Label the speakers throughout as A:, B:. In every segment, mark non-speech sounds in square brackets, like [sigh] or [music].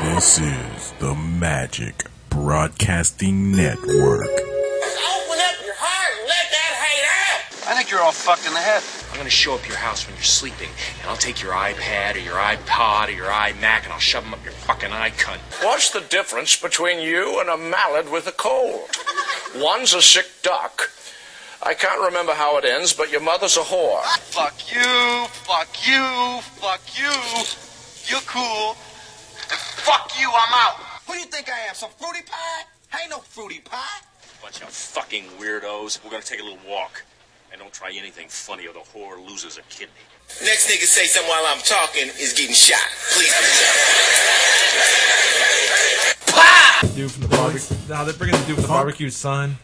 A: This is the Magic Broadcasting Network.
B: Open up your heart and let that hate out.
C: I think you're all fucked in the head.
D: I'm gonna show up your house when you're sleeping, and I'll take your iPad or your iPod or your iMac and I'll shove them up your fucking eye cunt.
B: What's the difference between you and a mallet with a cold? One's a sick duck. I can't remember how it ends, but your mother's a whore.
C: Fuck you, fuck you, fuck you. You're cool. And fuck you, I'm out.
B: Who do you think I am, some fruity pie? I ain't no fruity pie.
D: Bunch of fucking weirdos. We're gonna take a little walk. And don't try anything funny or the whore loses a kidney.
E: Next nigga say something while I'm talking is getting shot. Please be shot.
F: dude from the barbecue. Now they're bringing the dude from the barbecue son,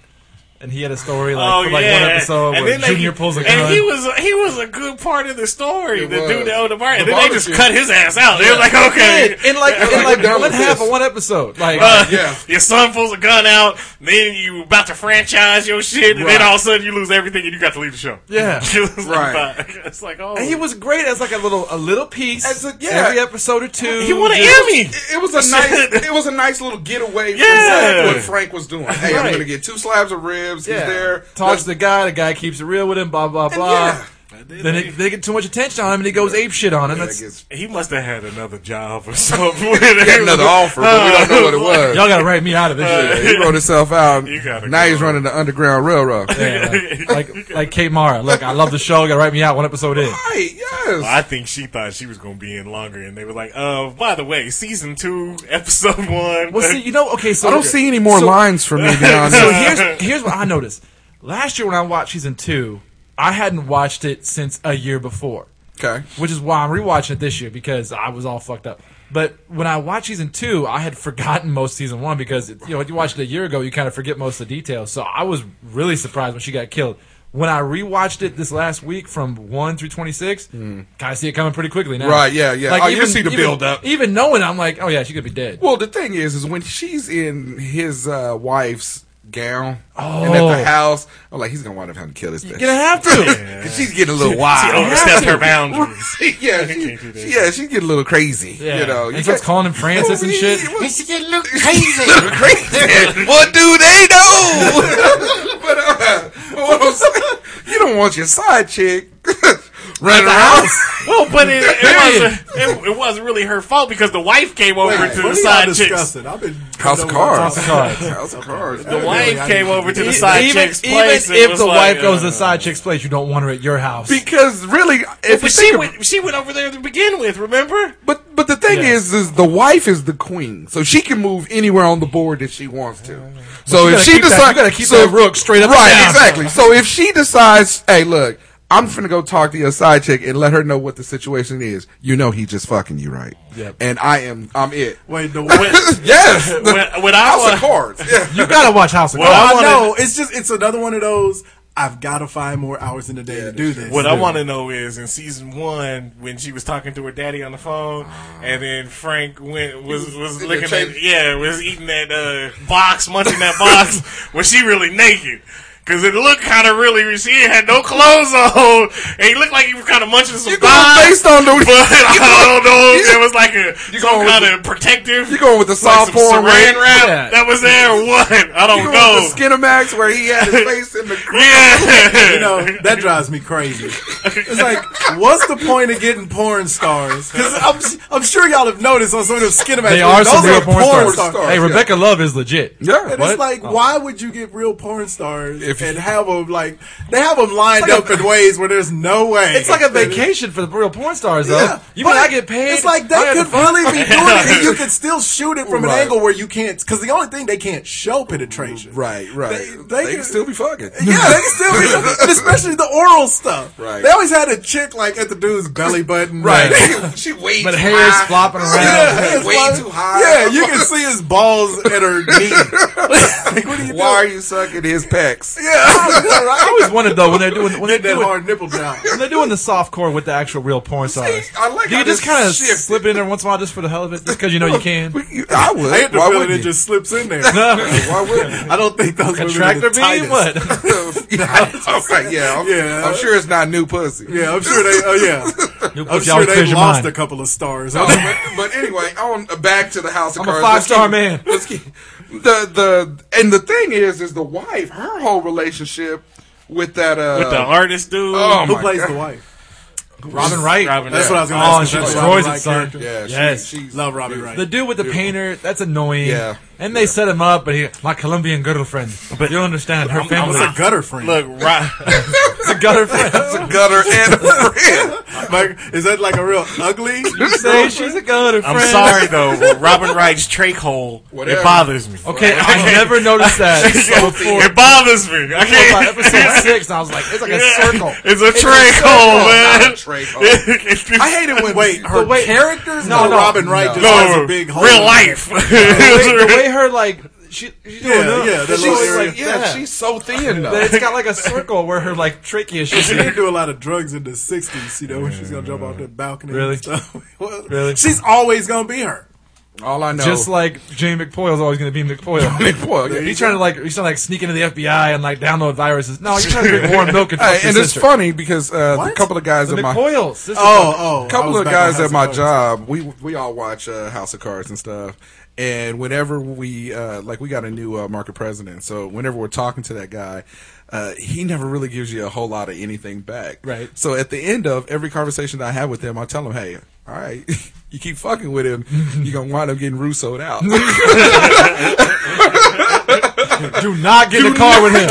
F: and he had a story like,
G: Oh
F: for, like
G: yeah,
F: one episode
G: and
F: where
G: then
F: Junior
G: they,
F: pulls a gun.
G: and he was he was a good part of the story.
F: It
G: the
F: was.
G: dude that owned the bar,
F: The
G: and then they just
F: barbecue.
G: cut his ass out. They were like, okay,
F: in
G: [laughs]
F: like in like one half of one episode. Like
G: uh,
F: yeah,
G: your son pulls a gun out, then you about to franchise your shit, and
F: Right.
G: then all of a sudden you lose everything, and you got to leave the show. [laughs]
F: Yeah.
G: It was like,
F: Right.
G: fuck. It's like oh,
F: and he was great as like a little a little piece.
H: As a- yeah.
F: every episode or two.
G: he won an
F: Just-
G: Emmy.
H: It- It was a nice, it was a nice little getaway from
G: Yeah.
H: what Frank was doing. Hey,
F: Right.
H: I'm gonna get two slabs of ribs.
F: Yeah,
H: He's there.
F: talks to
H: That's-
F: the guy. The guy keeps it real with him. Blah blah blah.
H: yeah.
F: Then it, they get too much attention on him, and he goes ape shit on him.
H: that
F: That's,
H: gets-
G: He must have had another job or [laughs] something. Got
H: another offer, but we don't know
F: [laughs]
H: what it was.
F: y'all
G: [laughs]
F: gotta write me out of this. shit.
H: he wrote himself out.
G: You gotta
H: now
G: go.
H: he's running the Underground Railroad.
F: Yeah, like, like like Kate Mara. Look, I love the show. You gotta write me out one episode in.
H: Right? Yes.
G: I think she thought she was going to be in longer, and they were like, "Uh, by the way, season two, [laughs] episode one."
F: Well, see, you know, okay, so
H: I don't see any more
F: so-
H: lines from me
F: [laughs]
H: beyond
F: so
H: that.
F: here's here's what I noticed. Last year when I watched season two, I hadn't watched it since a year before,
H: Okay.
F: which is why I'm rewatching it this year because I was all fucked up. But when I watched season two, I had forgotten most of season one because you know if you watched it a year ago, you kind of forget most of the details. So I was really surprised when she got killed. When I rewatched it this last week from one through twenty six, kind of see it coming pretty quickly now.
H: Right, yeah, yeah. Oh, you see the
F: even,
H: build-up.
F: Even knowing, I'm like, oh yeah, she could be dead.
H: Well, the thing is, is when she's in his uh, wife's gown and at
F: Oh.
H: the house, I'm like, he's gonna wind up having to kill this bitch.
F: You're gonna have to.
H: Cause [laughs] she's getting a little wild.
G: she overstepped her [laughs] boundaries.
H: [laughs] yeah, she,
G: can't do that.
H: yeah, she get a little crazy.
F: Yeah.
H: You know,
F: and
H: you
F: starts
H: got-
F: calling him Francis and shit.
H: She get [laughs] a little crazy. crazy. [laughs] what do they know? [laughs] but, uh, but what I'm saying, you don't want your side chick [laughs] running around.
G: Well, Oh, but it, it wasn't. It, it wasn't really her fault because the wife came over to the side chicks.
I: I've been
H: House of Cards.
F: House of Cards.
H: House of Cards.
G: The wife came over to the side
F: even,
G: chicks'
F: even
G: place. and
F: if
G: was
F: the
G: like,
F: wife goes to
G: uh,
F: the side chick's place, you don't want her at your house.
H: Because really, if you
G: but she
H: think ab-
G: went. She went over there to begin with.
F: [laughs]
G: Remember?
H: but but the thing
F: Yeah.
H: is, is the wife is the queen, so she can move anywhere on the board that she wants to. So
F: you
H: if
F: gotta
H: she
F: keep that-
H: decides,
F: you gotta keep
H: so,
F: that rook straight up and
H: right?
F: down.
H: Exactly. So if she decides, hey, look, I'm finna go talk to your side chick and let her know what the situation is. You know, he just fucking you, right?
F: Yep.
H: And I am, I'm it.
I: Wait,
H: [laughs]
I: no.
G: When,
F: [laughs]
H: yes, the
G: when, when I
H: house
G: was,
H: of cards. Yeah.
F: you gotta watch House of
G: Well,
F: Cards.
G: I
I: I
G: wanted-
I: know. It's just it's another one of those. I've got to find more hours in the day to do this.
G: What I want to know is in season one when she was talking to her daddy on the phone, and then Frank went was was
H: Uh-huh. in
G: looking
H: the
G: at
H: chase-
G: yeah was eating that uh, box, munching that
H: [laughs]
G: box. was she really naked? Because it looked kind of really she had no clothes on, [laughs] and it looked like he was kind of munching some
H: You [laughs]
G: box.
H: going based
F: [laughs]
H: on the
G: but [laughs] I don't know if
H: you-
G: it was like a
H: you
G: some
H: going
G: kind
H: with
G: of protective.
H: you going with the
G: like
H: soft
G: some saran
H: porn rate?
G: wrap
F: Yeah.
G: that was there or what? I
H: You
G: don't
H: know,
G: know.
H: the Skinamax where he had his face
F: [laughs]
H: in the crowd.
G: yeah,
I: you know, that drives me crazy. It's like, what's the point of getting porn stars? Because I'm, I'm sure y'all have noticed on some of those skin
F: They are some real porn, stars.
H: stars,
F: Hey,
H: yeah.
F: Rebecca Love is legit.
H: Yeah.
I: And
F: What? Oh.
I: it's like, why would you get real porn stars
H: If-
I: and have them like they have them lined up in ways where there's no way?
F: It's like a vacation for the real porn stars, though.
I: Yeah,
F: you
I: but
F: mean I get paid?
I: It's like
F: I
I: they
F: got
I: could [laughs]
F: the-
I: really be doing it,
F: [laughs]
I: and you could still shoot it from
H: Right.
I: an angle where you can't. Because the only thing they can't show penetration.
H: Right, right. They, can
I: could-
H: still be fucking.
I: Yeah, they can still be,
F: [laughs]
I: and especially the oral stuff.
H: Right.
I: They always had a chick like at the dude's belly button.
H: Right.
I: Yeah,
H: she way
F: But
H: too
F: hair's
H: high.
F: flopping around.
H: Yeah,
I: it's
H: way
I: like-
H: too high.
I: Yeah, you can see his balls at her knee. like, what are you
H: Why are you sucking his pecs?
I: doing? Yeah,
F: I always wondered though when they're doing when they're
I: Get that
F: doing,
I: hard nipple down.
F: when they're doing the soft core with the actual real porn stars.
H: I like
F: do you
H: how
F: just
H: this
F: kind of
H: shifted.
F: slip in there once in a while just for the hell of it, just because you know
I: [laughs]
F: you can?
H: We- you- I would.
I: I hate the
H: Why
I: feeling
H: wouldn't
I: it
H: you?
I: just slips in there.
H: Why [laughs] wouldn't?
I: I don't think those women are
F: Tractor
I: the
F: beam,
I: tightest.
F: what?
H: yeah, all right, yeah, I'm,
I: Yeah.
H: I'm sure it's not new pussy. pussy.
I: Yeah, I'm sure they. Oh yeah,
F: You'll
I: I'm
F: put y'all
I: sure they
F: clears your
I: lost
F: mind.
I: a couple of stars.
H: [laughs] but, but anyway, on uh, back to the house of
F: I'm a
H: cards.
F: five-star
H: Let's
F: man.
H: Let's keep, the the and the thing is, is the wife, her whole relationship with that uh,
G: With the artist dude.
H: oh
I: Who
H: my
I: plays
H: God.
I: the wife? [laughs]
F: Robin Wright.
G: Robin
I: That's
G: Wright.
I: what I was gonna
F: Oh, and
I: ask.
F: she
I: you. That's Robin
F: destroys it,
I: Wright
F: son.
I: character.
H: Yeah, she-
F: Yes.
H: she's
I: Love Robbie Wright.
F: The dude with the painter, that's annoying.
H: Yeah.
F: And they set him up, but he, my Colombian girlfriend. But you understand, her
I: I was
F: family.
I: a gutter friend.
G: Look, Ro-
F: It's a gutter friend.
H: a gutter and a friend.
I: Like, is that like a real ugly?
F: [laughs] You say she's a gutter friend.
G: I'm sorry though, but Robin Wright's trach hole.
H: Whatever.
G: It bothers me.
F: Okay, I never noticed [laughs] that.
G: [laughs]
F: So before,
G: It bothers me. I
F: by
G: can't.
F: episode six, I was like, it's like a circle.
G: [laughs] It's a trach hole, man. [laughs]
H: Trach I hate it when
I: Wait, her
F: way-
I: characters?
F: No,
I: No,
F: no.
I: Robin Wright just
G: no,
I: has a big hole.
G: real life.
F: The way, the way her, like, she, she's doing
I: Yeah,
F: up.
I: yeah, that
F: She's
I: little
F: like,
I: area.
F: yeah,
H: yeah, she's so thin
F: But
H: though.
F: it's got like a circle where her, like, trachea
I: [laughs]
F: is
I: She
F: just [laughs]
I: did do a lot of drugs in the '60s, you know, when she's gonna jump off the balcony. and
F: Really?
I: stuff. [laughs] Well,
F: Really?
I: She's always gonna be her.
H: All I know,
F: Just like Jane McPoyle's always going to be [laughs] McPoyle.
H: big boy.
F: He's trying to like, he's trying to like sneak into the FBI and like download viruses. No, you're trying to [laughs] drink warm milk and fuck
H: Hey,
F: your
H: and it's
F: sister.
H: funny because uh, the
I: What?
H: couple of guys
F: The
H: at my
F: McPoyles. This is
I: Oh, oh. I
H: couple
I: was
H: of
I: back
H: guys
I: on
H: at my
I: House of [laughs] Cards.
H: job, we we all watch uh, House of Cards and stuff. And whenever we uh, like, we got a new uh, market president, so whenever we're talking to that guy, uh, he never really gives you a whole lot of anything back.
F: Right.
H: So at the end of every conversation that I have with him, I tell him, "Hey, all right." [laughs] You keep fucking with him, you're gonna wind up getting russoed out.
F: Do not get in the car with him.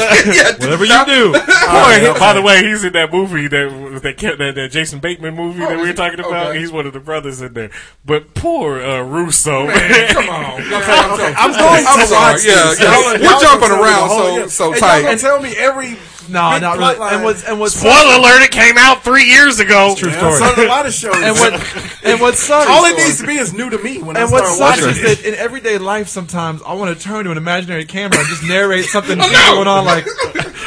F: Whatever you
G: [laughs]
F: do.
G: Boy, by the way, he's in that movie that that ca- that, that Jason Bateman movie that we were talking about.
H: okay.
G: He's one of the brothers in there. But poor uh, Russo, man. [laughs]
H: Come on, I'm
I: going to
H: sorry.
I: watch
H: Yeah,
I: this.
H: yeah.
I: Y'all-
H: we're
I: y'all
H: jumping
I: gonna
H: around
I: tell me the
H: so
I: whole-
H: so
I: Hey, y'all
H: tight.
I: gonna tell me every
F: No,
I: big
F: not
I: plot
F: really. And
I: line.
F: what's and what's
G: Spoiler alert! It came out three years ago.
F: true
I: Man,
F: story.
I: son, a lot of shows.
F: And
I: [laughs]
F: what and what's sucks
I: all it needs to be is new to me when I
F: and
I: start
F: what sucks
I: watching.
F: is
I: it.
F: that in everyday life, sometimes I want to turn to an imaginary camera and just narrate something that's going on. Like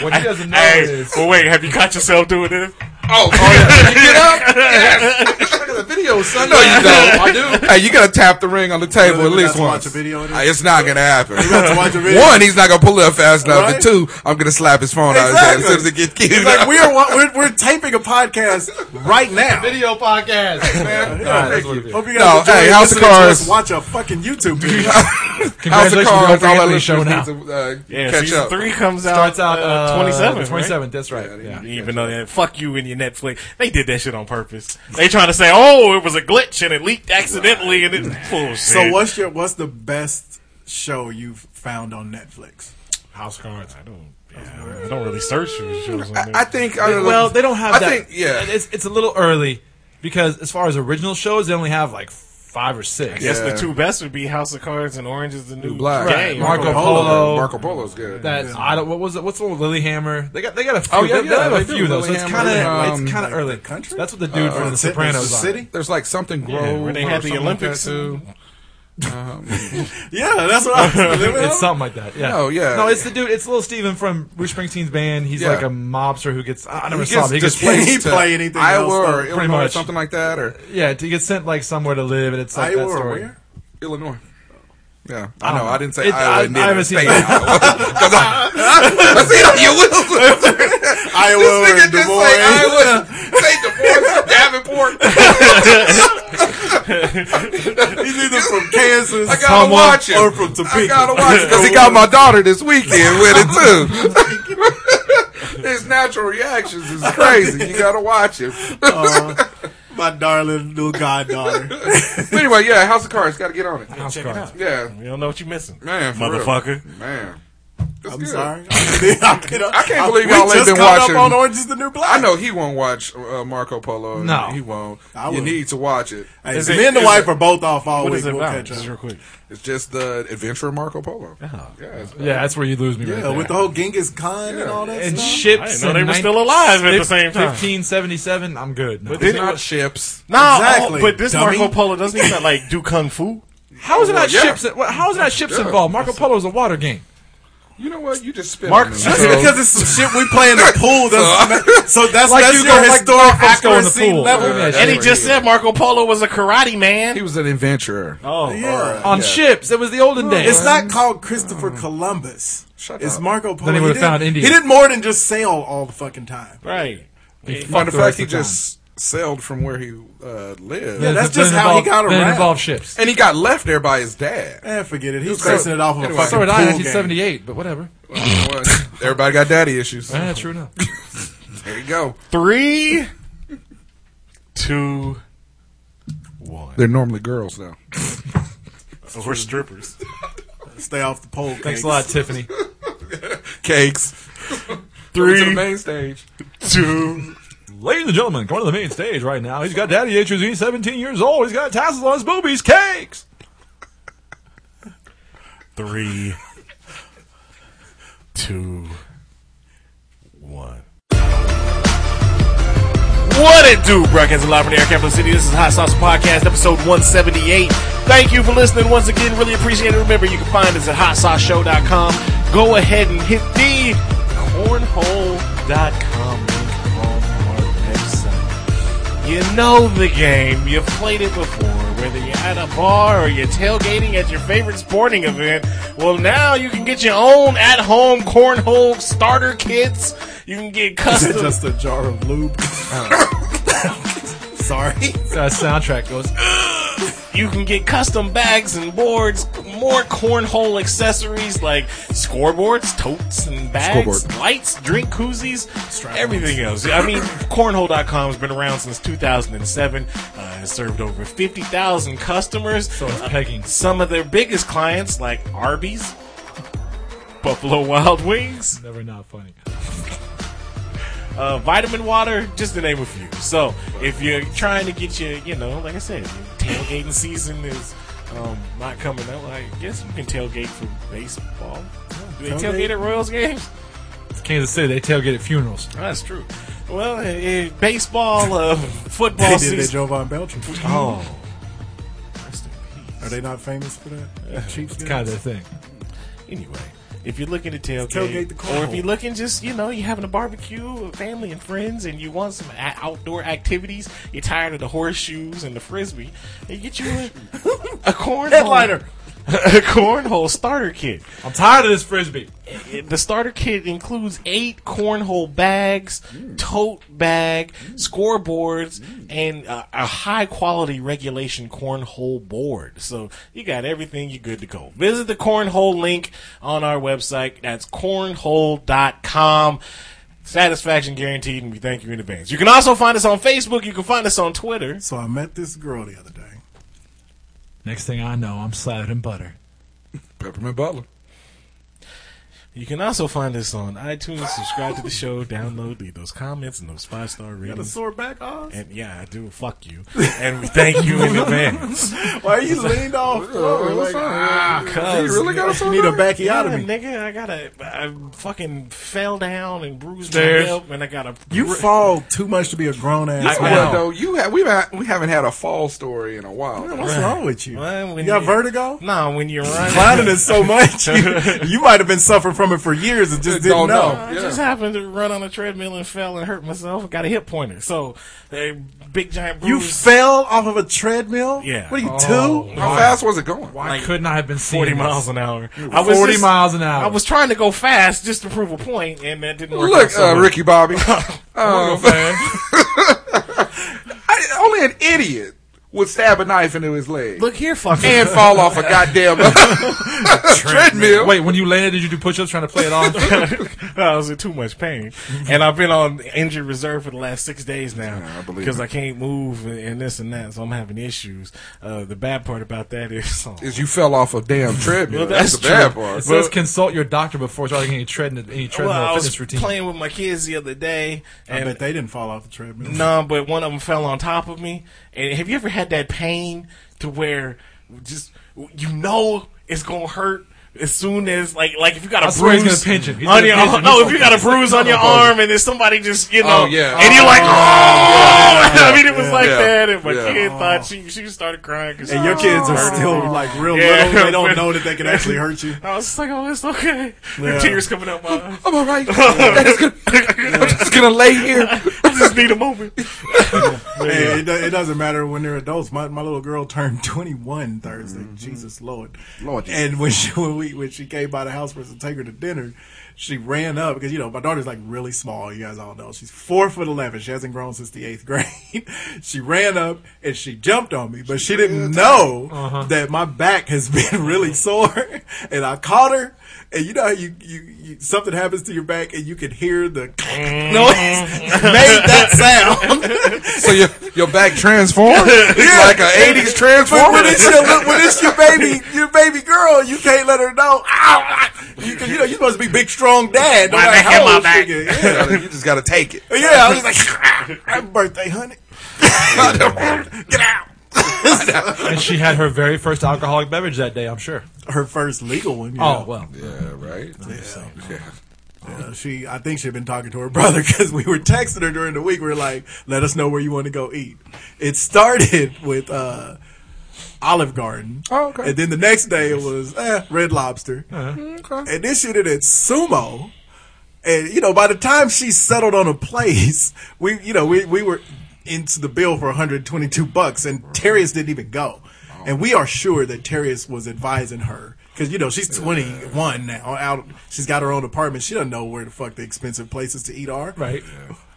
F: what he doesn't know
G: Hey,
F: is.
G: well, wait. Have you caught yourself doing this?
H: Oh, oh yeah. You get up? Yes. Look at the video,
F: [laughs]
H: son. [laughs] No, you don't. I do. Hey, you gotta tap the ring on the table
I: Really, we got
H: at least
I: to watch
H: once.
I: a video of this?
H: Uh, It's not gonna happen.
I: got to watch a video.
H: One, he's not gonna pull it up fast enough,
I: Right?
H: and two, I'm gonna slap his phone out of his hand as soon as it gets
I: Exactly.
H: queued
I: It's
H: up.
I: like we're, wa- we're we're taping a podcast right now.
F: Video podcast. Man, that's what it is.
I: Hope you guys
H: No,
I: enjoy
H: hey, House of
I: listening to us
H: Cards.
I: Watch a fucking YouTube video.
H: House of
F: Congratulations, we're
H: Cards, all
F: on the
H: that listeners
F: show now.
H: need to uh,
G: Yeah,
H: catch
G: season
H: up.
G: three comes out.
F: Starts out uh,
G: twenty seven.
F: Twenty seventh. That's right. Yeah.
G: Even though that, fuck you and your Netflix, they did that shit on purpose. They trying to say, oh, it was a glitch and it leaked accidentally, and it's bullshit.
I: so what's your what's the best show you've found on Netflix?
F: House cards.
G: I don't, yeah, I don't really search for shows. On there.
H: I, I think. I don't know.
F: Well, they don't have
H: I
F: that.
H: think- yeah.
F: it's it's a little early because as far as original shows, they only have like five or six.
G: guess
H: Yeah.
G: the two best would be House of Cards and Orange is the New
H: Black.
G: Black. Game.
F: Marco,
I: Marco
F: Polo.
I: Polo.
H: Marco Polo's good.
F: That I don't. What was it? What's the one with Lilyhammer? They got they got a few.
H: Oh, yeah,
F: they, they
H: yeah,
F: have
H: they
F: a
H: do.
F: few though. So it's
H: Lilyhammer,
F: kind of
H: um,
F: it's kind
I: like
F: of early.
I: the country?
F: That's what the
H: Uh,
F: dude from The Sopranos. on.
I: City.
H: There's like something Grove
G: Yeah, where they
H: or
G: had the
H: something
G: Olympics.
H: Like that, too.
I: Yeah, that's what I was living
F: It's something like that. Yeah.
H: No, Oh, yeah.
F: No, it's the dude. It's little Steven from Bruce Springsteen's band. He's
H: Yeah.
F: like a mobster who gets. I I never
H: He
F: saw
H: gets
F: him. He gets.
I: Can he
H: displaced to
I: play anything
H: Iowa
I: else,
H: or
I: though?
F: Pretty
H: Illinois or
F: much.
H: something like that, or
F: Yeah, he gets sent like somewhere to live, and it's like
I: Iowa
F: that
I: or
F: story.
I: where?
H: Illinois. Yeah, I,
F: don't
H: know.
F: know.
H: I didn't say
F: It- I-
H: Iowa. and
F: I
H: didn't
F: haven't seen
H: say
F: it.
H: Iowa. [laughs] 'Cause I, I see it on your
F: [laughs]
H: wheels.
I: Iowa
H: This
I: or
H: nigga
I: Des
H: just
I: Moines.
H: say Iowa. Say Des [laughs] Davenport.
I: [laughs]
F: [laughs]
I: He's either from Kansas.
H: I gotta watch it.
I: Or from
H: I
I: Topeka.
H: gotta
I: [laughs]
H: watch it because he got my daughter this weekend with it too. [laughs] His natural reactions is crazy. You gotta watch it. [laughs]
I: my darling little goddaughter.
H: But anyway, yeah, House of Cards. Gotta get on it.
F: House cards.
H: Yeah,
G: You don't know what you're missing,
H: Man, for real.
G: motherfucker.
H: man. That's
I: I'm
H: good.
I: sorry. I
H: can't believe y'all ain't
I: just
H: been
I: caught
H: watching.
I: up on Orange is the New Black.
H: I know he won't watch uh, Marco Polo.
F: No.
H: he won't.
I: I
H: you
I: will.
H: need to watch it.
I: Hey,
G: Is
I: me
G: it-
I: and the
G: is
I: wife
G: it-
I: are both off all
G: What
I: week.
G: is it
I: We'll
G: about?
I: catch up.
G: Just real quick.
H: It's just the Adventure of Marco Polo. Yeah, it's-
F: Yeah, that's where you lose me. right
I: Yeah,
F: there.
I: with the whole Genghis Khan and all that
F: and
I: stuff.
G: I
F: ships.
G: didn't know
F: and
G: they were
F: nine-
G: still alive at the same time.
F: 1577. I'm good. No.
H: it's not ships.
G: No, oh,
I: Exactly,
G: but this
I: dummy.
G: Marco Polo doesn't even like do kung fu.
F: How is it not
H: yeah.
F: ships? what- How is it not ships involved? Marco Polo is a water game.
H: You know what? You just spit.
G: Mark-
H: on me.
I: [laughs] That's
H: So-
I: because it's some shit we play in the pool. That's, so that's,
F: Like
I: that's
F: you
I: your
F: go- like
I: historic
F: Marcus go in the
I: accuracy
F: pool.
I: level.
F: Yeah,
G: And he
H: Right
G: just
H: here.
G: said Marco Polo was a karate
H: he
G: man.
H: was an adventurer.
G: Oh,
I: Yeah.
F: On
H: Yeah.
F: ships. It was the olden days.
I: It's not called Christopher Columbus.
H: Shut
I: it's
H: up.
I: Marco Polo.
F: he would've
I: didn't-
F: found India.
I: He did more than just sail all the fucking time.
G: right.
F: He
H: Fun
F: fucked the
H: fact,
F: rest
H: he
F: of the time.
H: just sailed from where he uh, lived,
I: Yeah, that's
F: But it
I: just how he
F: involved-
I: got
F: but It
I: around.
F: involved ships.
H: and he got left there by his dad.
I: Man, forget it. He's
H: So-
I: basing it off of a
H: anyway.
I: fucking
F: So
I: pool
F: did I in
I: game.
F: 1978, but whatever.
H: Everybody got daddy issues.
F: Yeah, true enough.
H: There you go.
G: Three, [laughs] two, one.
H: They're normally girls now.
G: So we're strippers.
I: Stay off the pole.
F: Thanks a lot, Tiffany.
I: [laughs]
H: Cakes. Three. To the
G: Three,
H: main stage.
G: two.
F: Ladies and gentlemen, going to the main stage right now. He's got daddy issues. He's 17 years old. He's got tassels on his boobies. Cakes.
G: three, two, one. What it do, broadcasting live from the Air Capital City. This is Hot Sauce Podcast, episode 178. Thank you for listening once again. Really appreciate it. Remember, you can find us at hotsauceshow.com. Go ahead and hit the cornhole.com link on our website. You know the game. You've played it before. Whether you're at a bar or you're tailgating at your favorite sporting event, well, now you can get your own at-home cornhole starter kits. You can get custom.
I: Just a jar of lube. Sorry.
F: That uh, soundtrack goes.
G: You can get custom bags and boards, more cornhole accessories like scoreboards, totes, and bags,
H: Scoreboard.
G: lights, drink koozies, everything else. I mean, cornhole.com has been around since 2007 uh, and served over 50,000 customers. Uh,
F: So it's pegging.
G: Some of their biggest clients like Arby's, Buffalo Wild Wings,
F: Never not funny.
G: uh, vitamin water, just to name a few. So if you're trying to get your, you know, like I said, your tailgating season is um, not coming up. I guess you can tailgate for baseball. Do they tailgate at Royals games?
F: It's Kansas City. They tailgate at funerals.
G: Oh, that's true. Well, eh, eh, baseball, [laughs] uh,
I: They
G: football
I: did. They
G: season.
I: drove on Belgium.
G: Oh. Rest in peace.
I: Are they not famous for that? Chiefs
F: It's kind of their thing.
G: Anyway, if you're looking to tailgate,
I: Tailgate the cornhole.
G: or if you're looking just, you know, you're having a barbecue with family and friends and you want some a- outdoor activities, you're tired of the horseshoes and the frisbee, and get you a, [laughs] a cornhole.
I: Headliner.
G: [laughs] A cornhole starter kit.
F: I'm tired of this frisbee.
G: The starter kit includes eight cornhole bags, tote bag, scoreboards, and uh, a high quality regulation cornhole board. So you got everything, you're good to go. Visit the cornhole link on our website. That's cornhole.com. Satisfaction guaranteed, and we thank you in advance. You can also find us on Facebook. You can find us on Twitter.
I: So I met this girl the other day.
F: Next thing I know, I'm slathered in butter.
H: Peppermint Butler.
G: You can also find us on iTunes. Subscribe to the show, download, leave those comments and those five star
I: Got a
G: ratings.
I: sore back, Oz?
G: And yeah, I do. Fuck you. And we thank you in advance.
I: Why are you leaned off? forward
H: what's
I: like- "Ah,
H: up?
G: Cause
H: You really got a
I: You
H: sore
I: need a
H: back?
G: yeah,
I: bacchiotomy.
G: nigga, I gotta. I fucking fell down and bruised
F: Stairs.
G: my hip, and I gotta.
I: You fall too much to be a grown ass.
G: I-
I: man.
G: I-
H: Well, though you have, we've had, we haven't had a fall story in a while.
I: What's wrong with you?
G: Well, when
I: you got
G: you-
I: vertigo?
G: Nah, when you're running,
I: Climbing is so much. You, you might have been suffering from it for years and just didn't
H: Don't
I: know.
H: know.
G: I just happened to run on a treadmill and fell and hurt myself. Got a hip pointer, so a big giant
I: You
G: bruise.
I: fell off of a treadmill?
G: Yeah.
I: What are you, two?
H: How fast was it going?
F: Oh, I could not have been seeing
G: Forty
F: this.
G: miles an hour. I was
F: 40
G: just-
F: miles an hour.
G: I was trying to go fast just to prove a point, and that didn't work. out
H: Look,
G: so
H: uh,
G: well.
H: Ricky Bobby. Um,
F: Man,
H: I, only an idiot would stab a knife into his leg
G: Look here, fucker.
H: and fall off a goddamn [laughs] treadmill.
F: Wait, when you landed, did you do push-ups trying to play
I: [laughs]
F: it off?
G: [laughs] I was in too much pain, and I've been on injured reserve for the last six days now
H: I believe
G: because
H: it.
G: I can't move and, and this and that, so I'm having issues. Uh, the bad part about that is, oh,
H: Is you fell off a damn treadmill.
G: Well,
H: that's,
G: that's
H: the bad
G: true.
H: part.
F: It says consult your doctor before starting any treadmill, any treadmill
G: well, I was
F: fitness routine.
G: playing with my kids the other day,
I: I bet
G: and
I: they didn't fall off the treadmill.
G: no, but one of them fell on top of me. And have you ever had that pain to where just you know it's gonna hurt? As soon as like like if you got a
F: I swear
G: bruise
F: he's gonna pinch him. He's
G: on
F: gonna
G: your
F: pinch him.
G: no
F: He's
G: if you got a bruise on your arm and then somebody just you know
H: Oh, yeah.
G: and you're like oh [laughs] I mean it was like
H: Yeah.
G: that and my
H: Yeah.
G: kid
F: Oh.
G: thought she she started crying because
I: And your kids are still like real
G: Yeah.
I: little. They don't know that they can actually hurt you.
G: I was just like oh it's okay
I: Yeah.
G: [laughs] tears coming out my eyes
H: I'm all
I: [laughs]
H: right. I'm just gonna, I'm just gonna lay here.
G: I just need a
F: [laughs]
G: moment
I: [laughs] Hey, it, do- it doesn't matter when they're adults. My, my little girl turned 21 Thursday. Jesus Mm-hmm. Lord. [laughs]
H: Lord.
I: And when she when, we, when she came by the house for us to take her to dinner, she ran up because you know my daughter's like really small. You guys all know she's four foot eleven. She hasn't grown since the eighth grade. [laughs] she ran up and she jumped on me, but she didn't know that my back has [laughs] been really sore. And I caught her, and you know how you, you you something happens to your back and you can hear the noise made that [laughs] sound.
H: So your your back transformed like an eighties
I: But
F: [laughs]
H: transformer.
I: when it's your li- when it's your baby your baby girl, you can't let her know. Ah. Ow, I- you, can- you know you're supposed to be big strong dad. Don't
J: My
I: let
J: back and
I: hoes
J: my back.
I: figure-
H: Yeah, like, you just gotta take [laughs] it.
I: Yeah, yeah I was just like, [laughs] happy birthday, honey. Get out.
F: and she had her very first alcoholic beverage that day, I'm sure.
I: Her first legal one. You
F: Oh
I: oh,
F: well,
H: Yeah, right. Yeah.
I: she. I think she had been talking to her brother [laughs] because we were texting her during the week. We were like, "Let us know where you want to go eat." It started [laughs] with. uh Olive Garden.
H: Oh, okay.
I: And then the next day it was eh, Red Lobster.
H: Okay.
I: and this shit it at sumo. And you know, by the time she settled on a place, [laughs] we you know we we were into the bill for 122 bucks, and Terrius didn't even go. And we are sure that Terrius was advising her because you know she's 21 now. Out, she's got her own apartment. She doesn't know where the fuck the expensive places to eat are.
F: Right.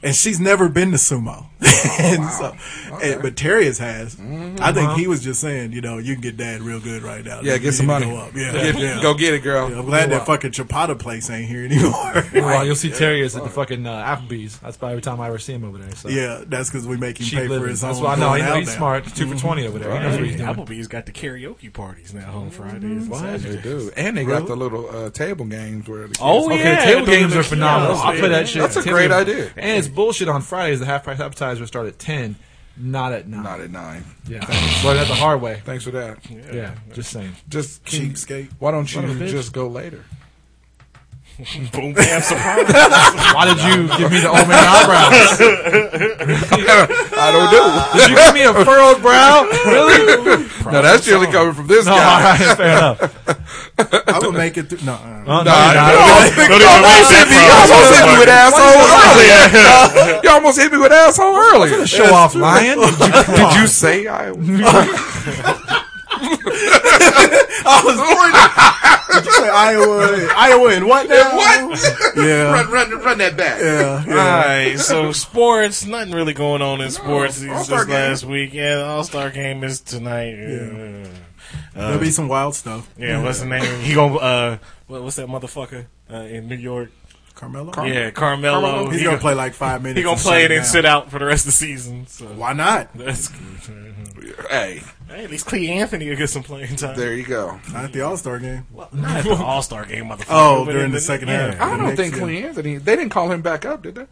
I: And she's never been to sumo, [laughs] and so, and, but Terrius has. I think he was just saying, you know, you can get dad real good right now.
H: Mm-hmm. Uh-huh. Yeah,
I: You
H: get
I: need
H: some
I: to
H: money.
I: go up. Yeah,
H: Get-
I: yeah.
H: Go get it, girl.
I: I'm glad that fucking Chapata place ain't here anymore.
H: [laughs]
F: well you'll see Terriers at the fucking uh, Applebee's. That's about every time I ever see him over there. So
I: yeah, that's because we make him
F: she
I: pay for
F: lives.
I: his
F: That's
I: own.
F: why I know
I: going
F: he-
I: out
F: he's
I: now.
F: smart. Two for twenty over there. He knows what he's doing.
G: Applebee's got the karaoke parties now on Fridays.
H: They do, and they got the little uh, table games where the
G: Oh,
H: kids-
G: yeah.
F: Okay, table
G: those
F: games
G: are
F: are phenomenal.
G: kiosks,
F: I play that shit.
H: That's a
F: Table
H: great
F: games.
H: idea.
F: And it's bullshit on Fridays. The half price appetizers start at ten, not at nine.
H: not at nine.
F: yeah, learned that the hard way.
H: Thanks for that.
F: Yeah, just saying.
H: Just keep,
I: Cheapskate.
H: Why don't you just
I: [laughs]
H: go later?
G: Boom, bam, surprise.
F: Why did you give me
I: Oh,
F: the [laughs] old man
H: [laughs]
F: eyebrows?
H: I don't do.
F: Did you give me a furrowed brow? Really?
H: No, that's really coming from this
F: [laughs] No, all
H: guy.
F: right, [laughs] fair enough. Uh,
I: I'm gonna make it through. No, [laughs] uh,
F: No,
H: No, I-
F: you're not.
H: you [laughs]
K: Don't even raise
H: almost hit me. You almost hit me with
K: that
H: asshole earlier. You almost [laughs] hit me with asshole earlier.
F: show off lion.
H: [laughs] Did you say [laughs] I?
I: I was born. Did you say Iowa? Iowa and what now?
H: What?
I: Yeah.
H: Run, run, run that back. Uh,
I: Yeah,
G: All
I: yeah. [laughs]
G: right, so sports, nothing really going on in sports these-
H: All-Star
G: this
H: game.
G: last week. Yeah, the All Star game is tonight. Yeah,
I: There'll be some wild stuff.
G: yeah what's the name? He gonna uh, what, what's that motherfucker uh, in New York?
I: Carmelo.
G: Yeah, Carmelo.
I: He's
G: He
I: gonna
G: go-
I: play like five minutes.
G: He gonna
I: and
G: play
I: shut
G: it and
I: down.
G: sit out for the rest of the season. So
I: Why not?
G: that's
H: Hey,
G: hey, at least Clee Anthony will get some playing time.
H: there you go.
I: Not at the All Star game.
G: Not
I: [laughs]
G: at the All Star game, motherfucker.
I: Oh,
G: but
I: during
G: in
I: the second half.
G: Yeah.
H: I don't
I: Next
H: think
I: year.
H: Clean Anthony. They didn't call him back up, did they?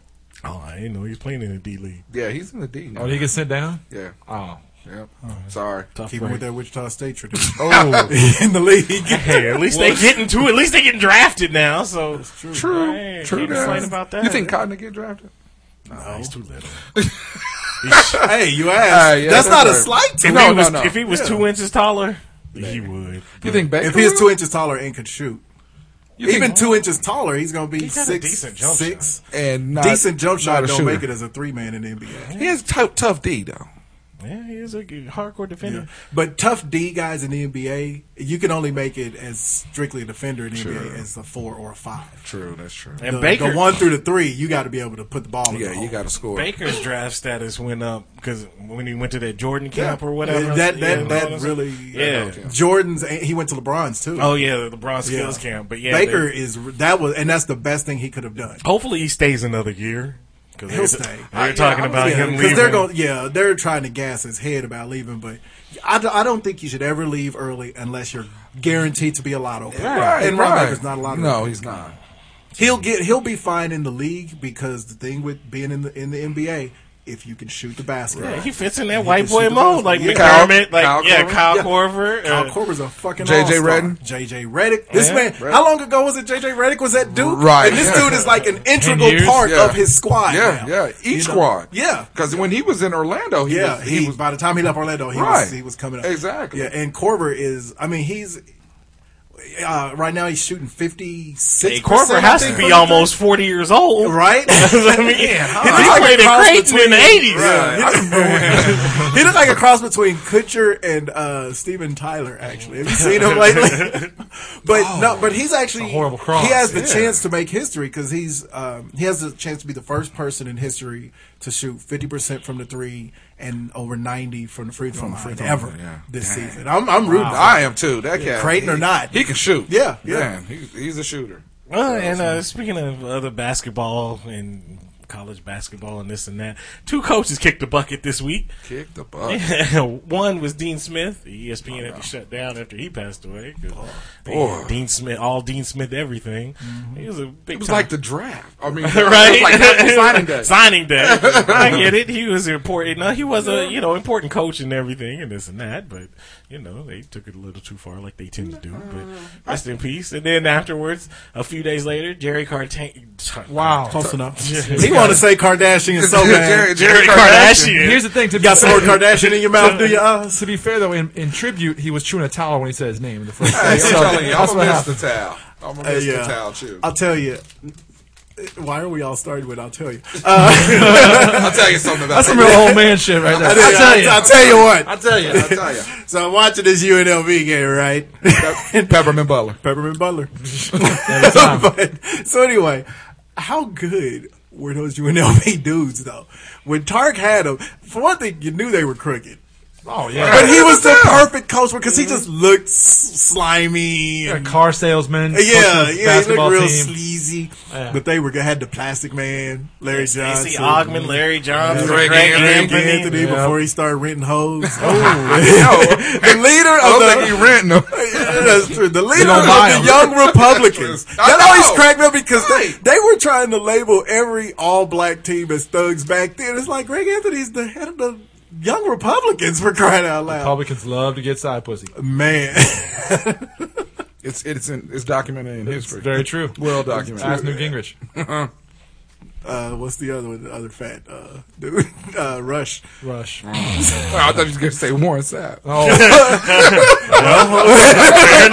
G: Oh, I didn't know he was playing in the D League.
H: Yeah, he's in the D.
F: Oh, did he get sent down?
H: Yeah.
F: Oh.
H: Yeah. Sorry.
I: Keep him with that Wichita State tradition
F: Oh,
I: [laughs] in the league.
G: Hey, at least they getting to. At least they getting drafted now. So true.
H: True.
G: Hey,
H: true.
G: can't
H: that.
G: complain about that.
H: You think Cotton will get drafted?
I: Oh,
G: he's too little.
I: hey, you asked.
H: Ah,
I: that's,
H: yeah, that's
I: not a
H: right.
I: slight to
G: If
H: No,
G: he was,
H: no, no.
G: If he was two inches taller, he would.
H: You think Baker?
I: If he's
H: will?
I: two inches taller and could shoot,
H: You think-
I: even two inches taller, he's gonna be
G: He's got a
I: six,
G: decent jump
I: six.
H: and not,
I: decent jump shot
H: Uh, not a
I: don't
H: shooter.
I: make it as a three man in the NBA.
H: He is tough, tough D though.
G: Yeah, he is a good hardcore defender.
I: But tough D guys in the NBA, you can only make it as strictly a defender in the NBA as a four or a five.
H: True, that's true.
G: And
I: The,
G: Baker,
I: the one through the three, you got to be able to put the ball. in
H: Yeah,
I: the
H: you
I: hole.
H: got to score.
G: Baker's draft status went up because when he went to that Jordan
I: Yeah.
G: camp or whatever.
I: That that
G: Yeah,
I: that
G: you know,
I: really.
G: Yeah.
I: Jordan's. He went to LeBron's too.
G: Oh yeah, the LeBron
I: Yeah.
G: skills camp. But yeah,
I: Baker
G: they-
I: is that was, and that's the best thing he could have done.
G: hopefully he stays another year. Cause
I: He'll
G: they're,
I: stay.
G: They're talking about
I: Yeah,
G: him
I: because
G: leaving.
I: they're going. Yeah, they're trying to gas his head about leaving, but I, d- I don't think you should ever leave early unless you're guaranteed to be a lot open.
H: Right,
I: and
H: right.
I: Rodmaker's not a lot.
H: No, he's not.
I: He'll get. He'll be fine in the league because the thing with being in the in the NBA, if you can shoot the basketball,
G: Yeah, he fits in that white
I: can
G: boy
I: shoot the
G: mode,
I: ball.
G: like
I: Yeah.
G: McDermott, like
H: Kyle
G: yeah,
H: Korver.
G: Kyle
I: Yeah.
G: Korver.
I: Kyle
G: uh,
I: Korver's a fucking
H: J.J.
I: all-star.
H: Redden?
I: JJ Reddick. This
G: Yeah.
I: man, how long ago was it JJ Reddick was at Duke?
H: Right.
I: And this dude is like an
F: years?
I: integral part
H: Yeah.
I: of his squad.
H: Yeah,
I: now.
H: yeah. Each
I: know?
H: squad.
I: Yeah.
H: Because when he was in Orlando, he
I: Yeah,
H: was,
I: he,
H: he was
I: by the time he left Orlando, he
H: Right.
I: was he was coming up
H: Exactly.
I: Yeah, and Corver is. I mean, he's uh, right now he's shooting fifty six.
L: Corver has to be almost forty years old.
I: right.
L: I
G: [laughs]
L: mean, he
I: He's like
L: played
I: a
L: at
I: cross
L: Creighton in the eighties.
I: he looked like a cross between Kutcher and uh, Steven Tyler. Actually, have you seen him lately? but no, but he's actually
F: a horrible cross,
I: He has the
F: yeah.
I: chance to make history because he's um, he has the chance to be the first person in history to shoot fifty percent from the three and over ninety from the free throw line
H: free throw
I: ever
H: line, yeah.
I: this
H: Dang.
I: season. I'm, I'm rooting. for
H: I am too. That cat,
I: Creighton or
H: he-
I: not.
H: he can shoot.
I: Yeah, yeah.
H: Man, he, he's a shooter.
L: Well, and uh, speaking of other basketball and college basketball and this and that, two coaches kicked the bucket this week. [laughs]
H: Kick the butt.
L: One was Dean Smith. E ESPN had to shut down after he passed away. 'cause they-
H: Oh, boy. Mm-hmm.
L: Dean Smith, all Dean Smith, everything. He was a big.
H: It was
L: time-
H: like the draft. I
L: [laughs]
H: mean,
L: right?
H: It
G: [laughs]
H: was like national signing day.
L: Signing day. I get it. He was important. No, he was a you know important coach and everything and this and that. But you know they took it a little too far, like they tend to do. But rest in peace. And then afterwards, a few days later, Jerry Cartain.
F: Wow.
I: Close enough. He want to say Kardashian is
H: [laughs]
I: so
H: Jerry,
I: bad.
H: Jerry
L: Jerry
H: Kardashian.
L: Kardashian.
F: Here's the thing. To
I: You got
F: be-
I: some more Kardashian in your mouth, do you? Uh,
F: to be fair though, in, in tribute, he was chewing a towel when he said his name in the first
H: I'm
F: place. So
H: telling you, I'm
F: that's what
H: gonna miss the
F: happened.
H: towel. I'm gonna
I: Uh,
H: miss
I: yeah.
H: the towel too.
I: I'll tell you. Why are we all starting with? [laughs] I'll tell you.
H: I'll tell you something about
F: That's some
H: that.
F: real old man shit right there. [laughs] I
I: I'll
F: tell you.
I: I'll tell you what.
F: I tell you.
H: I'll tell
I: [laughs]
H: you.
I: So I'm watching this UNLV game, right?
H: Pe- Peppermint Butler.
I: Peppermint [laughs] Butler.
F: Every
I: [laughs]
F: time.
I: but so anyway, how good were those UNLV [laughs] dudes though? When Tark had them, for one thing, you knew they were crooked.
F: Oh yeah.
I: But he was the perfect coach because he just looked s- slimy.
F: A
I: And,
F: car salesman.
I: yeah,
F: coaching a
I: yeah, he
F: basketball
I: looked real
F: team.
I: sleazy.
F: Yeah.
I: But they were good. had the Plastic Man, Larry Johnson,
L: Stacey Ogman, Larry Johnson,
H: Greg
L: Greg,
H: Anthony.
L: Anthony.
I: Anthony
F: Yeah.
I: before he started renting hoes. [laughs]
H: the leader
I: of the-
H: Oh, think he renting them.
I: Yeah, [laughs] that's true. The leader
F: don't
I: of
F: buy
I: the
F: 'em.
I: Young Republicans.
H: [laughs] I
I: That always
H: know.
I: cracked up because they,
H: Right.
I: they were trying to label every all black team as thugs back then. It's like Greg Anthony's the head of the Young Republicans for crying out loud.
F: Republicans love to get side pussy.
I: Man. [laughs]
H: It's it's in, it's documented in history.
F: Very true.
H: well documented.
F: Ask Newt Gingrich.
I: Uh, what's the other one? The other fat uh, dude? [laughs] Uh,
H: [laughs]
I: Rush.
F: Rush.
H: Oh, I thought you were gonna say Warren Sapp.
F: Oh,
L: Fair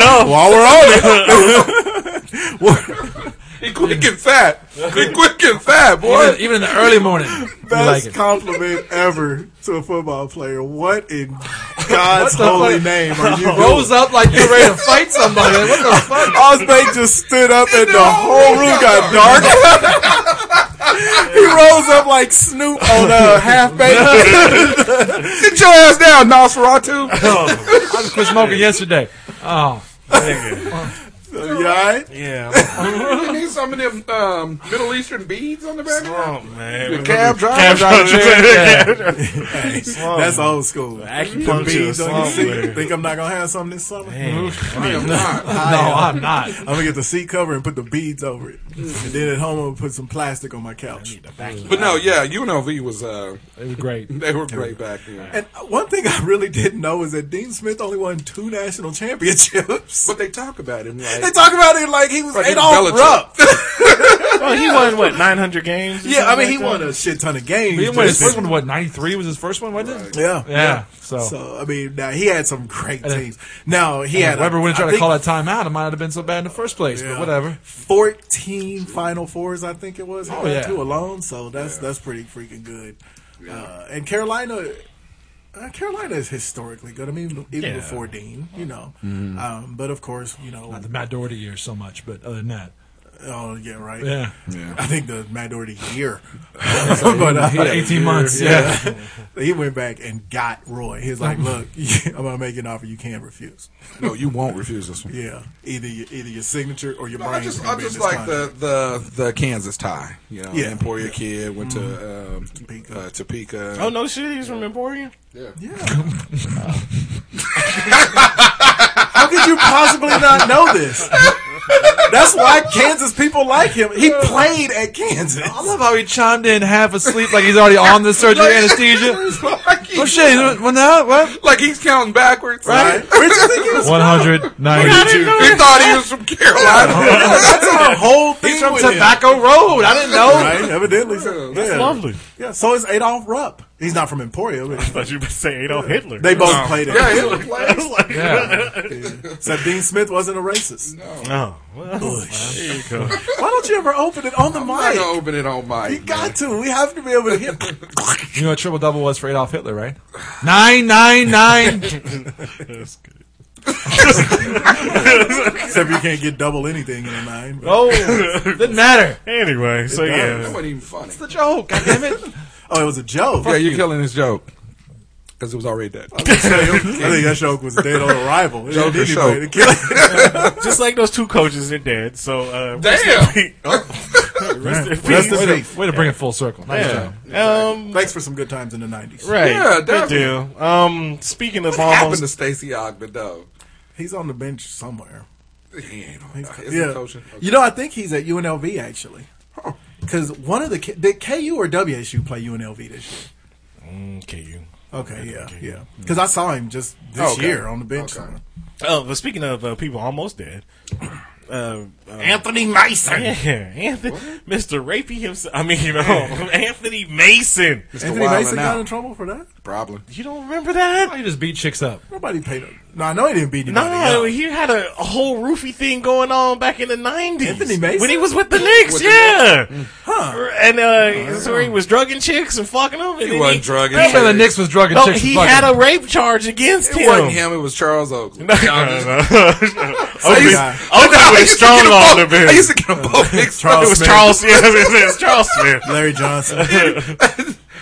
L: enough.
H: While we're on
I: [laughs]
H: [laughs] it, [laughs] he quick and fat. He quick and fat, boy.
F: even, even in the early [laughs] morning, we like
I: Best
F: it.
I: compliment ever to a football player. What
F: [laughs]
I: in God's
F: What the
I: holy
F: fuck?
I: name are you
F: [laughs]
I: doing?
F: Rose up like you're [laughs] ready to fight somebody. What the fuck?
I: Osbank just stood up and the whole room got dark. [laughs] he rolls up like Snoop on uh, half
F: [laughs]
I: baked.
H: Sit your ass down, Nosferatu.
F: I just quit smoking yesterday. Oh,
I: you alright?
L: Yeah.
H: you need some of them um, Middle Eastern beads on the back. of
L: Oh man.
H: The cab driver.
I: That's old school. The
L: Acupuncture.
I: beads on your
L: is
I: seat.
L: somewhere.
I: Think I'm not gonna have something this summer?
H: I am not.
F: no, I'm [laughs] not.
I: I'm gonna get the seat cover and put the beads over it. and then at home I'm gonna put some plastic on my couch.
H: But no, yeah, UNLV was uh,
F: It was great.
H: they were great back then.
I: And one thing I really didn't know is that Dean Smith only won two national championships.
H: But they talk about him
I: They
H: like
I: talk about it like he was
H: Like
I: Adolph
H: Belichick.
I: Rupp.
L: [laughs] Well, he won what nine hundred games. or
I: Yeah, I
L: something
I: mean he
L: like
I: won
L: that?
I: a shit ton of games.
F: He didn't win his
I: just-
F: first one. What ninety three was his first one, wasn't it?
I: Yeah,
F: Yeah. So,
I: So I mean, now he had some great
F: then-
I: teams. Now he
F: yeah,
I: had
F: Weber wouldn't
I: I
F: try to
I: think,
F: call that timeout. It might not have been so bad in the first place,
I: yeah,
F: but whatever.
I: Fourteen Final Fours, I think it was. He
F: Oh,
I: had
F: yeah.
I: two alone. So that's that's pretty freaking good. Uh, and Carolina, uh, Carolina is historically good. I mean, even
L: Yeah.
I: before Dean, you know. Um, but of course, you know.
F: Mm-hmm. Not the Matt Doherty year so much, but other than that,
I: Oh yeah, right.
F: yeah,
I: [laughs] I think the Matt Doherty year, [laughs] but uh,
F: About eighteen months. Yeah,
I: he went back and got Roy. He's like, "Look, [laughs] I'm gonna make you an offer you can't refuse."
H: no, you won't refuse this one.
I: Yeah, either your, either your signature or your
H: No, I
I: brain.
H: just, I just like the, the the Kansas tie. You know,
I: Yeah.
H: Emporia kid went to um,
I: Topeka.
H: Uh, Topeka.
L: Oh no, shit! He's from Emporia.
I: How could you possibly not know
H: [laughs]
I: this? That's why Kansas people like him. He played at Kansas.
F: I love how he chimed in half asleep, like he's already on the surgery [laughs] anesthesia.
H: like, he,
F: Oh shit! he's- What now? What?
H: like he's counting backwards.
I: [laughs] Right?
H: [laughs]
I: Where'd you think he was? [laughs]
F: One hundred ninety-two.
H: He thought he was from Carolina.
I: That's our whole
F: He's
I: thing
F: from
I: with him.
F: Tobacco Road. I didn't know.
I: Right? Evidently. So.
H: Yeah.
I: yeah.
L: Lovely.
I: Yeah, so is Adolph Rupp. He's not from Emporia. But
G: But you say Adolf Hitler.
I: they both played it. [laughs]
G: I was like,
F: Yeah.
I: Except Dean Smith wasn't a racist.
G: no. Well, there you go.
I: Why don't you ever open it on the
H: I
I: mic?
H: gotta open it on mic.
I: You got to. We have to be able to hear.
F: You know what triple double was for Adolf Hitler, right? Nine, nine, nine. [laughs]
G: That's good.
I: Except you can't get double anything in a nine. but-
F: oh, didn't matter.
G: Anyway, so
H: That
G: yeah.
H: wasn't even funny.
F: The joke, God damn it.
I: Oh, it was a joke.
H: Yeah, you're killing this joke because it was already dead.
I: I think that joke was dead on arrival. It
H: Joke
I: didn't
H: or
I: anyway
H: show?
I: to kill it.
G: Just like those two coaches, they're dead. So, uh,
H: Damn.
G: rest in
I: Rest in
G: peace.
I: peace.
F: Way to bring it full circle. Nice
G: Yeah.
F: job.
G: Um,
I: Thanks for some good times in the 90s.
G: right.
H: Yeah,
G: good deal. Um, speaking of almost
H: happened to Stacy Ogden though?
I: He's on the bench somewhere.
H: He ain't on
I: He's-
H: that. Is he
I: yeah.
H: coaching?
I: You know, I think he's at UNLV, actually. Because one of the. ki- Did KU or WSU play UNLV this year?
G: KU.
I: Okay, yeah, yeah. Because I saw him just this
H: Okay.
I: year on the bench.
H: Okay.
I: somewhere.
G: Oh, but speaking of uh, people almost dead, uh, uh,
I: Anthony Mason.
G: [laughs] yeah, Anthony, Mr. Rapey himself. I mean, you know, [laughs] Anthony Mason.
I: Anthony
H: Wilder
I: Mason got
H: now.
I: in trouble for that?
H: Problem.
G: You don't remember that?
F: You just beat chicks up.
I: Nobody paid him. No, I know he didn't beat anybody.
G: No,
I: up.
G: he had a, a whole roofie thing going on back in the nineties.
I: Anthony Mason?
G: when he was with the Knicks, yeah, huh? And uh, so he was drugging chicks and fucking them. And
H: He
G: then
H: wasn't drugging.
G: Hey,
H: chicks.
F: the Knicks was drugging
G: No,
F: chicks.
G: he had a rape charge against
H: It
G: him.
H: wasn't him. It was Charles Oakley. No,
G: Oakley,
H: [laughs]
G: Oakley was strong on him.
H: I used to get them both mixed up.
G: It was Charles. Yeah, it was Charles Smith.
I: Larry [laughs] Johnson.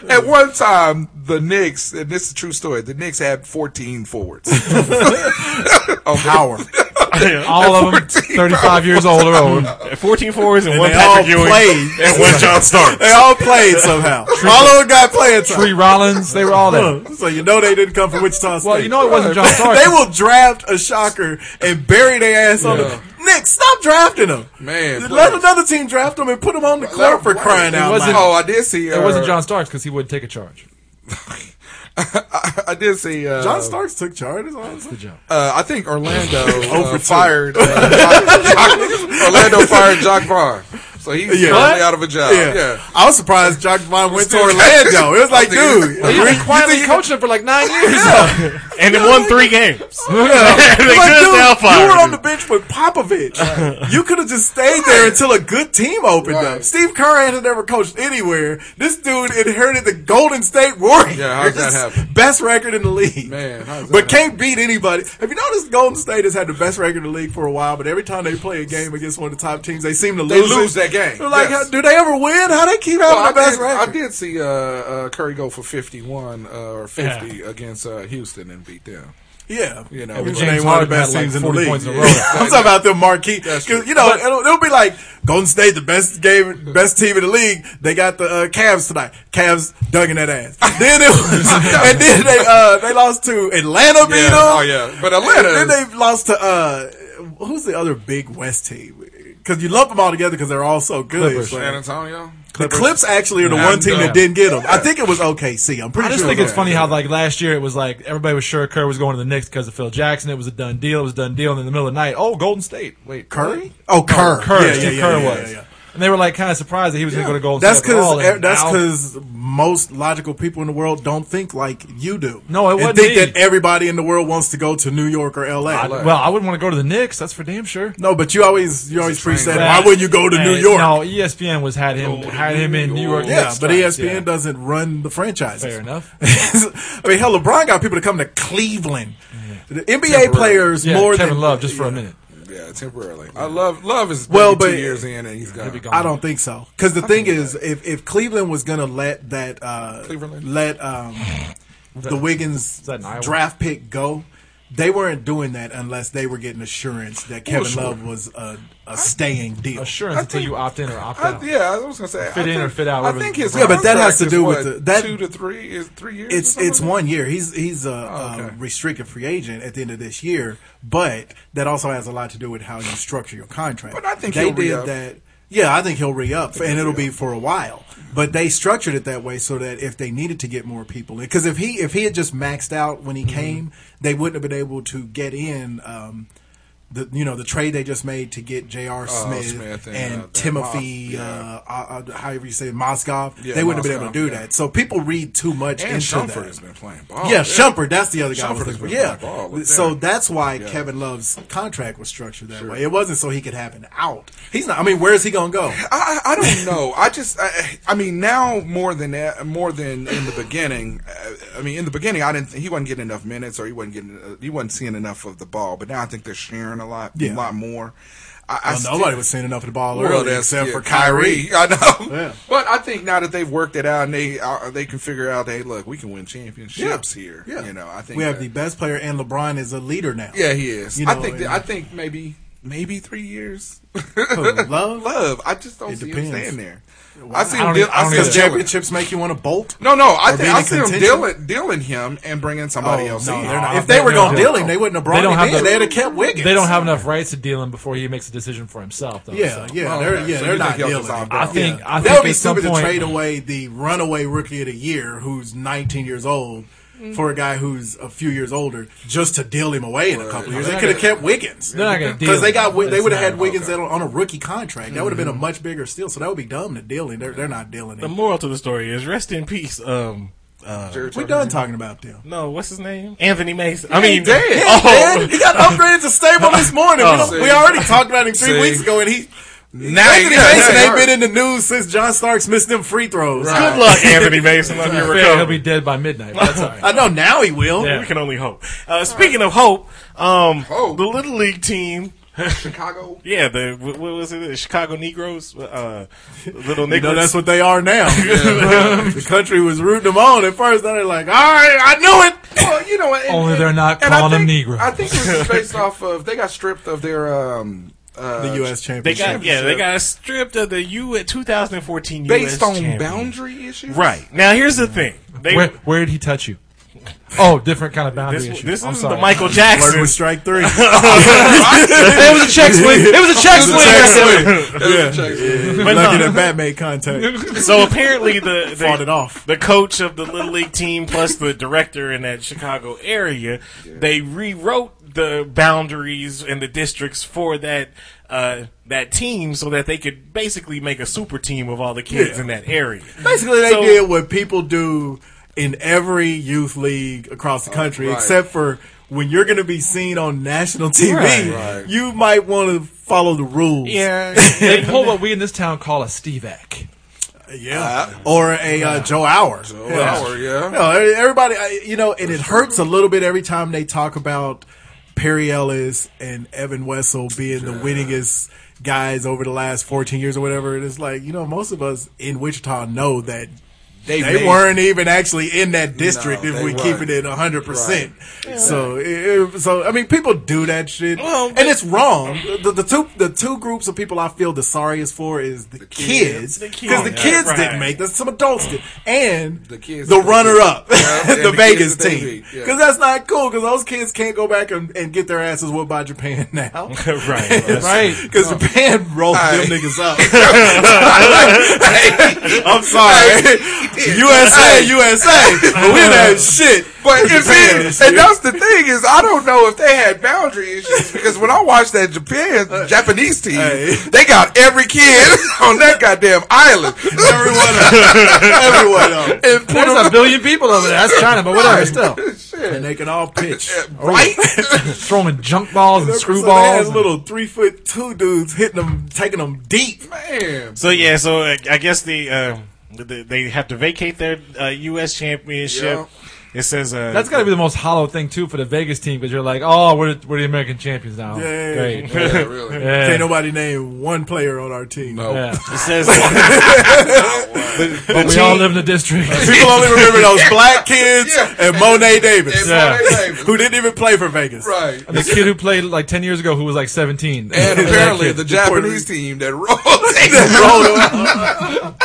H: At one time, the Knicks, and this is a true story, the Knicks had 14 forwards.
I: Power.
G: [laughs]
F: All of [laughs] them 35 years old or [laughs] older.
G: Fourteen fours and, one
I: they all
G: Patrick Ewing
I: played.
G: and one John Stark.
I: They all played somehow. all of them got playing time.
F: Tree Rollins, they were all there.
I: So you know they didn't come from Wichita State.
F: Well, you know it wasn't John Stark.
I: they will draft a shocker and bury their ass on them. Nick, stop drafting them.
H: Man,
I: Let
H: please.
I: another team draft them and put them on the court for crying out
F: wasn't-
I: loud.
H: oh, I did see. Uh,
F: It wasn't John Starks because he wouldn't take a charge.
H: I, I did see. Uh,
I: John Starks took charges on
F: Good job.
H: Uh, I think [laughs] Orlando
I: for
H: uh,
I: two.
H: fired. Uh, Jock, Orlando fired Jock Vaughn, so he's
I: Yeah.
H: currently out of a job. Yeah.
I: I was surprised Jock Vaughn went to
H: Still-
I: Orlando. It was like,
H: I think-
I: dude,
H: I
F: He
H: think-
F: was quietly coaching him for like nine years.
I: [laughs]
G: and they won three games. [laughs]
H: [laughs]
G: they
I: Like,
G: couldn't
I: dude,
G: sell
I: you were
G: fire.
I: on the bench with Popovich. You could have just stayed there until a good team opened up. Steve Kerr had never coached anywhere. This dude inherited the Golden State Warriors.
H: Yeah, how's that happen?
I: Best record in the league.
H: Man, how's that
I: But can't beat anybody. Have you noticed Golden State has had the best record in the league for a while, but every time they play a game against one of the top teams, they seem to
H: They
I: lose. it.
H: lose that game.
I: They're like,
H: Yes.
I: how- do they ever win? How they keep having
H: Well, I,
I: the best
H: did, I
I: record?
H: did see uh, uh, Curry go for fifty-one uh, or fifty against uh, Houston and beat them.
I: Yeah.
H: You know,
I: They
H: James
I: ain't one of the
F: Harden
I: best
F: had, like,
I: teams in the
F: 40
I: league.
F: points in a row.
I: [laughs] I'm talking about them marquee. 'Cause,
H: true.
I: you know, it'll, it'll be like Golden State, the best game, best team in the league. They got the uh, Cavs tonight. Cavs dug in that
H: [laughs]
I: ass. then it was, and then they [laughs] uh, they lost to Atlanta. beat
H: Yeah,
I: them.
H: oh, yeah. But Atlanta
I: And
H: is-
I: then they lost to uh, who's the other big West team? Because you lump them all together because they're all so good.
F: Clippers.
I: So-
H: San Antonio.
I: the Clips actually are the
H: Yeah,
I: one team
H: yeah.
I: that didn't get them. I think it was OKC. I'm pretty
F: I just
I: sure.
F: think
I: it
F: it's
I: was
F: funny how like last year it was like everybody was sure Kerr was going to the Knicks because of Phil Jackson. It was a done deal. It was a done deal. And in the middle of the night, oh Golden State. Wait,
I: Curry. Oh, Kerr.
F: Kerr. Kerr.
I: Yeah,
F: Steve
I: yeah,
F: Kerr
I: yeah, yeah,
F: was.
I: yeah.
F: And they were like kind of surprised that he was going to go to Golden
I: That's
F: State. at all,
I: because
F: and
I: that's
F: now-
I: because most logical people in the world don't think like you do.
F: No, it
I: and
F: wasn't
I: think
F: me.
I: that everybody in the world wants to go to New York or L.A.
F: I- well, I wouldn't want to go to the Knicks. That's for damn sure.
I: no, but you always you always preach that.
F: wreck.
I: Why wouldn't you go to
F: Hey,
I: New York?
F: No, ESPN was had him had him in New York.
I: [laughs] Yeah,
F: Knicks
I: but E
F: stripes,
I: ESPN
F: yeah.
I: doesn't run the franchises.
F: Fair enough.
I: [laughs] I mean, hell, LeBron got people to come to Cleveland. The NBA players
F: Yeah,
I: more
F: Kevin
I: than
F: Love just for a minute.
H: Yeah, temporarily. I love love is
I: Well,
H: well, two
I: but-
H: years in and he's gone.
F: be gone.
I: I don't think so. Because the thing is, if if Cleveland was gonna let that uh,
H: Cleveland?
I: let um, the Wiggins
F: that in Iowa?
I: draft pick go, they weren't doing that unless they were getting assurance that Kevin
H: sure.
I: Love was a, a staying deal.
F: Oh, Assurance
H: I
F: until
H: think-
F: you opt in or opt
H: I,
F: out.
H: yeah, I was gonna say
F: Fit
H: I
F: in or
H: think-
F: fit out,
H: I
F: whatever
H: think
F: the-
H: his
I: Yeah, but that has
H: contract
I: to
H: is
I: do
H: what,
I: with the- that-
H: two to three is three years.
I: It's
H: or something
I: it's
H: like Oh,
I: one year. He's he's a,
H: okay.
I: a restricted free agent at the end of this year, but that also has a lot to do with how you structure your contract.
H: But I think
I: they
H: he'll
I: did
H: re-up.
I: that. Yeah, I think he'll re up, and it'll be for a while. But they structured it that way so that if they needed to get more people, because if
H: Mm-hmm.
I: he if he had just maxed out when he came, they wouldn't have been able to get in. Um, the you know the trade they just made to get J.R. Smith,
H: Oh, Smith and,
I: and,
H: uh, that
I: Timothy,
H: Mos- yeah.
I: uh, uh, uh, however you say it, Moscow,
H: Yeah,
I: they wouldn't have been able
H: Moscow,
I: to do
H: yeah.
I: that. So people read too much
H: And
I: into
H: Shumpert
I: that.
H: has been playing ball.
I: yeah, Shumpert, that's the other guy. I was
H: Shumpert has
I: thinking,
H: been
I: yeah,
H: playing ball up
I: so
H: there.
I: that's why
H: Yeah.
I: Kevin Love's contract was structured that way. It wasn't so he could have an out. He's not. I mean, where is he gonna go?
H: I, I I don't know. I just, I, I mean, now more than e- more than in the beginning. uh, I mean, in the beginning, I didn't. think- He wasn't getting enough minutes, or he wasn't getting, uh, he wasn't seeing enough of the ball. But now I think they're sharing a lot,
I: Yeah.
H: a lot more. I, I
I: Well,
H: still-
I: nobody was seeing enough of the ball
H: Well,
I: early
H: that's-
I: except
H: yeah,
I: for Kyrie.
H: I know,
I: Yeah.
H: but I think now that they've worked it out and they uh, they can figure out, hey, look, we can win championships here. you know, I think
I: we have
H: that-
I: the best player, and LeBron is a leader now.
H: Yeah, he is.
I: You
H: I
I: know,
H: think. That,
I: and-
H: I think maybe maybe three years.
I: [laughs] Love?
H: love. I just don't
I: It
H: see him
I: depends.
H: staying there. I see
F: I
H: him.
F: don't
H: Deal,
F: e- I
H: I
F: don't
H: see him
I: Because
F: either.
H: dealing.
I: championships make you want to bolt.
H: No, no. I
I: Or
H: think
I: being
H: I
I: in
H: see him
I: contention? Oh,
H: dealing, dealing him and bringing somebody else
I: no,
H: in.
I: they're not.
F: I
I: If they
F: think
I: were
F: they'll
I: going to
F: do
I: deal
F: it.
I: him, they wouldn't have
F: They
I: brought
F: don't
I: him
F: have
I: in.
F: the,
I: They'd have kept Wiggins.
F: They don't have enough rights to deal him before he makes a decision for himself. Though,
I: Yeah,
F: so.
I: yeah,
H: Oh,
I: they're,
H: okay.
I: yeah, they're
H: So you think
I: not
H: he'll
I: dealing.
H: just opt
I: with
F: I
H: out?
I: him.
F: think
I: Yeah.
F: I
I: that
F: think
I: would be
F: at some
I: stupid to
F: point-
I: trade away the runaway rookie of the year, who's 19 years old, for a guy who's a few years older, just to deal him away in a couple of years. They could have kept Wiggins.
F: They're not gonna
I: because
F: deal
I: they
F: him.
I: got Wi- they
F: It's
I: would have
F: not-
I: had Wiggins that on a rookie contract. That would have been a much bigger steal. So that would be dumb to deal him. They're, they're not dealing
G: The
I: him.
G: moral to the story is rest in peace. Um, uh,
I: We're done taltalking about them.
G: no, what's his name? Anthony Mason. I
H: He
G: mean,
H: dead.
G: Oh,
I: Man, he got upgraded to stable this morning. We, don't-
H: see.
I: we already talked about him three
H: See.
I: weeks ago, and he
H: Now
I: Anthony
H: he got
I: Mason
H: hurt.
I: ain't been in the news since John Starks missed them free throws.
G: Good luck, Anthony Mason, on your
F: Fair, he'll
G: recovery.
F: be dead by midnight.
I: [laughs]
F: But that's all right.
I: I know now he will.
G: [laughs]
F: Yeah.
G: We can only hope. Uh, speaking of hope, um,
H: Hope.
G: the little league team.
H: Chicago.
G: Yeah, the what what was it? The Chicago Negroes, uh, little
I: You know,
G: Negroes.
I: that's what they are now. [laughs] the country was rooting them on at first. Now they're like, all right, I knew it.
H: Well, you know, and,
F: Only
H: and-
F: they're not
H: and I
F: calling them
H: think-
F: Negro.
H: I think it was
I: [laughs]
H: based off of they got stripped of their um uh,
I: The U.S.
G: they
I: championship.
G: got yeah, they got stripped of the U 2014
H: based
G: US
H: on
G: champion.
H: boundary issues.
G: Right now, here's the thing. They,
F: Where, where did he
I: [laughs]
F: touch you? Oh, different kind of boundary
G: this
F: issue.
G: this
F: I'm
G: is
F: sorry.
G: the Michael
I: Flirt
G: Jackson.
I: with strike [laughs] three.
F: it was a check swing. It was a check swing.
G: But
I: Lucky
G: no.
I: that bat made contact.
G: so apparently, the, the
I: Fought it off.
G: the coach of the little league team plus the director in that Chicago area, they rewrote the boundaries and the districts for that uh, that team so that they could basically make a super team of all the kids in that area.
I: [laughs] Basically, they
G: So-
I: did what people do in every youth league across the country,
H: right.
I: except for when you're going to be seen on national TV,
G: Right.
H: Right.
I: you might want to follow the rules.
G: Yeah,
F: They pulled what we in this town call a Stevac.
I: Yeah. or a uh, Joe Hour. Joe
H: Hour, yeah.
I: No, e- everybody, I- you know, and it hurts a little bit every time they talk about Perry Ellis and Evan Wessel being the winningest guys over the last 14 years or whatever. And it's like, you know, most of us in Wichita know that. They,
H: made-
I: weren't even actually in that district
H: No,
I: if
H: they
I: we keep
H: weren't.
I: it at 100%. So, it, it- so I mean, people do that shit.
G: Well,
I: and it's wrong. The, the two the two groups of people I feel the sorriest for is the, kids.
G: The kids.
I: Because the
G: Yeah,
I: kids
G: right.
I: didn't make this. Some adults did. And
H: The kids
I: the
H: that they
I: runner
H: beat.
I: up,
H: Yeah,
I: [laughs]
H: and
I: the,
H: the
I: Vegas
H: kids that they
I: team.
H: beat, yeah.
I: Because that's not cool because those kids can't go back and, and get their asses whooped by Japan [laughs] now.
G: [laughs] right.
F: Right.
I: Because Japan rolled them
H: Aye.
I: niggas [laughs] up. I'm sorry. USA, USA. But we're that shit.
H: But if
I: Japan
H: it,
I: this
H: and
I: year.
H: that's the thing is, I don't know if they had boundary issues because when I watched that Japan Japanese team,
I: Uh, hey.
H: they got every kid [laughs] on that goddamn island.
I: Everyone up. Everyone up.
H: [laughs] and put
F: There's a
H: them
F: billion people over there.
I: [laughs]
F: That's China, but whatever. Still
I: And they can all pitch.
F: Oh,
H: right.
F: throwing junk balls and screw
I: So they had
F: balls.
I: little three foot two dudes hitting them, taking them deep.
H: [laughs] Man,
G: So yeah, so I, I guess the, uh, the they have to vacate their uh, U.S. championship. It says uh,
F: That's got to be the most hollow thing too for the Vegas team because you're like, oh, we're we're the American champions now.
I: Yeah.
F: Great.
H: yeah, [laughs] really.
F: Yeah.
I: Can't nobody name one player on our team.
F: Yeah.
G: it says
F: But we all live in the
I: [laughs]
F: district.
I: People only remember those black kids
H: Yeah.
I: and Monet Davis,
H: And
F: Yeah.
H: Monet Davis.
I: who didn't even play for
H: [laughs]
I: Vegas.
H: right.
F: the kid who played like ten years ago who was like seventeen. That
H: And apparently
F: kid.
H: the Japanese team that rolled. [laughs]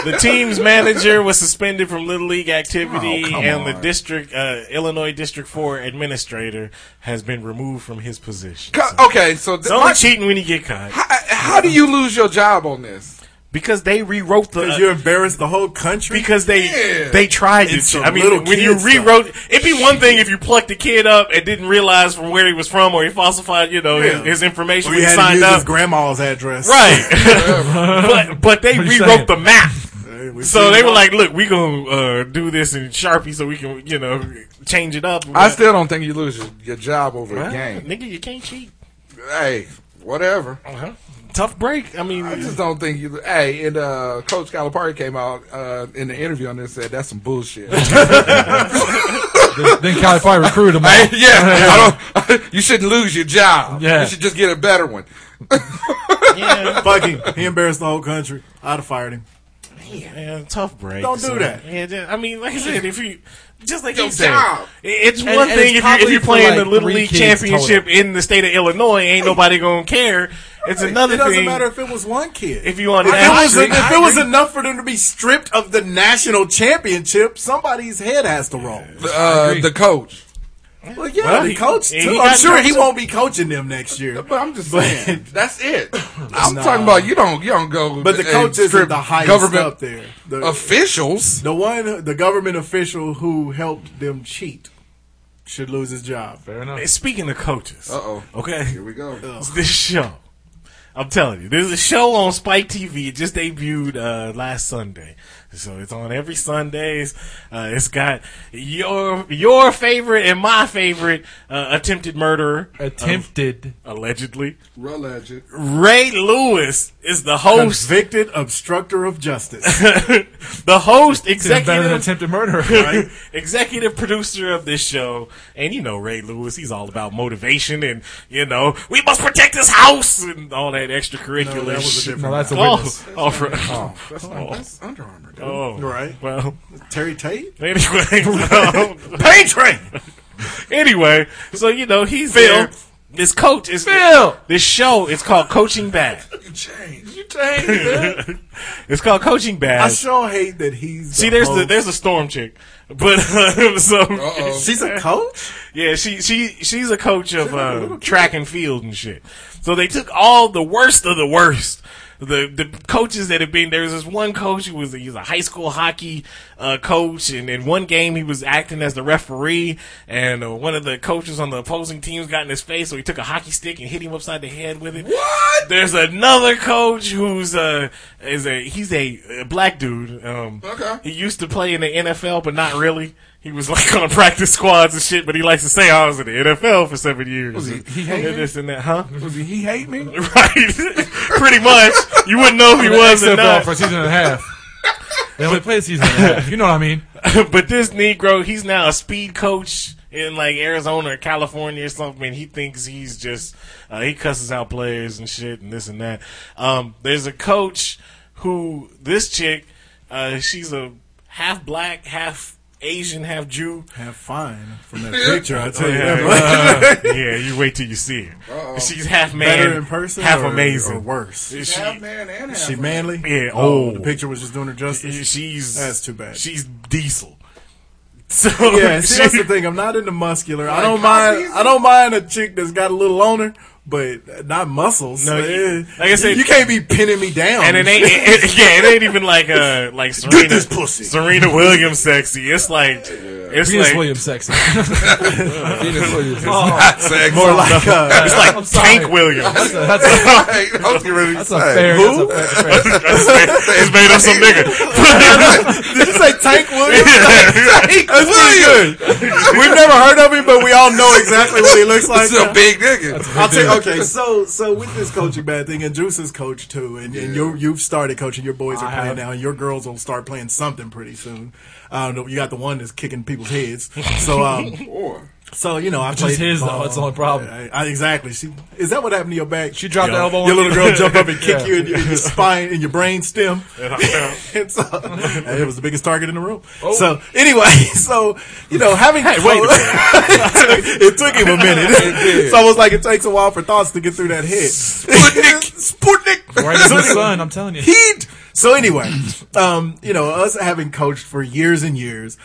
G: the team's manager was suspended from little league activity,
I: Oh,
G: and the district uh, Illinois District Four administrator has been removed from his position.
H: Co- okay, so th-
G: It's only
H: my-
G: cheating when you get caught.
H: how, how do you lose your job on this?
G: because they rewrote the
I: Because you embarrassed the whole country.
G: Uh, because they
I: Yeah.
G: they tried to.
I: It's
G: ch-
I: some
G: I mean,
I: little
G: when you
I: kid
G: rewrote, it'd be one thing if you plucked the kid up and didn't realize from where he was from or he falsified, you know,
I: Yeah.
G: his, his information
I: we
G: when he
I: had to
G: signed
I: use
G: up,
I: his grandma's address. [laughs]
G: right? [laughs] but but they
F: What you saying?
G: rewrote the map.
I: Hey, we
G: So
I: seen
G: they were
I: it.
G: like, "Look, we gonna uh, do this in Sharpie so we can, you know, change it up."
H: I still don't think you lose your, your job over a game.
G: nigga, you can't cheat.
H: Hey, whatever.
G: Tough break. I mean,
H: I just don't think you. Hey, and uh, Coach Calipari came out uh, in the interview on this and said that's
F: [laughs]
H: some bullshit.
F: then Calipari recruited him. all.
H: Hey, [laughs] yeah, I don't. [laughs] You shouldn't lose your job.
F: Yeah.
H: you should just get a better one.
I: [laughs]
G: yeah,
I: Fuck him. He embarrassed the whole country. I'd have fired him.
G: yeah, tough break.
I: Don't do
G: son.
I: that.
G: Yeah, ju- I mean, like I said, if you just like
H: Your
G: you said,
H: job.
G: it's
F: And-
G: one
F: and
G: thing if,
F: it's
G: you, if
F: probably
G: you're
F: for,
G: playing
F: like,
G: the Little
F: three
G: League
F: kids
G: championship in the state of Illinois. Ain't nobody gonna care. It's another
I: it doesn't
G: thing
I: matter if it was one kid.
G: if you on
I: If it,
G: that.
I: was, if it was enough for them to be stripped of the national championship, somebody's head has to roll.
H: Uh, the coach.
I: Well, yeah,
G: Well,
I: the
G: he-
I: coach
G: he
I: too.
G: got
I: I'm sure he
G: coached.
I: won't be coaching them next year.
H: But I'm just saying, that's it. I'm
I: Nah.
H: talking about you don't you don't go.
I: But the
H: and
I: coach isn't
H: strip
I: the highest
H: government
I: up there. The,
H: officials.
I: the one, the government official who helped them cheat should lose his job.
F: Fair enough.
G: Speaking of coaches,
H: Uh oh.
G: okay,
H: Here we go.
G: It's this show. I'm telling you, there's a show on Spike TV. It just debuted uh, last Sunday, so it's on every Sundays. Uh, it's got your your favorite and my favorite uh, attempted murderer,
F: Attempted.
G: allegedly.
H: Real legend.
G: Oh. Ray Lewis is the host. [laughs]
I: Convicted obstructor of justice.
G: the host,
F: Even better than
G: executive
F: attempted murder.
G: executive producer of this show. And you know, Ray Lewis, he's all about motivation and, you know, we must protect this house and all that extracurricular
I: No, that was a
G: shit.
F: [laughs] No, that's a witness.
G: [laughs] Oh, oh, for-
H: That's, not, that's Under Armour. Dude.
G: oh.
I: Right.
G: Well,
I: Terry Tate?
G: anyway. [laughs] so-
I: Pain train!
G: anyway, so, you know, he's Phil. This coach is
F: Phil!
G: This show is called Coaching Bad.
H: You changed.
G: It's called Coaching Bad.
I: I sure hate that he's.
G: See, there's the
I: host.
G: there's a storm chick, but [laughs] uh, so
H: Uh-oh.
I: [laughs] She's a coach?
G: Yeah, she she she's a coach of uh, track and field and shit. So they took all the worst of the worst. The the coaches that have been there's this one coach who was he's a high school hockey uh, coach and in one game he was acting as the referee and uh, one of the coaches on the opposing teams got in his face so he took a hockey stick and hit him upside the head with it. [laughs]
H: What?
G: There's another coach who's uh is a he's a, uh black dude. Um,
H: Okay.
G: He used to play in the NFL, but not really. He was like on practice squads and shit, but he likes to say I was in the NFL for seven years.
H: Was he- he
G: and
H: hated?
G: this and that, huh? [laughs]
H: Was he, he hate me?
G: right, [laughs] pretty much. You wouldn't know if he
F: The
G: was or
F: XFL
G: not.
F: for a season and a half. They only played a season and a half. You know what I mean?
G: [laughs] but this Negro, he's now a speed coach in like Arizona or California or something. And he thinks he's just uh, he cusses out players and shit and this and that. Um, there's a coach who this chick, uh, she's a half black, half Asian, half
I: [laughs]
G: Jew.
I: Have fine from that picture, I tell you
G: Yeah, [laughs]
I: that. much.
G: uh, yeah, you wait till you see her. She's half man,
I: Uh-huh. Better in person?
G: half
I: or,
G: amazing.
I: Or worse? Is
G: She-
H: man and
I: she manly?
G: Yeah, oh.
I: the picture was just doing her
G: [laughs]
I: justice.
G: she's
I: That's too bad.
G: She's diesel. [laughs] So
I: yeah, see, that's
G: she-
I: the thing. I'm not into muscular. I don't mind. I don't mind a chick that's got a little on her, but not muscles.
G: No,
I: Eh,
G: you- like I said-
I: you can't be pinning me down.
G: And it ain't, [laughs] it, it- yeah, it ain't even like uh like Serena,
I: this pussy.
G: Serena Williams sexy. It's like, it's
F: Venus
G: like,
F: Williams sexy. Venus Williams.
H: sex. [laughs]
I: More like uh, [laughs]
G: it's like Tank Williams.
F: That's, a, that's, a,
H: Hey, I was getting ready to
F: that's a
H: say.
F: fair. That's a fair- fair.
G: It's made, it's made up some nigga.
I: did you say Tank
G: [laughs]
I: Williams? That's pretty good. We've never heard of him, but we all know exactly what he
G: [laughs]
I: looks like.
H: This is a big nigga. [laughs]
I: I'll tell you, okay, so so with this coaching bad thing, and Juice is coach too, and, and you you've started coaching. Your boys are
F: I
I: playing
F: have.
I: now, and your girls will start playing something pretty soon. I don't know. You got the one that's kicking people's
F: [laughs]
I: heads. So um,
H: Or
I: so you know, I played
F: Just his though.
I: ball.
F: That's the only problem.
I: I, I, exactly. She is that what happened to your back?
F: She dropped the elbow. on
I: Your little
F: [laughs] you.
I: girl jump up and kick
F: Yeah.
I: you in, your- in your spine in your brain stem. and [laughs] so, and it was the biggest target in the room. So anyway, [laughs] so you know, having hey,
G: wait a
I: [laughs] it took him a minute. so I was like, it takes a while for thoughts to get through that head. Sputnik, Sputnik.
F: Right in the sun. I'm telling you.
I: Heat. So anyway, um, you know, us having coached for years and years,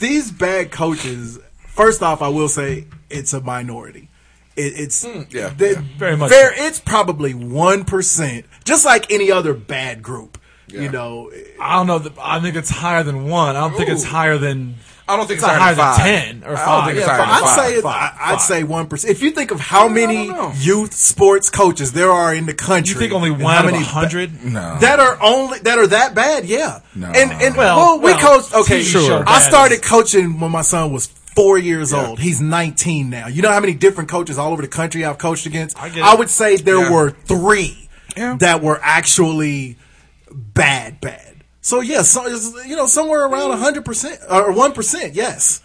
I: these bad coaches. First off, I will say it's a minority. It, it's
H: yeah,
I: they-
H: yeah.
F: Very much
I: There, it's probably one percent, just like any other bad group. You know,
F: I don't know. th- I think it's higher than one. I don't think it's higher than.
H: I don't think it's,
F: It's not
H: higher than
F: higher
H: five.
F: than 10 or
H: I don't
F: five.
H: think it's
F: Yeah,
H: higher
I: I'd
H: than five.
I: say it- I- I'd say one percent. If you think of how many
H: know.
I: youth sports coaches there are in the country,
F: You think only
I: and
F: one
I: how
F: out of
I: many
F: hundred?
H: no.
I: that are only that are that bad. Yeah,
H: No.
I: and and
F: Well,
I: well, we
F: well,
I: coached. Okay,
F: TV show
I: sure. I
F: bad
I: started coaching when my son was. Four years old. He's 19 now. You know how many different coaches all over the country I've coached against?
F: I
I: I,
F: get it.
I: would say there
H: Yeah.
I: were three
H: Yeah.
I: that were actually bad, bad. So yeah, so, it's, you know, somewhere around 100 percent or one percent, yes,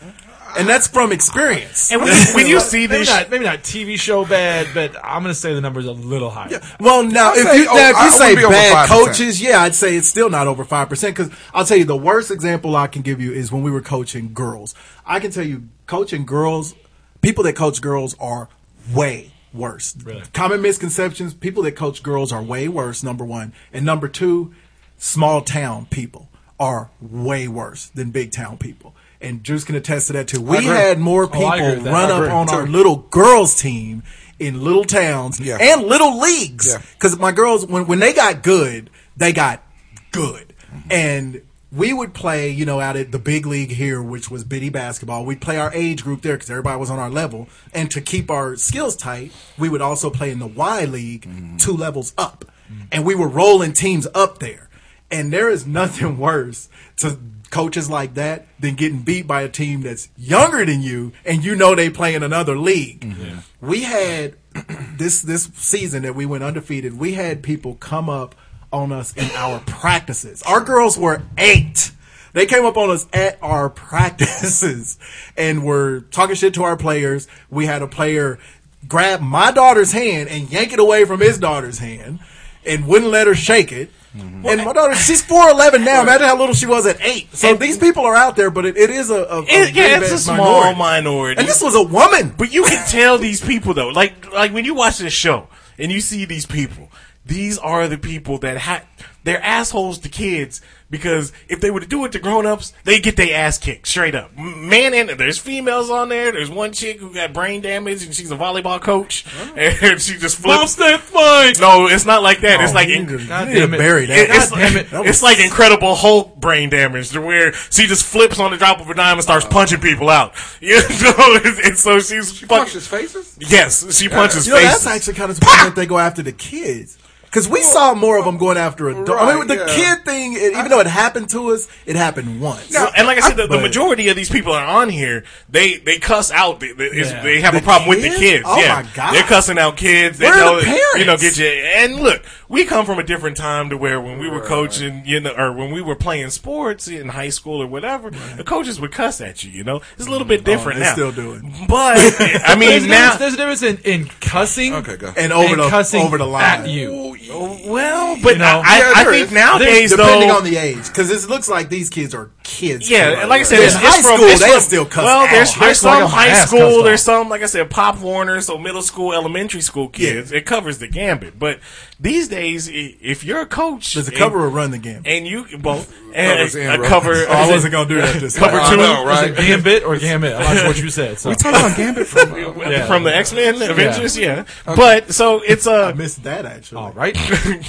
I: and that's from experience.
F: [laughs]
G: And when, you- when you see
F: Maybe
G: this,
F: not. Maybe not TV show bad, but I'm gonna say the number's a little higher.
I: Well, now
H: I'd
I: if
H: say
I: you,
H: o-
I: now, if
H: I
I: you
H: wouldn't
I: say
H: be over
I: bad
H: 5%.
I: coaches, yeah, I'd say it's still not over five percent. Because I'll tell you the worst example I can give you is when we were coaching girls. I can tell you, coaching girls, people that coach girls are way worse.
F: Really?
I: Common misconceptions: people that coach girls are way worse. Number one, and number two, small town people are way worse than big town people. And Juice can attest to that too. We
H: agree.
I: had more
F: Oh,
I: people
F: I agree with that.
I: run
F: I
I: up
F: agree.
I: on our little girls team in little towns
H: Yeah.
I: and little leagues
H: Yeah.
I: because my girls when when they got good they got good
H: Mm-hmm.
I: and we would play you know out at the big league here which was biddy basketball we'd play our age group there because everybody was on our level and to keep our skills tight we would also play in the y league
H: Mm-hmm.
I: two levels up and we were rolling teams up there and there is nothing [laughs] worse to coaches like that than getting beat by a team that's younger than you and you know they play in another league. We had [clears throat] this this season that we went undefeated, we had people come up on us in our [laughs] practices. Our girls were eight. They came up on us at our [laughs] practices and were talking shit to our players. We had a player grab my daughter's hand and yank it away from his daughter's hand and wouldn't let her shake it.
G: Mm-hmm.
I: And my daughter, she's four eleven now. Imagine how little she was at eight. So these people are out there, but it, it is a, a, a
G: it, yeah,
I: really
G: it's a
I: bad
G: small minority.
I: And this was a woman.
G: But you can tell these people though, like like when you watch this show and you see these people, these are the people that ha- they're assholes to kids because if they were to do it to grown ups, they get their ass kicked straight up. M- Man and there's females on there. There's one chick who got brain damage and she's a volleyball coach and [laughs] she just flips. No, it's not like that. it's
F: Oh,
G: like in-
F: God
I: need to
F: damn it.
I: bury that.
F: It-
G: it's,
F: God damn it.
G: it's like Incredible Hulk brain damage, to where she just flips on the drop of a dime and starts
F: Oh.
G: punching people out. [laughs] You know, and, and so she's fucking.
H: Punches faces.
G: Yes, she punches
I: You know,
G: faces.
I: that's actually kind of surprising that they go after the kids. Because we saw more of them going after adults. I mean,
H: Right,
I: the
H: yeah.
I: kid thing, it, even though it happened to us, it happened once.
G: So- and like I said, the, the
I: but-
G: majority of these people that are on here. They they cuss out. They, they, it's-
F: Yeah.
G: they have a
I: The
G: problem with the
I: kids?
G: kids.
I: Oh
G: yeah,
I: my God.
G: they're cussing out kids. They
I: Where
G: know,
I: are the parents?
G: You know, get you. And look, we come from a different time to where when we were coaching, you know, or when we were playing sports in high school or whatever, the coaches would cuss at you. You know, it's a little bit different
I: Mm. Oh, they still
G: now.
I: do it. [laughs]
G: but I
F: There's,
G: mean
F: a
G: now.
F: difference- there's a difference in, in cussing
H: Okay, go.
I: and over
F: and
I: the
F: cussing
I: over the
F: at
I: line.
F: you.
G: Well, but
F: You know.
G: I, I,
H: Yeah,
G: I
H: there
G: think
H: is.
G: nowadays
I: Depending
G: though,
I: on the age, because it looks like these kids are kids.
G: Yeah,
I: too,
G: and like I
I: right?
G: said,
I: in
G: it's, it's
I: high
G: from,
I: school
G: it's
I: they
G: from-
I: still cuss.
G: Well,
I: out.
G: there's,
F: High
G: there's
F: school, I
G: some
F: got my
G: high
F: ass
G: school,
F: cussed
G: there's some like I said, pop Warner, so middle school, elementary school kids. It covers the gambit, but these days, i- if you're a coach,
I: Does it
G: and-
I: cover or run the game?
G: And you both and
H: Covers and
G: a cover.
I: Oh, I wasn't gonna do that this
G: cover
I: time.
G: two
H: I know,
F: Was
H: right?
F: it gambit or gamut? I like what you said.
I: [laughs]
F: So.
H: Talking about Gambit from
F: [laughs] Yeah.
G: from the X Men Avengers, yeah. But so it's a.
I: I missed that actually. [laughs]
F: All right.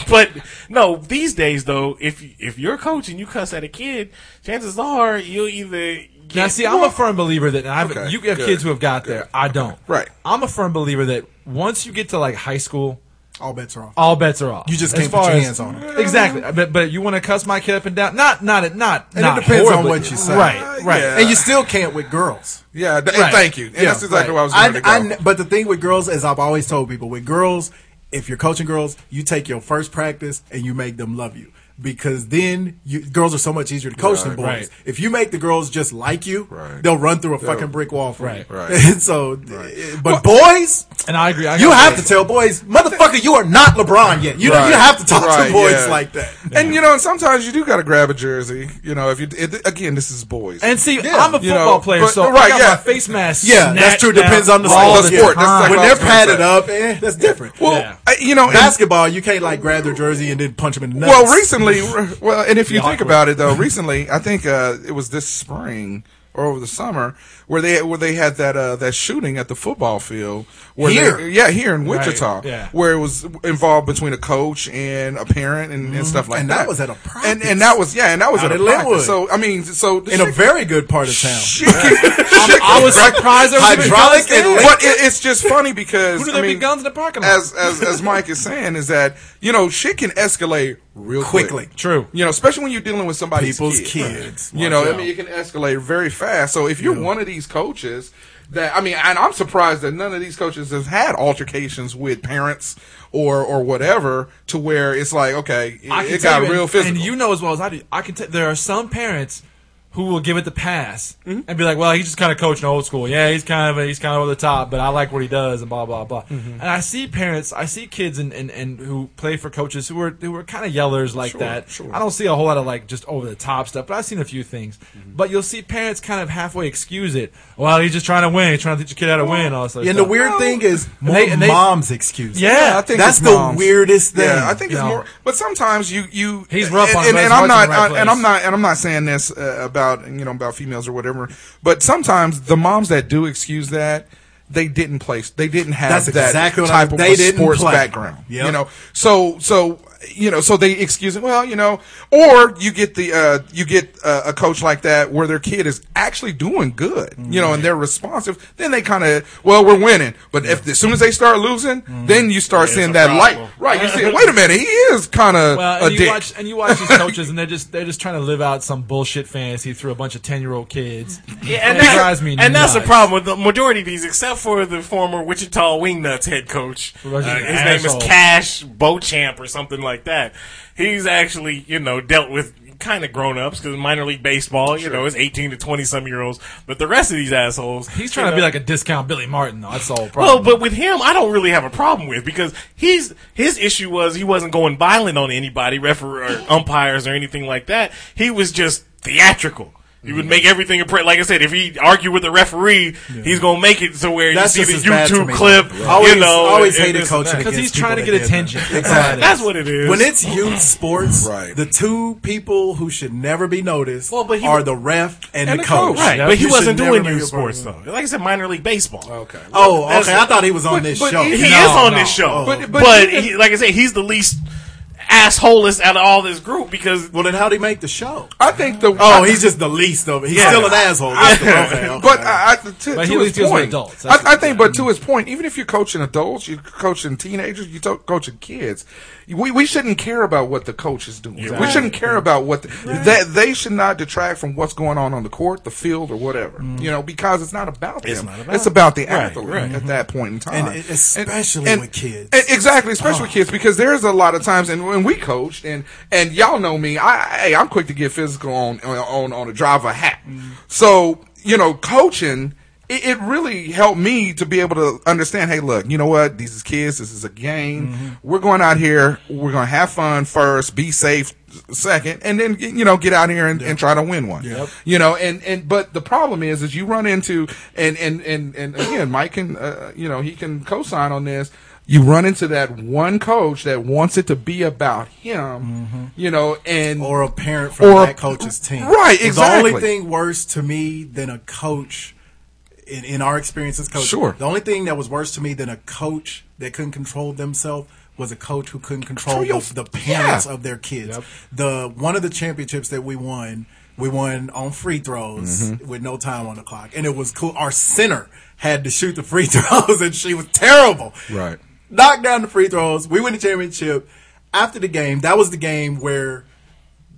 G: [laughs] but no, these days though, if if you're a coach and you cuss at a kid, chances are you'll either get
F: Now, see, I'm a firm believer that and I've,
H: Okay,
F: you have
H: good,
F: kids who have got there. I don't.
H: Right.
F: I'm a firm believer that once you get to like high school,
I: all bets are off.
F: all bets are off.
I: You just
F: As
I: can't put
F: far
I: your
F: as-
I: hands on 'em.
F: Exactly. But but you want to cuss my kid up and down? Not not not.
I: And it
F: not
I: depends on
F: horribly.
I: what you say.
F: Right. Right.
H: Yeah.
I: And you still can't with girls.
H: Yeah, th-
F: Right.
H: thank you. And that's
F: right.
H: exactly what I was
I: I,
H: going to go.
I: I, kn- but the thing with girls, as I've always told people, with girls, if you're coaching girls, you take your first practice and you make them love you because then you, girls are so much easier to coach than boys.
F: Right.
I: If you make the girls just like you,
H: Right.
I: they'll run through a fucking brick wall for
F: Right.
I: you. [laughs]
H: Right.
I: And so, uh, but boys,
F: And I agree. I
I: you
F: got
I: have
F: that.
I: to tell boys, motherfucker, you are not LeBron yet. You
H: Right.
I: you have to talk
H: Right,
I: to boys
H: yeah.
I: like that.
H: And you know, and sometimes you do got to grab a jersey. You know, if you it, again, this is boys.
F: And see,
H: Yeah,
F: I'm a
H: you
F: football
H: know,
F: player,
H: but-
F: so I
H: right,
F: got
H: yeah.
F: my face mask.
I: Yeah, that's
F: snatched
I: true.
F: down
I: Depends on the
F: all
I: sport.
H: sport. That's
F: time.
H: like
I: When
H: what I
I: they're
H: was gonna
I: padded
H: say.
I: up, eh, that's different.
H: well,
F: Yeah.
H: I- you know, and,
I: basketball, you can't like grab their jersey and then punch them in the nuts.
H: well, recently, well, and if
F: Be
H: you
I: [laughs]
H: think
F: awkward.
H: about it though, recently, I think uh, it was this spring or over the summer where they where they had that uh, that shooting at the football field where
F: Here.
H: they, yeah here in Wichita
F: yeah.
H: where it was involved between a coach and a parent and, and stuff like
I: Mm, And
H: that
I: that was at a
H: and and that was yeah and that was
I: Out
H: at a
I: in Linwood.
H: practice so I mean so
I: in a very good part of town.
H: [laughs] Shit can- shit
F: I
H: can-
F: was surprised there was even
H: [laughs] hydraulic
F: guns there.
H: and but it, it's just funny because
F: Who do
H: I
F: there be
H: mean,
F: guns in the parking lot?
H: as as as Mike is saying is that you know shit can escalate real
I: Quickly.
H: Quick.
F: True.
H: You know, especially when you're dealing with somebody's
I: People's
H: kid.
I: kids.
H: You know,
I: Watch
H: I
I: out.
H: mean, it can escalate very fast. So if you're one of these coaches that I mean, and I'm surprised that none of these coaches has had altercations with parents or or whatever to where it's like okay, it,
F: I can
H: it
F: tell
H: got
F: you,
H: real
F: and,
H: physical.
F: And you know as well as I do. I can tell there are some parents who will give it the pass
H: Mm-hmm.
F: and be like, "Well, he's just kind of coaching old school. Yeah, he's kind of he's kind of over the top, but I like what he does and blah blah blah."
H: Mm-hmm.
F: And I see parents, I see kids and and, and who play for coaches who are who are kind of yellers like that.
H: sure.
F: I don't see a whole lot of like just over the top stuff, but I've seen a few things.
H: Mm-hmm.
F: But you'll see parents kind of halfway excuse it. Well, he's just trying to win. He's trying to teach your kid how to win. All this other
I: And the
F: stuff.
I: weird thing is,
F: And
I: more
F: they- and they-
I: mom's excuse.
F: yeah,
H: I think
I: That's
H: it's
I: the
H: moms.
I: weirdest thing.
H: Yeah, I think it's
F: You know?
H: more. But sometimes you you
F: He's rough
H: and,
F: on
H: and,
F: us,
H: and
F: heart's
H: I'm
F: in
H: not
F: the right
H: I- and I'm
F: place.
H: not and I'm not saying this uh, about you know about females or whatever. But sometimes the moms that do excuse that. They didn't play. They didn't have
I: That's
H: that
I: exactly what I-
H: type of
I: they
H: a
I: didn't
H: sports
I: play.
H: background.
I: Yep.
H: You know, so so you know, so they excuse it. Well, you know, or you get the uh, you get uh, a coach like that where their kid is actually doing good. You know, and they're responsive. Then they kind of well, we're winning. But if as soon as they start losing, then you start seeing that light. Right? You see, wait a minute, he is kind of
F: Well,
H: a
F: Uh, and you
H: dick.
F: watch and you watch these coaches, and they're just they're just trying to live out some bullshit fantasy through a bunch of ten year old kids. Yeah,
G: and,
F: it
G: that-
F: drives me
G: and that's the
F: nuts.
G: problem with the majority of these, except for the former Wichita Wingnuts head coach. Uh,
F: Well,
G: his
F: that's just an
G: name is
F: asshole.
G: Cash Bochamp or something like that. He's actually, you know, dealt with kind of grown ups because minor league baseball, you know, is 18 to 20 some year olds. But the rest of these assholes.
F: He's trying
G: you
F: to
G: know,
F: be like a discount Billy Martin, though. That's the whole
G: well,
F: problem.
G: Oh, but with him, I don't really have a problem with because he's his issue was he wasn't going violent on anybody, referee
I: [laughs]
G: or umpires or anything like that. He was just theatrical. He
I: Mm-hmm.
G: would make everything impre- like I said. If he argue with the referee, he's gonna make it to where
I: That's
G: you
I: just
G: see the
I: as bad to
G: YouTube
I: me.
G: clip.
I: Always,
G: you know,
I: always
G: and- and
I: hated
G: this and
I: coaching
G: that.
I: because
F: he's trying to get attention.
I: Exactly.
G: That's what it is.
I: When it's youth sports,
H: Right.
I: the two people who should never be noticed
G: Well, but he-
I: are the ref and,
H: and
I: the
H: the
I: coach.
H: coach. Right,
G: but he
I: You
G: wasn't
I: should never
G: doing
I: be
G: youth
I: a part of
G: sports
I: that.
G: though. Like I said, minor league baseball.
H: okay.
I: Oh, okay. I thought he was on this
H: but
I: show.
H: he-
G: He
I: No,
G: is on
I: no.
G: this show,
H: But-
G: but,
H: but even-
G: he, like I said, he's the least assholist out of all this group because
I: Well, then how'd he make the show?
H: I think the
I: Oh, he's just the least of it. He's still an asshole. That's the- okay, okay.
H: But I, I, to,
F: But
H: to
F: he at
H: his
F: least deals with
H: point,
F: adults. That's
H: I, I
F: what
H: think, but to his point, even if you're coaching adults, you're coaching teenagers, you're to- coaching kids. We we shouldn't care about what the coach is doing. We shouldn't care about what the, that they should not detract from what's going on on the court, the field, or whatever.
F: Mm.
H: You know, because it's not about them. It's, about the athlete at that point in time,
I: And it- especially with kids.
H: and- exactly, especially with kids, because there's a lot of times, and when we coached, and and y'all know me, I hey, I'm quick to get physical on on on a drive a hat. So you know, coaching. It it really helped me to be able to understand. Hey, look, you know what? These is kids. This is a game. We're going out here. We're going to have fun first. Be safe second, and then you know get out here and, and try to win one. You know, and and but the problem is, is you run into and and and and again, Mike can uh, you know he can co-sign on this you run into that one coach that wants it to be about him, you know, and
I: or a parent from
H: Or-
I: that coach's team.
H: Right,
I: The only
H: exactly.
I: thing worse to me than a coach in, in our experience as coaches,
H: Sure.
I: the only thing that was worse to me than a coach that couldn't control themselves was a coach who couldn't control
H: Control
I: the,
H: your-
I: the parents
H: yeah.
I: of their kids. The one of the championships that we won, we won on free throws
H: Mm-hmm.
I: with no time on the clock, and it was cool. Our center had to shoot the free [laughs] throws, and she was terrible.
H: Right.
I: knocked down the free throws. We win the championship. After the game, that was the game where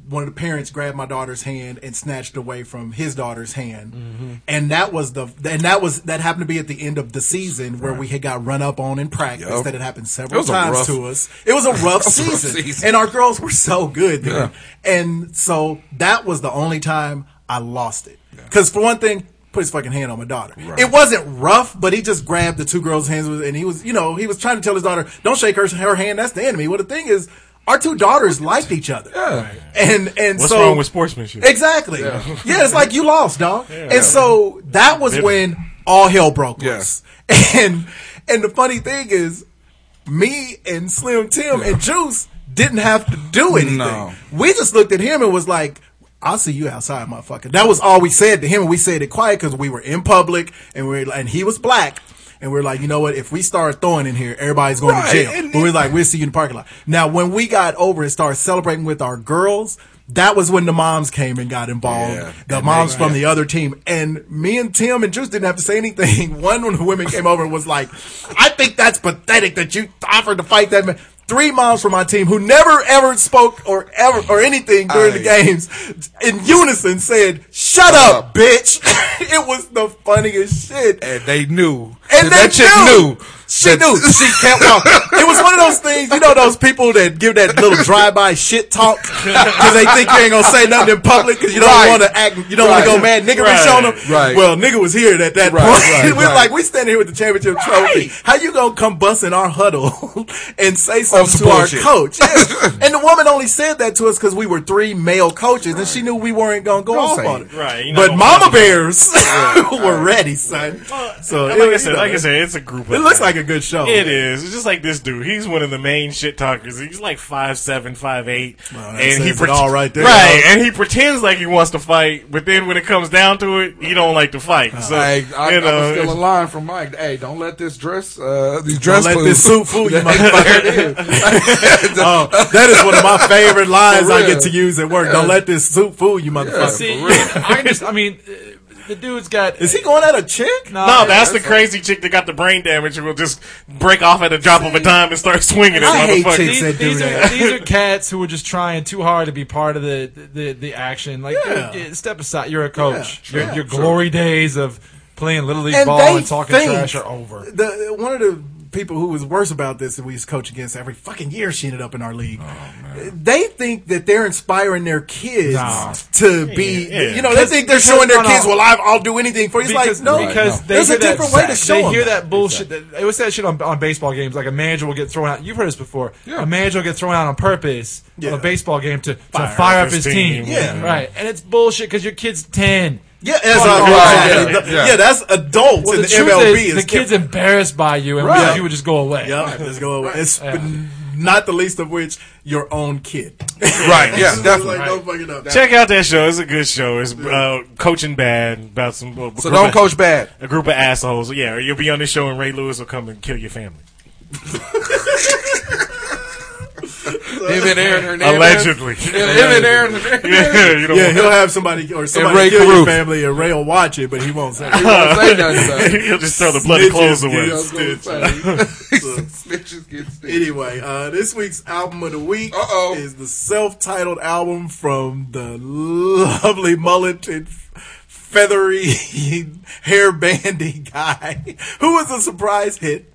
I: one of the parents grabbed my daughter's hand and snatched away from his daughter's hand,
H: Mm-hmm.
I: and that was the and that was that happened to be at the end of the season where we had got run up on in practice.
H: Yup.
I: That had happened
H: It
I: several
H: was a
I: times
H: rough-
I: to us. It was a rough,
H: was a rough
I: season,
H: season.
I: and our girls were so good, dude. And so that was the only time I lost it because for one thing. Put his fucking hand on my daughter. It wasn't rough, but he just grabbed the two girls' hands and he was, you know, he was trying to tell his daughter, "Don't shake her her hand. That's the enemy." Well, the thing is, our two daughters liked each other, and and
G: what's
I: so
G: wrong with sportsmanship?
I: Exactly. Yeah. it's like you lost, dog. And so that was when all hell broke loose. [laughs] And and the funny thing is, me and Slim Tim and Juice didn't have to do anything.
H: No.
I: We just looked at him and was like, I'll see you outside, motherfucker. That was all we said to him. and We said it quiet because we were in public and we were, and he was black. And we are like, you know what? If we start throwing in here, everybody's going to
H: Right,
I: jail.
H: and-
I: but we're like, we'll see you in the parking lot. Now, when we got over and started celebrating with our girls, that was when the moms came and got involved.
H: Yeah.
I: The
H: And
I: moms
H: they-
I: from the other team. And me and Tim and Juice didn't have to say anything. [laughs] One of the women came over and was like, I think that's pathetic that you offered to fight that man. Three moms from my team who never ever spoke or ever or anything during the
H: I-
I: games in unison said, Shut up, bitch. [laughs] it was the funniest shit.
H: And they knew.
I: And they
H: that chick
I: knew.
H: knew.
I: She knew. She
H: [laughs]
I: kept walking. It was one of those things, you know, those people that give that little drive-by shit talk because they think you ain't gonna say nothing in public because you don't
H: Right.
I: want to act, you don't want
H: Right.
I: to go mad. Nigga
H: Right.
I: be showing them.
H: Right.
I: Well, nigga was here at that
H: Right,
I: point. [laughs]
H: right,
I: we
H: right.
I: was like, we standing here with the championship trophy. How you gonna come bust in our huddle [laughs] and say
H: some
I: something to
H: bullshit.
I: our coach? Yeah.
H: [laughs]
I: and the woman only said that to us because we were three male coaches and she knew we weren't gonna go off
H: say
I: on
H: it.
I: it.
G: Right, you know,
I: But
G: don't-
I: mama bears [laughs] were ready, son. So
G: like
I: it
G: I
I: was-
G: said,
I: you know,
G: like I said, it's a group. Of
I: it looks like a good show.
G: It is. It's just like this dude. He's one of the main shit talkers. He's like five seven, five eight,
I: Well, that
G: and he
I: says it all right there.
G: Right, and he pretends like he wants to fight, but then when it comes down to it, he don't like to fight. So
H: Hey, I,
G: you
H: I
G: know,
H: was still a line from Mike. Hey, don't let this dress, uh, these dress
I: Let
H: food-
I: this suit
H: [laughs]
I: fool you, motherfucker. [laughs] oh, that is one of my favorite lines I get to use at work. Don't let this suit fool you, motherfucker.
F: See, [laughs] I just, I mean, uh, the dude's got.
I: Is he going at a chick?
G: no, that's the crazy chick that got the brain damage and will just break off at a drop of a dime and start swinging
I: I
G: at
I: hate
G: motherfuckers.
I: chicks.
F: these,
I: that do
F: these are
I: that.
F: these are cats who were just trying too hard to be part of the the, the action. Like,
I: Yeah.
F: dude, yeah, step aside. You're a coach.
I: Yeah,
F: your
I: sure,
F: your glory days of playing little league ball
I: they
F: and talking
I: think-
F: trash are over.
I: The one of the people who was worse about this that we used to coach against every fucking year she ended up in our
F: Oh,
I: league. they think that they're inspiring their kids
F: Nah.
I: to be
G: yeah.
I: you know, they think they're showing their
F: no, no.
I: kids, well I've, I'll do anything for you. It's like
F: Because,
I: no
F: because
H: no.
F: they
I: there's
F: hear
I: a different
F: that,
I: way to show
F: They
I: them
F: hear
I: that.
F: that bullshit. That, it was that shit on, on baseball games. Like a manager will get thrown out. You've heard this before.
H: Yeah.
F: A manager will get thrown out on purpose
I: Yeah.
F: on a baseball game to, to fire, up his, team.
I: Yeah.
F: right. And it's bullshit because your kid's ten.
I: Yeah, as
F: Oh,
I: a-
H: right,
I: exactly.
H: yeah,
I: The-
H: yeah.
I: yeah, that's adults
F: Well,
I: in
F: the,
I: the,
F: truth
I: MLB.
F: is,
I: Is
F: the kid's
I: different.
F: embarrassed by you, and
H: Right.
F: wishes you would just go away.
I: Yep, let's go. away. It's not the least of which your own kid.
H: Right, yeah,
I: It's
H: definitely.
I: Like, don't fuck it up.
G: Check out that show. It's a good show. It's uh, coaching bad about some. Uh,
H: So don't coach bad.
G: a group of assholes. Yeah, or you'll be on this show and Ray Lewis will come and kill your family.
H: Him and Aaron Hernandez.
G: Allegedly.
H: Him and Aaron Hernandez.
G: [laughs]
H: [laughs]
G: yeah, [laughs] you don't
I: Yeah,
G: want
I: he'll have somebody or
H: Ray
I: somebody kill your
H: Caruth.
I: family, and Ray will watch it, but he won't say. it.
H: Don't say nothing,
G: He'll [laughs] just throw the bloody clothes
I: Snitches,
G: away.
I: dude.
H: though. I was gonna
I: [laughs]
H: say. [laughs] Snitches get stitches.
I: Anyway, uh, this week's album of the week
H: Uh-oh.
I: is the self-titled album from the lovely mulleted, feathery, [laughs] hair bandy guy [laughs] who was a surprise hit,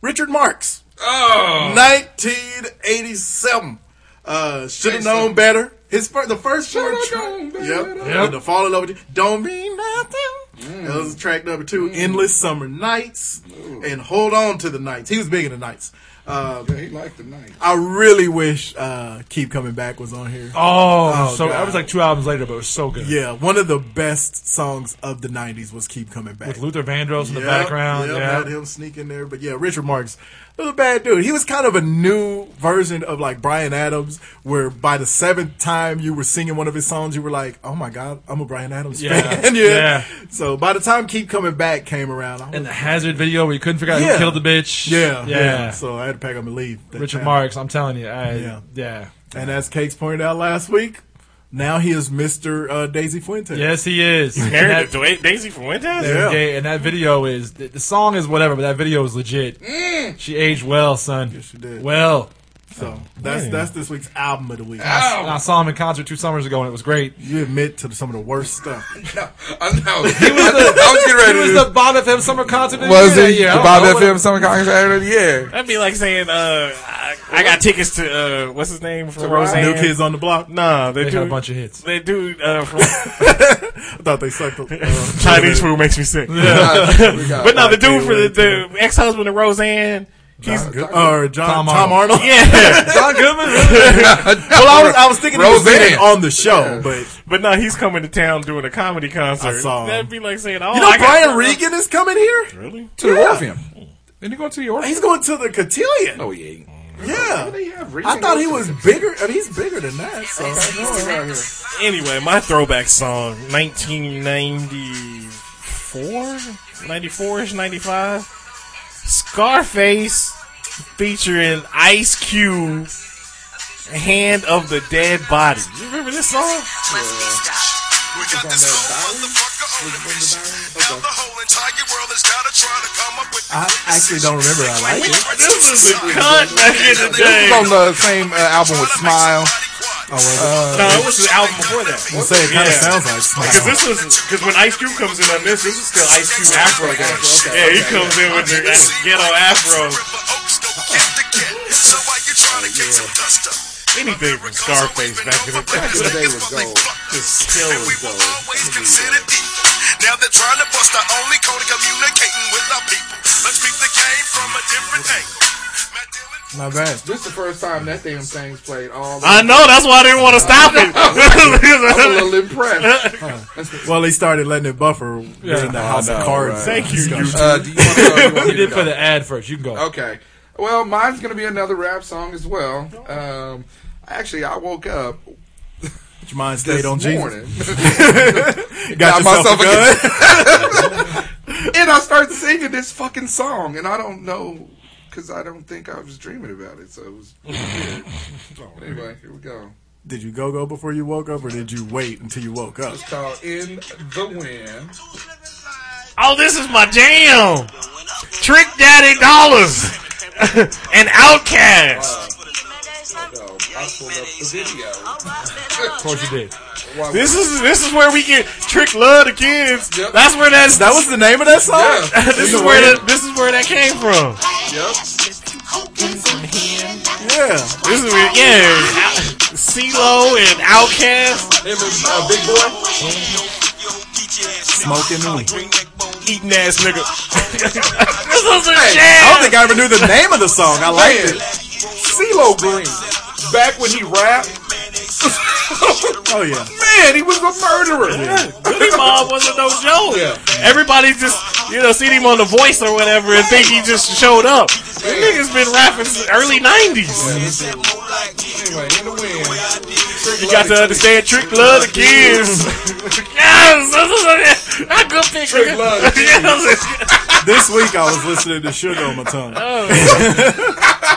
I: Richard Marx.
H: Oh,
I: 1987. Uh, should have known better. His fir- the first four
H: Shoulda known
I: tracks.
H: better.
I: Yep. And the Fall in Love with You. Don't Mean
F: Mm.
I: Nothing. That was track number two. Endless Summer Nights. And Hold On to the Nights. He was big in the Nights. Uh,
H: yeah, he liked the night.
I: I really wish uh, Keep Coming Back was on here.
F: Oh, so
I: God.
F: that was like two albums later, but it was so good.
I: Yeah, one of the best songs of the 90s was Keep Coming Back.
F: With Luther Vandross in the
I: Yep,
F: background.
I: yep,
F: yeah.
I: had him sneak in there. But yeah, Richard Marks was a bad dude. He was kind of a new version of like Brian Adams, where by the seventh time you were singing one of his songs, you were like, "Oh my god, I'm a Brian Adams
F: Yeah,
I: fan." [laughs]
F: yeah.
I: So by the time Keep Coming Back came around, I was,
F: And the Hazard video where you couldn't figure out
I: Yeah.
F: who killed the bitch.
I: yeah, yeah,
F: Yeah.
I: So I had to pack up and leave. that
F: Richard
I: town.
F: Marks, I'm telling you. I,
I: Yeah.
F: yeah.
I: And as Cakes pointed out last week, now he is Mister uh, Daisy Fuentes.
F: Yes, he is. And
G: Married
F: that-
G: to Dwayne- Daisy Fuentes?
I: Yeah.
F: yeah, and that video is the, the song is whatever, but that video is legit. She aged well, son. Yes,
I: she did.
F: Well,
I: So that's that's this week's album of the week.
F: and I saw him in concert two summers ago, and it was great.
I: You admit to some of the worst stuff.
H: [laughs] No, I know. I was getting ready
F: He
H: to
F: was the Bob FM summer concert. of the
H: Was
F: year
H: it
F: that year. I
H: the
F: don't
H: Bob
F: know what-
H: FM summer concert? Yeah.
G: That'd be like saying, uh, I, I got tickets to, uh, what's his name from Roseanne?
I: New Kids on the Block.
G: Nah, they,
F: They
G: do.
F: had a bunch of hits.
G: They do, uh, from
I: I thought they sucked. the- Uh,
G: [laughs]
F: [laughs]
G: Chinese food makes me sick. [laughs] But no, the dude for the, the ex husband of [laughs] Roseanne, he's good.
I: or John Tom,
F: Tom
I: Arnold.
G: [laughs] Yeah.
H: John Goodman. [laughs]
I: well, I was, I was thinking Roseanne. he was in it
H: Roseanne.
I: on the show, but
G: but no, he's coming to town doing a comedy concert.
I: I saw him.
G: That'd be like saying, oh,
I: you know
G: I got-
I: Brian Regan is coming here.
G: Really?
H: to the Orpheum. Then you go to the Orpheum.
I: He's going to the cotillion.
H: Oh yeah.
I: Yeah.
M: They have
I: I thought he was bigger. I mean, he's bigger than that. So I know around here.
G: Anyway, my throwback song, 1994? 94 ish, 95? Scarface featuring Ice Cube, Hand of the Dead Body. You remember this song?
C: We got this whole motherfucker on a mission. Now the whole entire world is down to try to come up with
I: I actually don't remember. I like it.
G: This was a cunt back in the day.
H: This is on the same uh, album with Smile.
I: Oh, well,
G: No, it was the album before that.
I: uh, say it kind of
G: Yeah.
I: sounds like Smile.
G: Because this was because when Ice Cube comes in on this, this is still Ice Cube Afro.
H: okay,
G: yeah, he comes in [laughs] with the ghetto Afro. [laughs] Oh, Anything from Scarface back in the day
H: Back in the day was gold.
G: is still
C: We
G: is
C: were
G: gold.
C: always considered equal. Now they're trying to bust our only code of communicating with our people. Let's beat the game from a different angle. Matt Dillon
I: My bad.
M: This is the first time that damn thing's played all the
G: I know that's why [laughs] I didn't want to stop
M: I'm a
G: it.
M: little impressed.
I: Well, he started letting it buffer during the
H: I
I: House
H: know,
I: of Cards.
H: right.
G: Thank you, you.
H: Uh, do you want to go? You want
F: [laughs] He
H: me to
F: did play
H: go?
F: the ad first. You can go.
M: Okay. Well, mine's gonna be another rap song as well. Um, actually, I woke up
I: Your mind
M: this
I: stayed on Jesus.
M: morning
I: Got yourself a gun.
M: and I started singing this fucking song, and I don't know because I don't think I was dreaming about it. So it
H: [laughs]
M: was. weird. anyway, here we go.
I: [laughs] Did you go go before you woke up, or did you wait until you woke up?
M: It's called "In the Wind."
G: Oh, this is my jam. Trick Daddy Dollars [laughs] and Outcast.
M: So I pulled up the video.
F: Of course you did.
M: While-
G: This is this is where we get Trick Love the kids.
M: Yep.
G: That's where that's [laughs]
I: That was the name of that song. [laughs]
M: Yeah.
G: this is where that, this is where that came from.
M: Yep.
I: Yeah.
G: This is where yeah, CeeLo and Outkast
M: Him and uh, Big Boy.
I: Smoking weed.
G: eating ass nigga. [laughs] this was a
I: I don't
G: jam.
I: think I ever knew the name of the song. I liked
M: Man,
I: it.
M: CeeLo Green. Back when he rapped,
I: [laughs] Oh yeah.
M: man, he was a murderer.
G: Goody Mob wasn't no joke.
M: Yeah.
G: Everybody just you know seen him on The Voice or whatever and think he just showed up. This nigga's been rapping since the early '90s.
M: Anyway, in the wind.
G: You got to understand Trick Love the kids. yes, [laughs] this is a, a good pick.
M: Trick Love the
G: Yes.
I: This week I was listening to Sugar on my tongue. [laughs]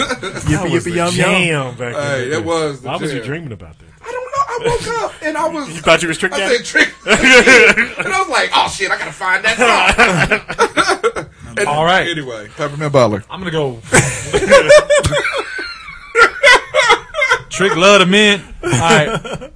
I: Yippee yippee yum yum.
G: Damn, back in
M: Hey,
G: the
M: that
G: day.
M: was. The
G: Why was you
M: jam.
G: dreaming about that?
M: I don't know. I woke up and I was.
G: You thought you was Trick
M: I
G: Daddy?
M: said
G: [laughs]
M: trick, and I was like, "Oh shit, I gotta find that
G: [laughs]
M: song." And
F: All right.
M: Anyway,
H: Peppermint Butler.
F: I'm gonna go. Trick love to men. All right,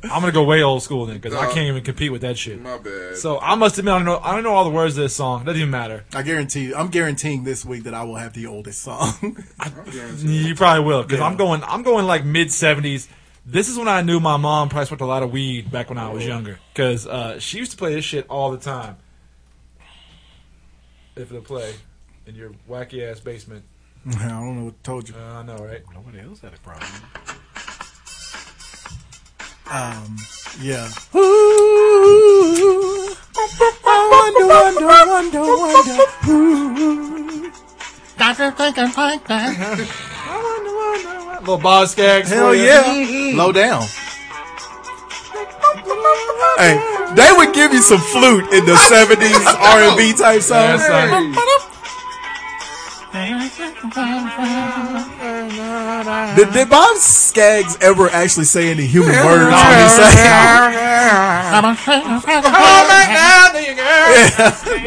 F: I'm gonna go way old school then because I can't even compete with that shit.
M: my bad.
F: So I must admit, I don't know. I don't know all the words of this song. Doesn't even matter.
I: I guarantee. I'm guaranteeing this week that I will have the oldest song. [laughs]
F: You probably will because I'm going. I'm going like mid '70s. This is when I knew my mom probably smoked a lot of weed back when I was younger because uh, she used to play this shit all the time. If it'll play in your wacky ass basement,
I: I don't know what I told you.
F: uh, I know, right?
G: Nobody else had a problem.
I: Yeah. Ooh, I wonder, wonder, wonder, wonder.
F: Little Bob Skaggs.
I: Hell
F: for ya. [laughs]
I: yeah. Low down. Hey, they would give you some flute in the seventies R and B type songs.
F: Yes, sir.
I: Did, did Bob Skaggs ever actually say any human words when he sang?
M: [laughs] he had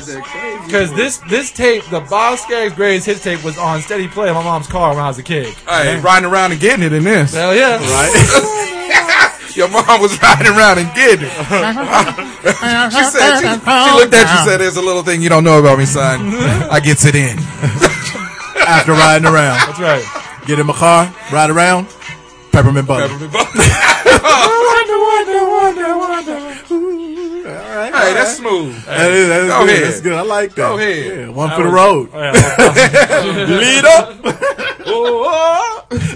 M: that crazy.
F: Because this this tape, the Bob Skaggs Greatest Hits tape, was on steady play in my mom's car when I was a kid.
H: Hey, riding around and getting it in this.
F: Hell yeah! Right?
H: Your mom was riding around and getting it. she said she, she looked at you and said, "There's a little thing you don't know about me, son. I gets it in."
I: [laughs] After riding around,
F: That's right.
I: get in my car, ride around, peppermint butter.
M: Hey, that's smooth.
I: That is, that is
H: Go
I: good.
H: ahead.
I: That's good. I like that.
H: Go ahead.
I: Yeah, one for the road.
F: Oh, yeah.
I: Lead up.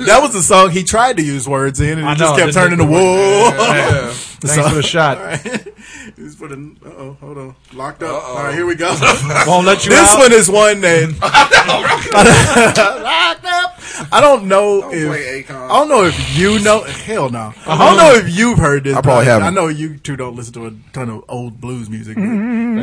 I: that was the song he tried to use words in, and he
F: I know,
I: just kept turning
F: didn't
I: to [laughs]
F: it?
I: whoa.
H: Yeah.
F: [laughs] Thanks for the shot.
I: All
F: [laughs]
I: right. [laughs] He's put in. Uh oh, hold on. Locked up. All right, here we go.
F: Won't let you
I: This
F: out.
I: one is one that. [laughs] Locked up. I don't know
M: play
I: if.
M: Akon.
I: I don't know if you know. Hell no. I don't know if you've heard this.
H: Uh-huh. I probably
I: but
H: haven't.
I: I know you two don't listen to a ton of old blues music. but, You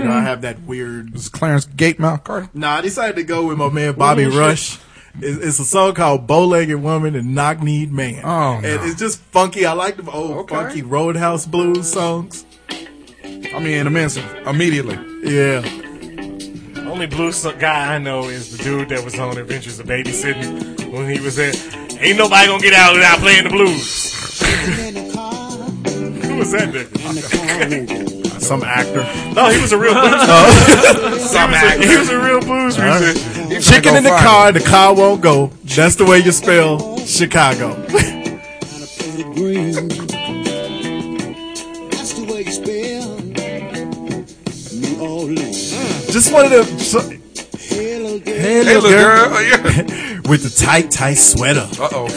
I: know, I have that weird.
H: It's Clarence Gate Mount Carter.
I: Nah, I decided to go with my man Bobby Rush. It's, it's a song called "Bow Legged Woman and Knock Kneed Man."
H: Oh,
I: and
H: no.
I: it's just funky. I like the old
M: Okay.
I: funky Roadhouse blues songs.
H: I mean, immensely. Immediately.
I: Yeah.
G: Only blues guy I know is the dude that was on Adventures of Babysitting when he was there. Ain't nobody gonna get out without playing the blues. [laughs] Who was that nigga?
I: Some actor.
G: No, he was a real blues. [laughs] he, was a, he was a real blues musician.
I: Chicken in the
H: Go find
I: car, the car won't go. That's the way you spell Chicago. Just one of them. So, hey,
M: Hey,
I: little
M: little girl.
I: girl.
H: [laughs]
I: [laughs] With the tight, tight sweater.
H: Uh oh.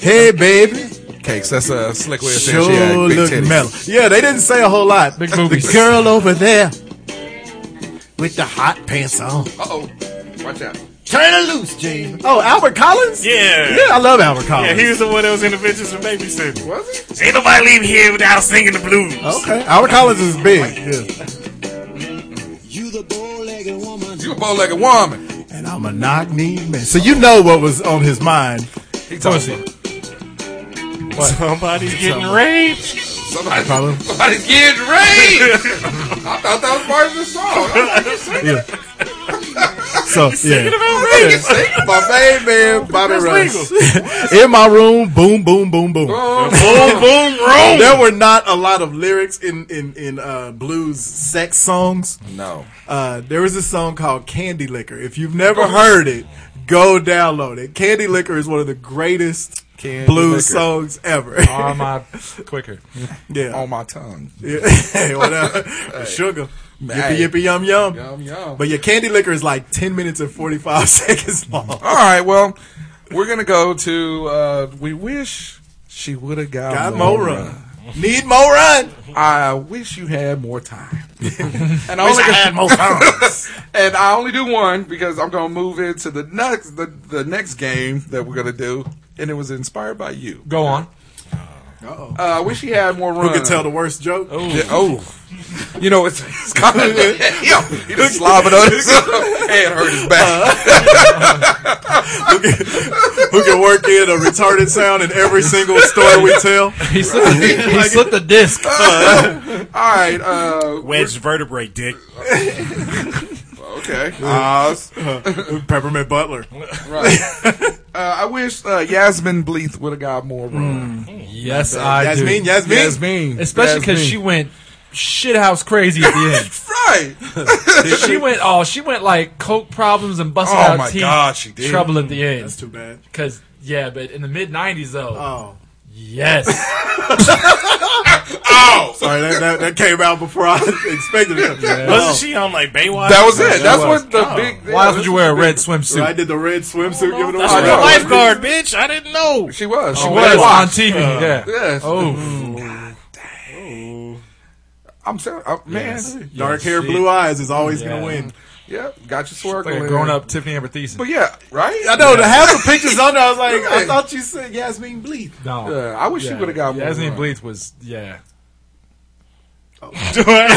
I: Hey, baby.
H: Cakes. That's a slick way of saying she had
I: Sure
H: big
I: look
H: titties.
I: mellow. Yeah, they didn't say a whole lot.
F: Big
I: the
F: boobies.
I: girl over there with the hot pants on.
M: Uh oh. Watch out.
I: Turn her loose, Gene. Oh, Albert Collins?
G: Yeah.
I: Yeah, I love Albert
G: Yeah,
I: Collins.
G: he was the one that was in Adventures of Babysitting.
M: Was he?
G: Ain't nobody leaving here without singing the blues.
I: okay. Albert Collins is big. Yeah.
M: You a bow legged woman.
I: And I'm a knock knee man. So you know what was on his mind.
H: He talks about [laughs]
G: Somebody's getting raped.
M: Somebody,
I: Problem.
M: somebody's getting raped. I thought that was part of the song. I'm like, you singing
G: [laughs]
I: Yeah. So yeah. [laughs]
M: You singing my main man, Bobby Rush.
I: In my room, boom, boom, boom, boom.
G: boom, [laughs] boom, room.
I: There were not a lot of lyrics in in in uh, blues sex songs.
H: No.
I: Uh, there was a song called Candy Liquor. If you've never heard it, go download it. Candy Liquor is one of the greatest
H: Candy
I: blues
H: Liquor.
I: songs ever.
F: Arm out quicker.
I: [laughs] yeah.
H: On my tongue.
I: Yeah. [laughs] hey, whatever. Sugar. Yippee,
H: Hey.
I: yippee, yum, yum.
M: Yum, yum.
I: But your candy liquor is like 10 minutes and 45 [laughs] seconds long.
H: All right. Well, we're gonna go to. Uh, we wish she would have got,
I: Got
H: more
I: more
H: run.
I: run. Need more run.
H: I wish you had
I: [laughs]
H: more time. [laughs] and I
I: Wish
H: only
I: I had more time.
H: [laughs] and I only do one because I'm gonna move into the next the, the next game that we're gonna do, and it was inspired by you.
F: Go
H: [laughs]
F: on.
H: Uh, I wish he had more run.
I: Who can tell the worst joke?
H: Yeah, oh. You know, it's, it's
I: [laughs]
H: kind of. [laughs] Yo, he just slobbing on his [laughs] head, hurt his back.
I: Uh-huh. Who can work in a retarded sound in every single story we tell?
F: He slipped, the, he slipped the disc.
H: All right. Uh,
G: Wedge vertebrae, dick.
H: okay. Uh,
I: Peppermint Butler.
H: uh, I wish uh, Yasmin Bleeth would have got more run.
F: Yes, I
I: Yasmin,
F: do.
I: Yasmin.
H: Yasmin.
F: Hmm. Especially because
H: Yasmin.
F: she went shithouse crazy at
H: [laughs]
F: the end.
H: Right.
F: she went oh she went like coke problems and busted
H: Oh
F: out
H: my
F: teeth
H: God, she did.
F: trouble at the end
I: That's too bad.
F: because yeah but in the mid 90s though
H: Uh.
I: Oh.
H: [laughs]
F: yes
I: Sorry, that, that, that came out before I [laughs] expected it.
G: Wasn't she on like Baywatch?
H: That was it.
I: that
H: That's
I: was-
H: what the big.
F: Oh. why else would you wear a red swimsuit
I: I did the red swimsuit giving
F: Oh,
G: That's
I: away.
G: a
H: know.
G: real lifeguard, bitch. I didn't [laughs] know.
H: [laughs] She was. She
F: It
H: was.
F: was on tv
H: Uh.
F: yeah
H: Yes.
F: oh
H: I'm sorry. Uh, man.
I: Dark hair, blue eyes is always gonna win.
H: Yeah. Got you swirling.
F: like a grown up tiffany amber Thiessen.
H: But yeah, right?
I: I know the half the pictures on there. I was like, [laughs] I thought you said Yasmin Bleeth.
F: no
H: Yeah, I wish she would have got uh. more.
F: Yasmin
H: run.
F: Bleeth was yeah
G: That's
F: wait
H: [laughs]
F: not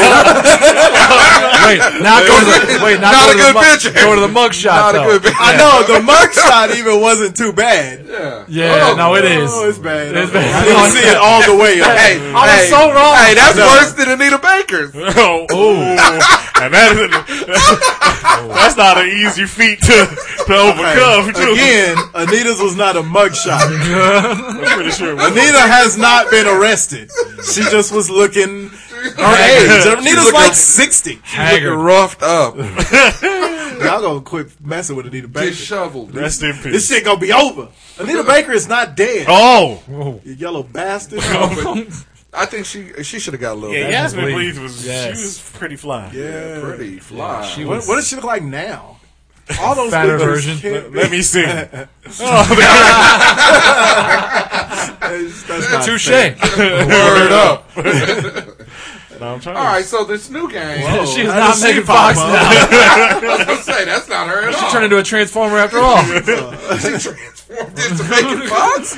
F: go to the wait not,
H: Not
F: go to
H: a good
F: the mug-
H: picture.
F: go to the mug shot
H: Not a
F: though.
H: good [laughs] bitch.
I: I know the mug shot even wasn't too bad.
F: yeah no it is
I: Oh, it's bad.
F: It's bad.
I: I didn't see it all the way up.
F: [laughs]
H: Hey,
F: I was
H: hey,
F: Oh, so wrong.
H: Hey, that's
I: No.
H: worse than Anita Baker's.
G: oh, and that is [laughs] that's not an easy feat to, to overcome. Too.
I: Again, Anita's was not a mug shot.
F: [laughs]
G: I'm pretty sure. it was.
I: Anita has not been arrested. She just was looking her
H: Hey,
I: age.
H: she's
I: Anita's
H: looking-
I: like sixty.
H: Looking
F: Haggard.
H: roughed up,
I: Y'all gonna quit messing with Anita Baker.
H: disheveled.
G: Rest in peace.
I: This shit gonna be over. Anita Baker is not dead.
G: Oh,
I: You yellow
F: [laughs]
I: bastard.
F: Oh,
H: I think she she should have got a little
G: yeah,
H: bit
G: Yasmin
F: Bleeth.
G: Bleeth was she
F: Yes.
G: was pretty fly.
I: yeah.
H: pretty fly. she
I: What, what does she look like now? All those
F: Fatter
I: pictures
G: Oh, [laughs]
F: version.
I: can't be-
G: Let me see.
I: That's- that's not
F: Touche.
I: fair.
F: Word up.
H: All right, so this new game.
F: She is
I: I
F: not
I: just see
F: Megan Fox
I: Bobo.
F: now.
H: I was gonna say that's not her at
F: [laughs]
H: all.
F: She turned into a transformer after all. [laughs]
H: she transformed into Megan Fox.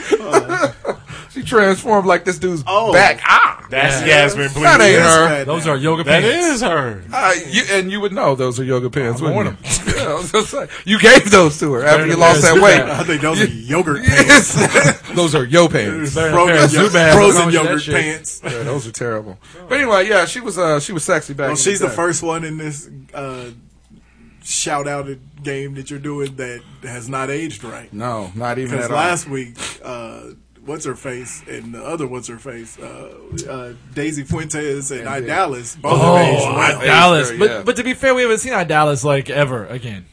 H: she transformed like this dude's
I: Oh.
H: back. Ah,
G: [laughs] That's Yasmin Blue.
H: that ain't her.
F: Those are yoga
G: That
F: pants.
G: is her.
H: Uh, you, and you would know those are yoga pants. wouldn't you? Yeah, I was gonna say, you gave those to her after you lost that
I: I [laughs]
H: weight.
I: think those are yogurt
F: [laughs]
I: pants.
H: Yes. those are yo
I: [laughs]
H: pants.
F: Better than a pair
I: Frozen,
F: of Zubaz.
I: frozen
F: What's wrong with
I: yogurt
F: that shit?
I: pants.
H: Yeah, those are terrible. But anyway, yeah, she was uh, she was sexy back.
I: Well,
H: in
I: she's the
H: day.
I: first one in this uh, shout outed game that you're doing that has not aged right.
H: No, not even
I: Because
H: at all.
I: last week, uh, what's her face and the other what's her face, uh, uh, Daisy Fuentes and I Dallas both have aged
F: Oh,
I: well.
F: I- Dallas.
H: Fair, yeah.
F: But but to be fair, we haven't seen I Dallas like ever again.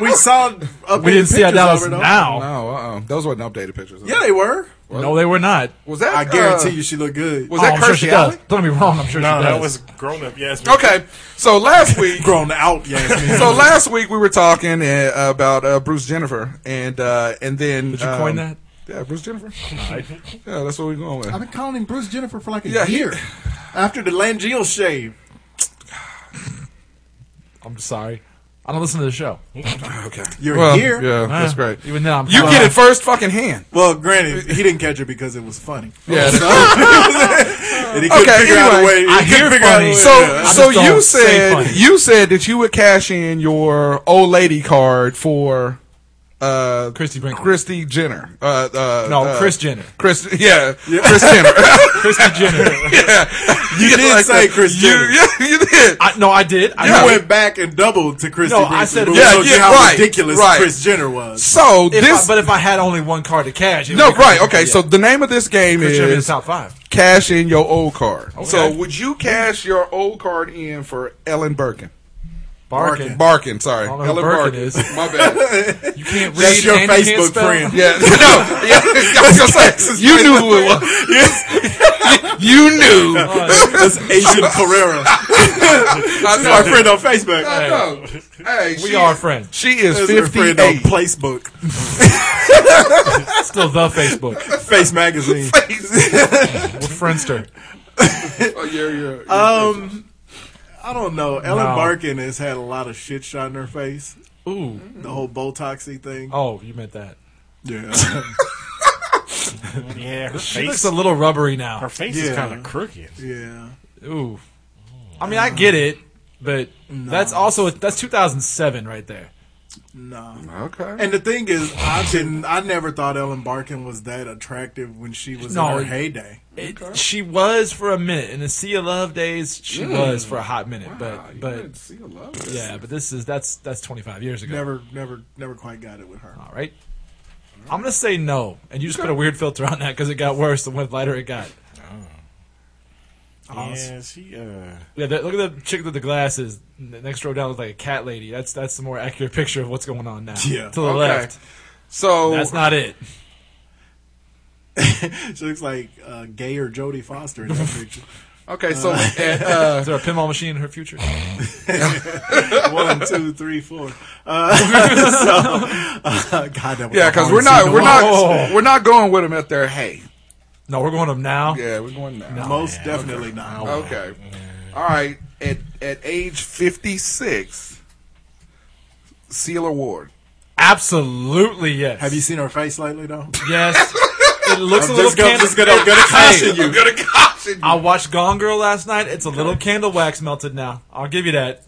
I: We saw up
F: We didn't see I Dallas now.
H: No, uh-uh. those weren't updated pictures.
I: Yeah, they were.
F: No, they were not.
H: was that?
I: I guarantee
H: uh,
I: you, she looked good.
H: Was that
F: oh, I'm sure she
H: Kirstie
F: does.
H: Alley?
F: Don't get me wrong. I'm sure
G: No,
F: she
G: that
F: does.
G: was grown up Yasmin.
H: Okay, so last week
I: grown out, Yasmin.
H: so last week we were talking uh, about uh, Bruce Jennifer, and uh, and then did
F: you coin that?
H: Yeah, Bruce Jennifer. yeah, that's what we're going with.
I: I've been calling him Bruce Jennifer for like a
H: Yeah, he-
I: year after the Langeal shave.
F: I'm sorry. I don't listen to the show.
H: okay,
I: You're
H: well,
I: here.
H: Yeah, that's great.
F: Even then, I'm
H: You get it first, fucking hand.
I: Well, granted, he didn't catch it because it was funny.
H: Yeah.
I: and he couldn't
H: Uh, Okay,
I: figure out a
H: anyway,
I: way. he
F: I
I: couldn't
F: hear
I: figure out a way-
F: funny.
H: [laughs] So,
F: I just
H: so
F: don't
H: you
F: say
H: said
F: funny.
H: you said that you would cash in your old lady card for uh,
F: Christy Brinkley.
H: Christy Jenner. Uh, uh,
F: No,
H: uh,
F: Chris Jenner.
H: Chris, yeah, Chris Jenner.
F: Christy Jenner.
I: you did
H: Like
I: say
H: that.
I: Chris
H: You-
I: Jenner.
H: [laughs] Yeah, you did.
F: I, [laughs] no, I did. I
H: Yeah.
I: You
F: know it.
I: went back and doubled to Chris.
F: No, I said-
H: Yeah, yeah,
I: how
H: right,
I: ridiculous
H: right.
I: Chris Jenner was.
H: So
F: If
H: this,
F: I, but if I had only one card to cash, it
H: no,
F: would be
H: right?
F: Christy
H: Okay,
F: Jenner.
H: so the name of this game
F: Christy Jenner in the
H: is
F: top five.
H: cash in your old card. So would you cash your old card in for Ellen Birkin?
F: Barking.
H: Barkin, sorry,
F: I don't know who
H: Ellen
F: Birkin
H: Barkin.
F: is.
H: My
F: [laughs]
H: bad.
F: You can't read.
I: That's your
F: and you can't
I: Facebook
F: spell.
I: friend. [laughs]
H: Yeah, [laughs] no, yeah, I was
F: [laughs]
H: gonna say you knew who it was. you knew.
F: Oh,
I: That's Asian [laughs] Carrera. My
H: I know.
I: friend on Facebook.
H: I know. Hey,
F: We
H: she-
F: are [laughs] friends.
H: She is
I: That's her friend on
H: fifty-eight.
I: Facebook,
F: Still the Facebook.
I: Face Magazine.
F: We're friendster.
H: Oh, [laughs] yeah, yeah.
F: Uh,
I: Um, I don't know. Ellen
F: No.
I: Barkin has had a lot of shit shot in her face.
F: Ooh.
I: The whole Botoxy thing.
F: Oh, you meant that.
I: Yeah.
G: Yeah, her
F: She
G: face.
F: looks a little rubbery
G: Her
F: now.
G: face
I: Yeah.
G: is kind of crooked.
I: [laughs] yeah.
F: Ooh. I mean, I get it, but that's also that's 2007 right there.
I: No.
H: okay.
I: And the thing is, I didn't. I never thought Ellen Barkin was that attractive when she was
F: No,
I: in her
F: it-
I: heyday.
F: It, She was for a minute in the Sea of Love days. She was for a hot minute, but but
H: See, I love it.
F: yeah, but this is that's that's 25 years ago.
I: Never, never, never quite got it with her.
F: All right. I'm gonna say no, and you just put a weird filter on that because it got worse the one lighter it got.
G: Yeah, she. Uh,
F: Yeah, that, look at the chick with the glasses. The next row down is like a cat lady. That's that's the more accurate picture of what's going on now.
I: Yeah.
F: to the
H: Okay.
F: left.
H: So
F: That's not it.
I: She looks like uh, gay or Jodie Foster in [laughs] that picture.
H: okay. So and, uh,
F: Is there a pinball machine in her future?
I: One, [laughs] two, three, four. Uh, so, uh, God, that was
H: yeah,
I: a
H: because
I: hard
H: we're
I: scene
H: not
I: to
H: we're
I: watch.
H: not we're not going with them at their hey.
F: No, we're going up now.
H: Oh, Yeah, we're going now.
I: most definitely not.
H: Okay. All right. At at age fifty six, Seal Award.
F: Absolutely yes.
I: Have you seen her face lately, though?
F: Yes.
I: [laughs]
F: It looks a little
I: just, gonna,
F: candle.
I: just gonna, I'm gonna caution [laughs] you.
H: I'm gonna caution
F: I watched Gone Girl last night. It's a little candle wax melted now. I'll give you that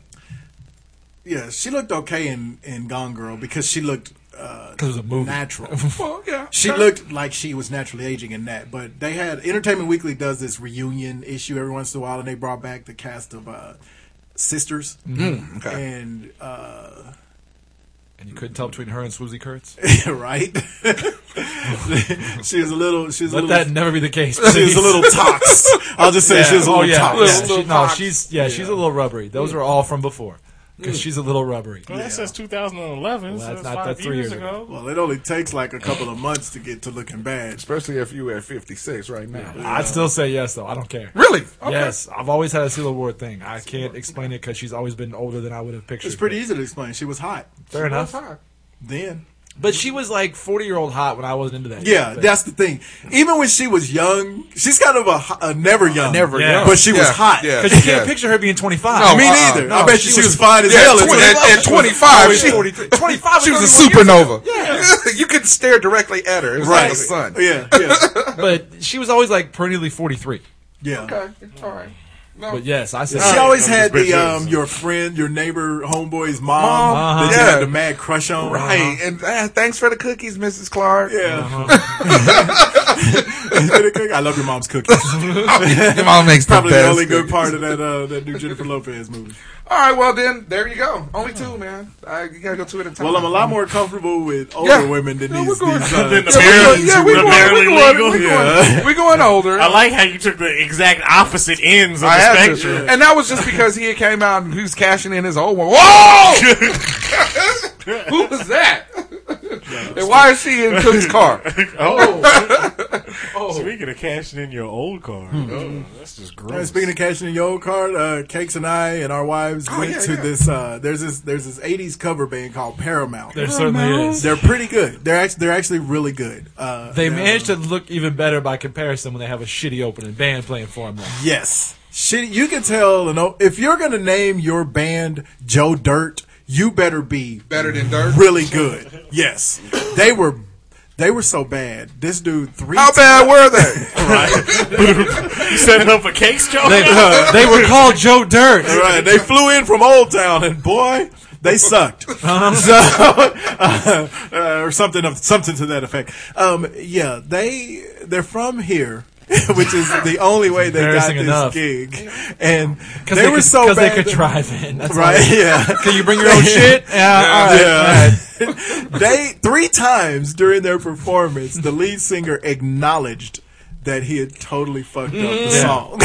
I: Yeah, she looked okay in in Gone Girl because she looked uh,
F: because it was a movie.
I: natural.
H: Well, Oh, yeah.
I: She looked like she was naturally aging in that, but they had Entertainment Weekly does this reunion issue every once in a while, and they brought back the cast of uh, Sisters,
H: Okay.
I: and uh, [laughs]
F: And you couldn't tell between her and Swoozy Kurtz.
I: right, [laughs] she was a little, she was a
F: Let that
I: little,
F: never be
I: [laughs]
F: the case.
I: she was a little tox. I'll just say she was a
F: oh
I: little
F: [laughs] yeah,
I: tox.
F: yeah.
H: Little-
F: She,
H: little
F: no,
H: tox.
F: she's yeah, she's a little rubbery. Those are all from before because
I: Mm.
F: she's a little rubbery.
G: well, that says 2011. so
F: that's
G: that's
F: not-
G: five
F: that's three
G: years
F: years
G: ago.
I: Well, it only takes like a couple of months to get to looking bad.
H: Especially if you were at fifty six right now.
F: I'd still say yes though. I don't care.
H: Really? Okay.
F: Yes, I've always had a seal award thing. I can't explain it because she's always been older than I would have pictured.
I: It's pretty easy to explain. She was hot
F: Fair enough.
H: Fine.
I: then.
F: But she was like forty year old hot when I wasn't into that.
I: Yeah,
F: shit, but-
I: that's the thing. Even when she was young, she's kind of a, ho- a never young.
H: never
F: Yeah. young.
I: But she was
H: Yeah,
I: hot.
H: yeah.
F: Because you can't
H: Yeah.
F: picture her being 25.
H: No,
I: Me
H: Uh-uh.
I: neither.
H: No,
I: I bet you she was, fine as
H: Yeah,
I: hell.
H: twen- at, at 25, she,
F: 25
H: she was a
F: 31 years
H: supernova. [laughs] you could stare directly at her. It was like
I: Right.
H: the sun.
I: Yeah, yeah.
F: But she was always like perennially 43.
I: yeah.
M: Okay, all right. No.
F: But yes, I said.
I: She always
G: I'm
I: had
G: just
I: the
G: bitches.
I: um, your friend, your neighbor, homeboy's mom,
F: Mom.
I: that you
H: Uh-huh.
I: had the mad crush on.
M: Hey, and uh, thanks for the cookies, Mrs. Clark.
I: [laughs] Yeah. I love your mom's cookies.
H: Your mom makes the
I: Probably the
H: best
I: only good
H: cookies.
I: part of that uh, that new Jennifer Lopez movie.
M: All right, well then, there you go. Only two, man. I, you gotta go two at a time.
I: Well, I'm a lot more comforthan with older
M: Yeah.
I: women than
M: Yeah,
I: these.
M: we're going- [laughs]
I: these uh, [laughs]
G: Than the
M: Yeah,
G: barely-
M: we, yeah, we
G: the
M: going,
G: barely
M: we going,
G: legal.
M: we going,
G: Yeah.
M: we going older.
G: I like how you took the exact opposite ends of
M: I
G: the
M: had
G: spectrum. [laughs]
M: to. And that was just because he had came out and he was cashing in his old one. Whoa! [laughs] Who was that? and why is she in Cook's car?
G: Speaking of cashing in your old car,
F: Hmm.
G: oh, that's just
I: All right,
G: gross.
I: speaking of cashing in your old card, uh, Cakes and I and our wives went
M: Oh, yeah,
I: to
M: yeah.
I: this. Uh, there's this. There's this '80s cover band called Paramount.
F: There certainly is.
I: They're pretty good. They're actually they're actually really good. Uh,
F: They
I: they're-
F: managed to look even better by comparison when they have a shitty opening band playing for them. Like,
I: Yes, shit. You can tell. You know, if you're gonna name your band Joe Dirt, you better be
M: Better than dirt.
I: really good. Yes, they were. They were so bad. This dude three.
M: How bad were they?
G: [laughs] you setting up a cakes joke?
F: they, [laughs] they were called Joe Dirt.
I: Right. They flew in from Old Town, and boy, they sucked.
F: [laughs] Uh-huh.
I: [laughs] So, uh, uh, or something of something to that effect. Um, yeah, they they're from here. [laughs] which is the only way they got
F: Embarrassing
I: this
F: enough.
I: gig, and they,
F: 'Cause
I: were
F: could,
I: so
F: 'cause
I: bad.
F: they could
I: that-
F: drive in.
I: [laughs]
F: That's
I: right? [laughs]
F: right.
I: Yeah.
F: [laughs] Can you bring your own shit? Yeah. all right.
I: Yeah. [laughs] they three times during their performance, the lead singer acknowledged that he had totally fucked up the
F: Mm-hmm.
I: song.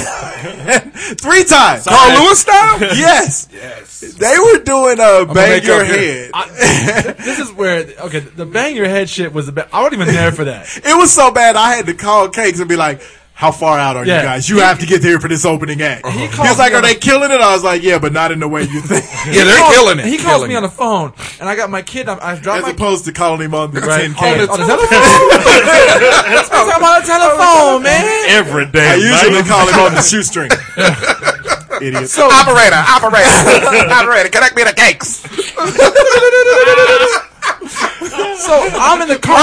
I: [laughs] three times.
M: Carl Lewis style?
I: Yes. Yes. They were doing a bang
F: make
I: your
F: up your-
I: head.
F: I- [laughs] this is where okay, the bang your head shit was the best. I wasn't even there for
H: [laughs]
F: that.
I: it was so bad I had to call Cakes and be like, how far out are
F: Yeah.
I: you guys? You have to get here for this opening act. He,
F: called
I: was like,
F: me
I: "Are
F: on
I: they
F: the-
I: killing it?" I was like, "Yeah, but not in the way you
F: [laughs]
I: think."
H: Yeah, they're killing it.
F: He calls
H: Killing
F: me
H: it.
F: on the phone, and I got my kid. I, I dropped
I: As
F: my
I: opposed to calling him on the
F: right,
I: 10K.
F: on, the, on the telephone.
H: [laughs]
F: I'm on the telephone, man.
G: every
I: [laughs]
G: day.
I: I usually call him
F: [laughs]
I: on the shoestring. Idiot.
M: operator, operator, operator, connect me to cakes.
F: So I'm in the car.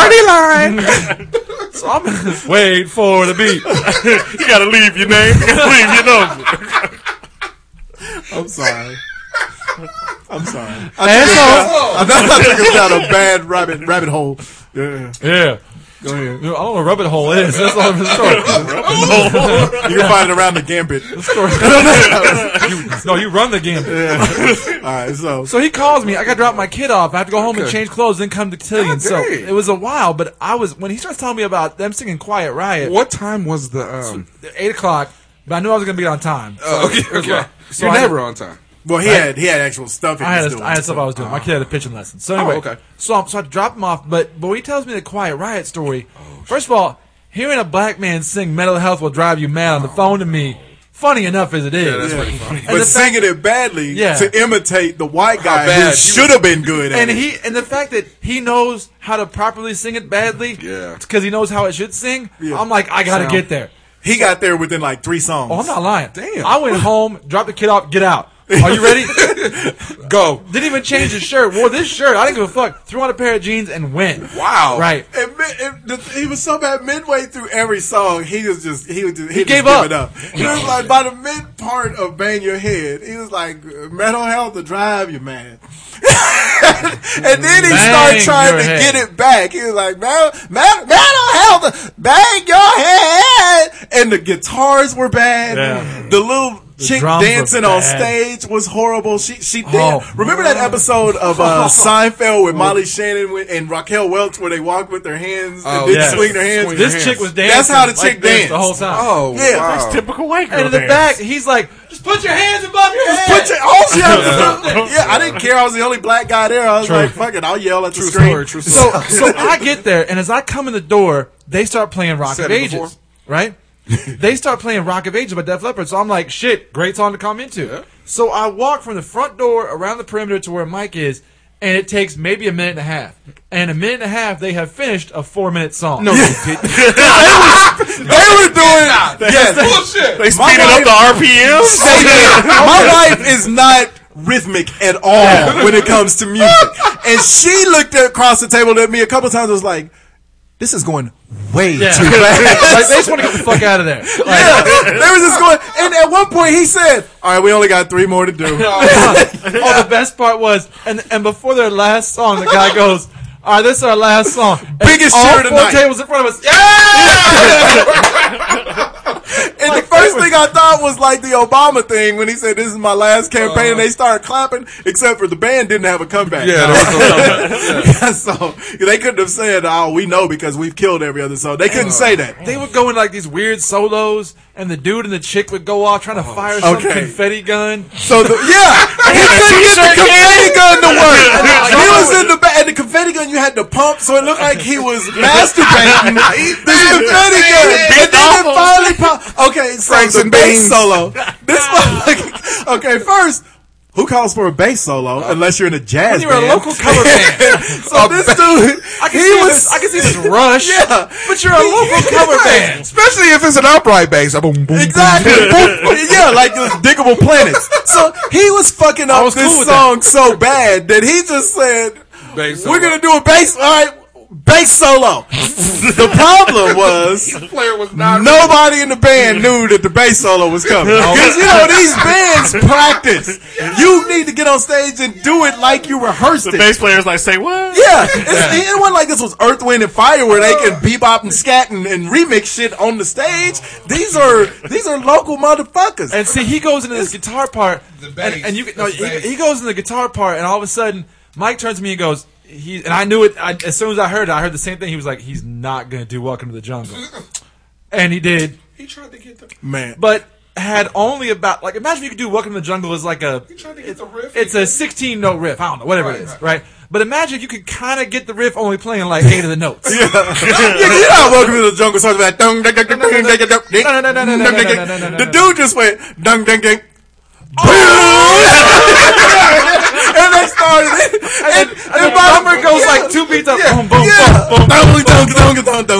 F: so I'm in, wait for the beat.
G: [laughs] you gotta leave your name. You gotta leave your number.
I: I'm sorry. I'm sorry.
F: And so,
I: I'm not I think it's not a bad rabbit rabbit hole. Yeah.
F: [laughs] yeah. Go ahead. I don't know what rabbit hole is. That's all the story.
I: You can find it around the gambit.
F: You- no, you run the game.
I: All right, so
F: So he calls me. I got to drop my kid off. I have to go home and change clothes, then come to Cotillion. So
H: dang.
F: it was a while, but I was when he starts telling me about them singing Quiet Riot,
H: What time was the. Um,
F: eight o'clock. But I knew I was going to be on time. So
H: oh, okay,
F: it was
H: okay.
F: rough. So
H: You're
F: I-
H: never on time.
I: well, he had he had actual stuff. He
F: I had,
I: was
F: a,
I: doing,
F: I had stuff
I: so-
F: I was doing. My kid had a pitching lesson. So anyway,
H: Uh-huh. Oh, okay.
F: so, I'm, so I dropped him off. But but when he tells me the Quiet Riot story,
H: Oh,
F: first of all, hearing a black man sing "Mental Health Will Drive You Mad"
H: Oh,
F: on the phone to me, funny enough as it is, And
I: But
F: the fact-
I: singing it badly
F: Yeah.
I: to imitate the white guy who
H: bad he
I: should have been good at
F: and
I: it.
F: he and the fact that he knows how to properly sing it badly,
H: Yeah.
F: because he knows how it should sing.
I: Yeah.
F: I'm like, I gotta get there.
I: he got there within like three songs.
F: Oh, I'm not lying.
H: Damn.
F: I went home, dropped the kid off, get out. Are
I: [laughs]
F: you ready?
H: Go.
F: Didn't even change his shirt. Wore this shirt. I didn't give a fuck. Threw on a pair of jeans and went.
H: Wow.
F: Right.
I: And mi- and the- he was so bad midway through every song, he was just he was just, he,
F: gave
I: just giving
F: up.
I: up. He was like by the mid part of "Bang Your Head," he was like, "Mental health to drive you, man." [laughs] and then he
F: Bang
I: started trying
F: your
I: to get
F: head.
I: it back. He was like, "Mental, mental, mental health, to bang your head," and the guitars were bad.
F: Yeah.
I: The little. Chick
F: drums were
I: dancing on
F: bad.
I: stage was horrible. She she did.
F: Oh.
I: Remember that episode of uh, Seinfeld with Molly Shannon with- and Raquel Welch where they walked with their hands
H: Oh,
I: and didn't
H: yes.
I: swing their hands.
F: This chick was dancing.
I: That's how the
F: like
I: chick
F: this
I: danced
F: the whole time.
H: Oh,
I: Yeah.
H: wow.
G: Typical white girl.
F: and in the
G: dance.
F: back, he's like, just put your hands above your head.
I: Put your, oh, she yeah. yeah, I didn't care. I was the only black guy there. I was like, fuck it, I'll yell at the screen.
F: so so I get there, and as I come in the door, they start playing Rock
H: Said
F: of
H: it
F: Ages,
H: before. [laughs]
F: right? they start playing Rock of Ages by Def Leppard. So I'm like, shit, great song to come into. So I walk from the front door around the perimeter to where Mike is, and it takes maybe a minute and a half. And a minute and a half, they have finished a four minute song.
H: No, they didn't. they were doing.
I: [laughs]
H: Yes, bullshit. They
G: Speeding up [laughs] the RPMs.
I: They did. [laughs] My wife is not rhythmic at all when it comes to music. And she looked across the table at me a couple times and was like, this is going way
F: Yeah.
I: too
F: [laughs]
I: fast.
F: [laughs] Like, they just want to get the fuck out of
H: [laughs]
F: there. Like,
I: Yeah, [laughs] they was just going. And at one point, he said, "All right, we only got three more to [laughs] do."
F: oh, the best part was, and and before their last song, the guy goes, "All right, this is our last song." And
I: Biggest
F: all
I: cheer
F: four
I: tonight.
F: tables in front of us. Yeah,
I: And the first thing I thought was like the Obama thing when he said, "This is my last campaign," and they started clapping. Except for the band didn't have a comeback.
H: Yeah, that was
I: [laughs] so they couldn't have said, "Oh, we know because we've killed every other song." They couldn't say that.
F: they would go in like these weird solos, and the dude and the chick would go off trying to fire some
I: okay.
F: confetti gun.
I: So the,
F: [laughs]
I: yeah, he couldn't get the confetti gun to work. He was in the back, and the confetti gun you had to pump, so it looked like he
F: [laughs]
I: was masturbating. the confetti gun, and then it finally pop. Okay, so
H: Franks
I: the
H: and
I: bass
H: beans.
I: solo.
F: [laughs]
I: This motherfucker- okay, first. Who calls for a bass solo unless you're in a jazz
F: When you were a
I: band?
F: local cover band,
I: [laughs] so this dude,
F: I can
I: he
F: see
I: was
F: this. I can see this [laughs]
I: [laughs]
F: rush.
I: Yeah.
F: but you're a local cover band.
H: Especially if it's an upright bass. Boom, boom, boom.
I: Exactly. Boop. yeah, like those diggable planets. So he was fucking up
F: was
I: this
F: cool with
I: song so bad that he just said,
H: Bass
I: "We're
H: solo."
I: gonna do a bass, all right, bass solo." the problem was
M: Player was not.
I: nobody in the band knew that the bass solo was coming because you know these bands practice. You need to get on stage and do it like you rehearsed it.
G: Bass players like say what?
I: Yeah, it's, it wasn't like this was Earth, Wind, and Fire where they can bebop and scat and, and remix shit on the stage. These are these are local motherfuckers.
F: And see, he goes into this guitar part,
M: bass.
F: and, and you no,
M: That's
F: he,
M: bass.
F: he goes into the guitar part, and all of a sudden, Mike turns to me and goes, "He." And I knew it I, as soon as I heard it. I heard the same thing. He was like, "He's not going to do Welcome to the [laughs] Jungle," and he did,
M: He tried to get the.
I: Man,
F: but had only about like imagine if you could do Welcome to the Jungle as like a
M: He tried to get the riff.
F: it's a sixteen note riff. I don't know whatever
M: Right,
F: it is,
M: right.
F: right. But imagine if you could kind of get the riff only playing like eight of the notes.
I: yeah, you're not welcome to the jungle. So that dung dung dung dung dung dung dung
F: No, no, no, no, no, no, no, no, no, no, no,
I: dung. The
F: no.
I: dude just went dung dung dung. and they started it. And,
F: And,
I: and,
F: the drummer goes like two beats up, boom, boom, boom,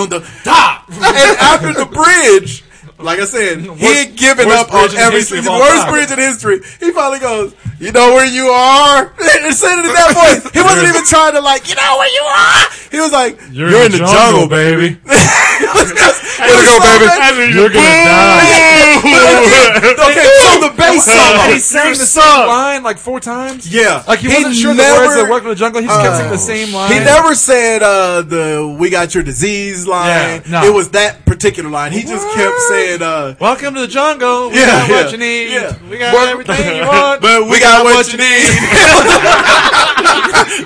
F: boom.
I: and after the bridge, like I said, he had given
F: worst
I: up on
F: bridge in
I: every
F: history of
I: single
F: all
I: worst
F: time.
I: bridge in history. He finally goes, "You know where you are." [laughs] And said it in
F: [laughs]
I: that voice. He wasn't even trying to like, you know where you are. He was like, "You're, in the jungle, baby." [laughs]
H: Here we go, baby.
F: [laughs]
G: You're gonna
I: okay, so the bass
F: And
I: solo.
F: he [laughs] sang the same line like four times.
I: Yeah,
F: Like he, wasn't sure the words that worked in the jungle. He just kept singing the same line.
I: He never said uh, the "We got your disease" line.
F: Yeah, no.
I: It was that particular line. He just kept saying, uh,
F: Welcome to the jungle. We
I: Yeah,
F: got what
I: yeah,
F: you need.
I: yeah.
F: We got everything you want.
I: But we, got, what, you need. [laughs]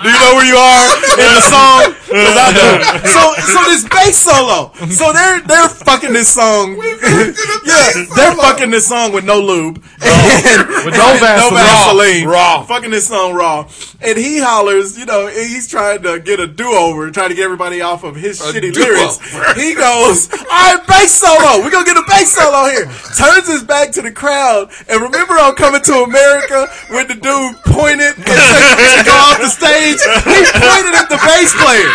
I: do you know where you [laughs] are in the song? 'Cause I [laughs] do. So, so this bass solo. So they're they're fucking this song. [laughs] yeah, they're fucking this song with no lube [laughs] and with
F: no Vaseline.
I: Vaseline. Raw, fucking this song raw. And he hollers, you know, and he's trying to get a do over, trying to get everybody off of his shitty lyrics. He goes, "All right, bass solo. We're gonna get a bass solo here." Turns his back to the crowd, and remember, I'm coming to America when the dude pointed and said, "Go off the stage." He pointed at the bass player,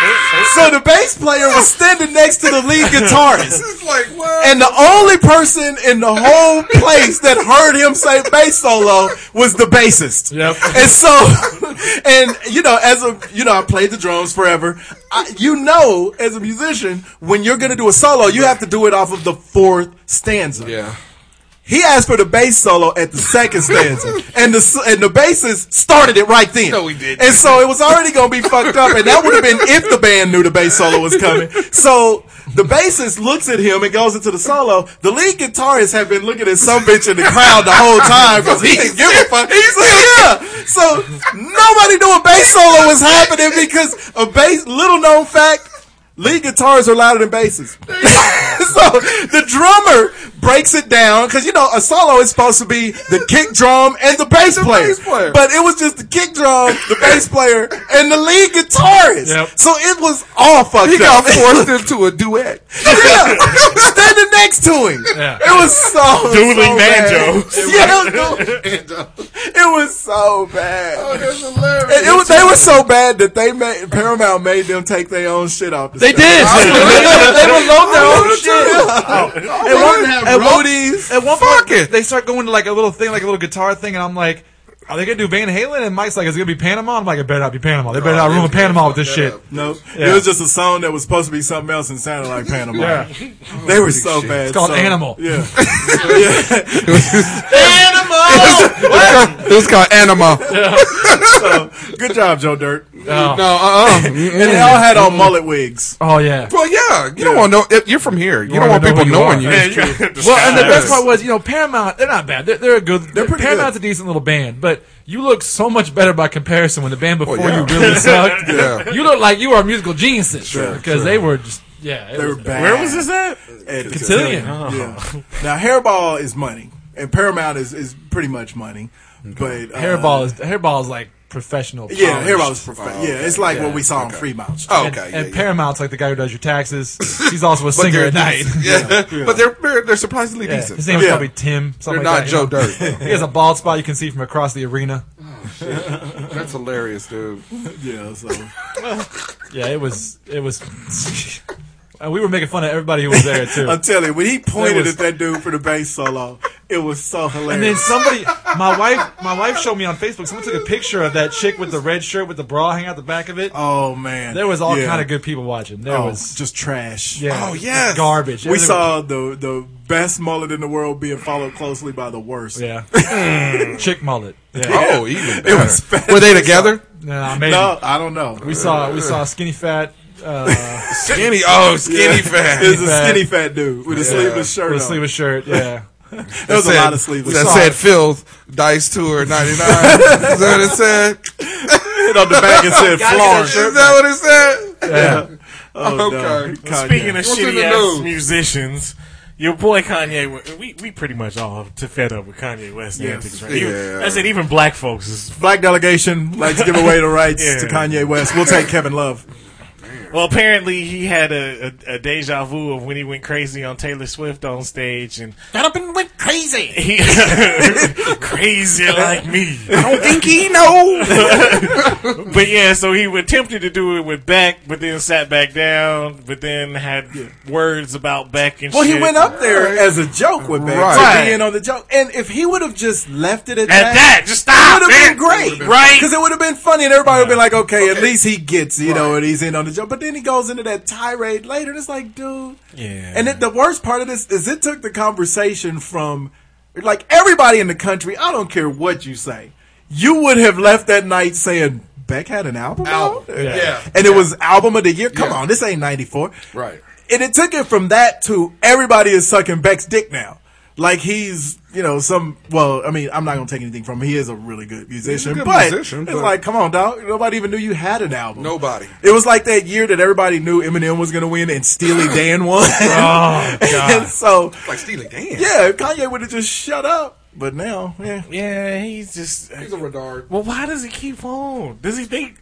I: so the bass player was standing next to the lead guitarist.
M: It's like what?
I: And the only person in the whole place that heard him say bass solo was the bassist.
F: Yep.
I: And so, [laughs] and you know, as a you know, I played the drums forever. I, you know, as a musician, when you're gonna do a solo, you have to do it off of the fourth stanza.
H: Yeah.
I: He asked for the bass solo at the second stanza,
M: [laughs]
I: and the s- and the bassist started it right then.
M: No, he didn't.
I: And so it was already gonna be fucked up, and that would have been if the band knew the bass solo was coming. So the bassist looks at him and goes into the solo. The lead guitarist had been looking at some bitch in the crowd the whole time because he didn't give a fuck. He's like, yeah. So nobody knew a bass solo was happening because a bass. Little known [laughs] fact. Lead guitars are louder than basses. so the drummer breaks it down because you know a solo is supposed to be the kick drum and the bass, player.
M: bass player.
I: but it was just the kick drum, the bass player, and the lead guitarist.
F: Yep.
I: So it was all fucked
M: He
I: up.
M: got
I: [laughs]
M: forced into a [laughs] duet.
I: Yeah. standing next to him.
F: Yeah.
I: It was so
G: Dueling
I: so bad.
G: banjos.
I: Yeah, it was, it was so bad.
M: uh, Oh, that's hilarious.
I: It, it was, they were so bad that they made Paramount made them take their own shit off. The
F: They did. they were low
I: Oh,
F: down.
I: shit.
M: They wouldn't have
F: at one-
M: roadies.
F: At one
M: Fuck
F: point,
M: it.
F: they start going to like a little thing, like a little guitar thing, and I'm like, are they gonna do Van Halen? And Mike's like, is it gonna be Panama? I'm like, it better not be Panama. They better not ruin Panama with this shit.
I: No,
F: Yeah.
I: it was just a song that was supposed to be something else and sounded like Panama.
F: Yeah.
I: They were so bad.
F: It's called
I: so-
F: Animal.
I: Yeah,
M: It was called Anima.
I: good job, Joe Dirt.
M: No, uh-uh.
I: And they all had on mullet wigs.
F: Oh yeah.
M: Well, yeah, you don't want to know. If you're from here. You, don't
F: wanna
M: want
F: know
M: people
F: who you
M: knowing
F: are. [laughs]
M: you.
F: Yeah, Well, and the best part was, you know, Paramount, they're not bad. They're, they're a good, they're
I: pretty
F: Paramount's a decent little band, but you look so much better by comparison when the band before
M: yeah.
F: you really sucked.
M: Yeah.
F: You look like you are musical geniuses. because they were just, yeah. it
I: They were
F: was-
I: bad.
G: Where was this at?
I: At
F: Cotillion. Oh.
I: Yeah. [laughs] Now, Hairball is money, and Paramount is, is pretty much money. But uh,
F: Hairball is, Hairball is like professional.
I: yeah,
F: polish.
I: Hairball is perfect.
M: Oh,
I: Yeah, it's like what we saw in Fremont.
M: Oh,
F: And,
M: okay.
F: and
M: yeah, yeah.
F: Paramount's like the guy who does your taxes. He's
M: [laughs]
F: also a singer at night.
M: Yeah. But they're, they're, they're surprisingly
F: Yeah,
M: decent.
F: His name is
I: Yeah.
F: probably Tim.
M: they're
F: Something
M: not
F: like
M: Joe
F: that, you know.
M: Dirt.
F: [laughs] He has a bald spot you can see from across the arena.
M: That's hilarious, dude.
I: Yeah,
M: [laughs]
I: so
F: Yeah, it was. It was. [laughs] and we were making fun of everybody who was there too.
M: [laughs]
I: I'm telling you, when he
F: That
I: pointed
F: was-
I: at that dude for the bass solo, it was so
F: And then
I: hilarious.
F: somebody, my wife, my wife showed me on Facebook. Someone took a picture of that chick with the red shirt with the bra hanging out the back of it.
I: oh man,
F: there was all
I: Yeah.
F: kind of good people watching. There
I: Oh,
F: was
I: just trash.
F: yeah,
M: Oh, yes.
F: garbage.
I: we
F: Everything-
I: saw the the best mullet in the world being followed closely by the worst. [laughs]
M: [laughs]
F: yeah, chick mullet. Yeah,
M: Hmm. Oh, even better. Were they together?
F: nah, maybe.
I: No, I don't know.
F: We saw we saw skinny fat uh,
M: Skinny. [laughs] Oh, skinny fat.
I: It was a
F: fat.
I: skinny fat dude with a sleeveless shirt.
F: with a
I: on.
F: sleeveless shirt. Yeah,
I: There was a
M: said-
I: lot of sleeveless.
M: That
I: shirts.
M: said, Phil Dice Tour '99. Is that what it said?
I: Hit on the back and [laughs] said Florence.
M: Is that what it said?
F: yeah.
I: Oh,
M: Okay.
I: no. Kanye.
G: Speaking of
M: What's in
G: shitty
M: the
G: ass
M: news?
G: musicians, your boy Kanye, West- we we pretty much all to fed up with Kanye West
I: Yes.
G: antics, right? Even-
M: Yeah.
G: I said even black folks is
I: Black delegation likes to give away the rights
G: Yeah.
I: to Kanye West. We'll take Kevin Love.
G: Well, apparently he had a, a, a deja vu of when he went crazy on Taylor Swift on stage, and
L: That up and went crazy.
G: he [laughs] crazy like me.
M: Don't think he know.
G: [laughs] But yeah, so he attempted to do it with Beck, but then sat back down, but then had words about Beck
I: [laughs]
G: and
I: Well,
G: shit.
I: he went up there as a joke with Beck
M: Right.
I: to be in on the joke, and if he would have just left it at,
G: at that. Just stop.
I: It would have been
G: man.
I: great,
G: right?
I: Because it would have been funny, and everybody would have been like, okay, at least he gets, you know, and he's in on the joke. But then he goes into that tirade later, and it's like, dude.
G: Yeah.
I: And it, the worst part of this is it took the conversation from, like, everybody in the country, I don't care what you say, you would have left that night saying, Beck had an album? out?
M: Yeah.
I: And it was album of the year? Come
M: Yeah.
I: on, this ain't 94.
M: Right.
I: And it took it from that to everybody is sucking Beck's dick now. Like he's, you know, some. Well, I mean, I'm not gonna take anything from him. He is a really good musician,
M: good
I: but
M: musician,
I: it's
M: but-
I: like, come on, dog. Nobody even knew you had an album.
M: Nobody.
I: It was like that year that everybody knew Eminem was gonna win and Steely Dan won. oh, [laughs] and so,
M: Like Steely Dan.
I: yeah, Kanye would have just shut up. But now, yeah,
G: yeah, he's just.
M: He's a retard.
G: Well, why does he keep on? Does he think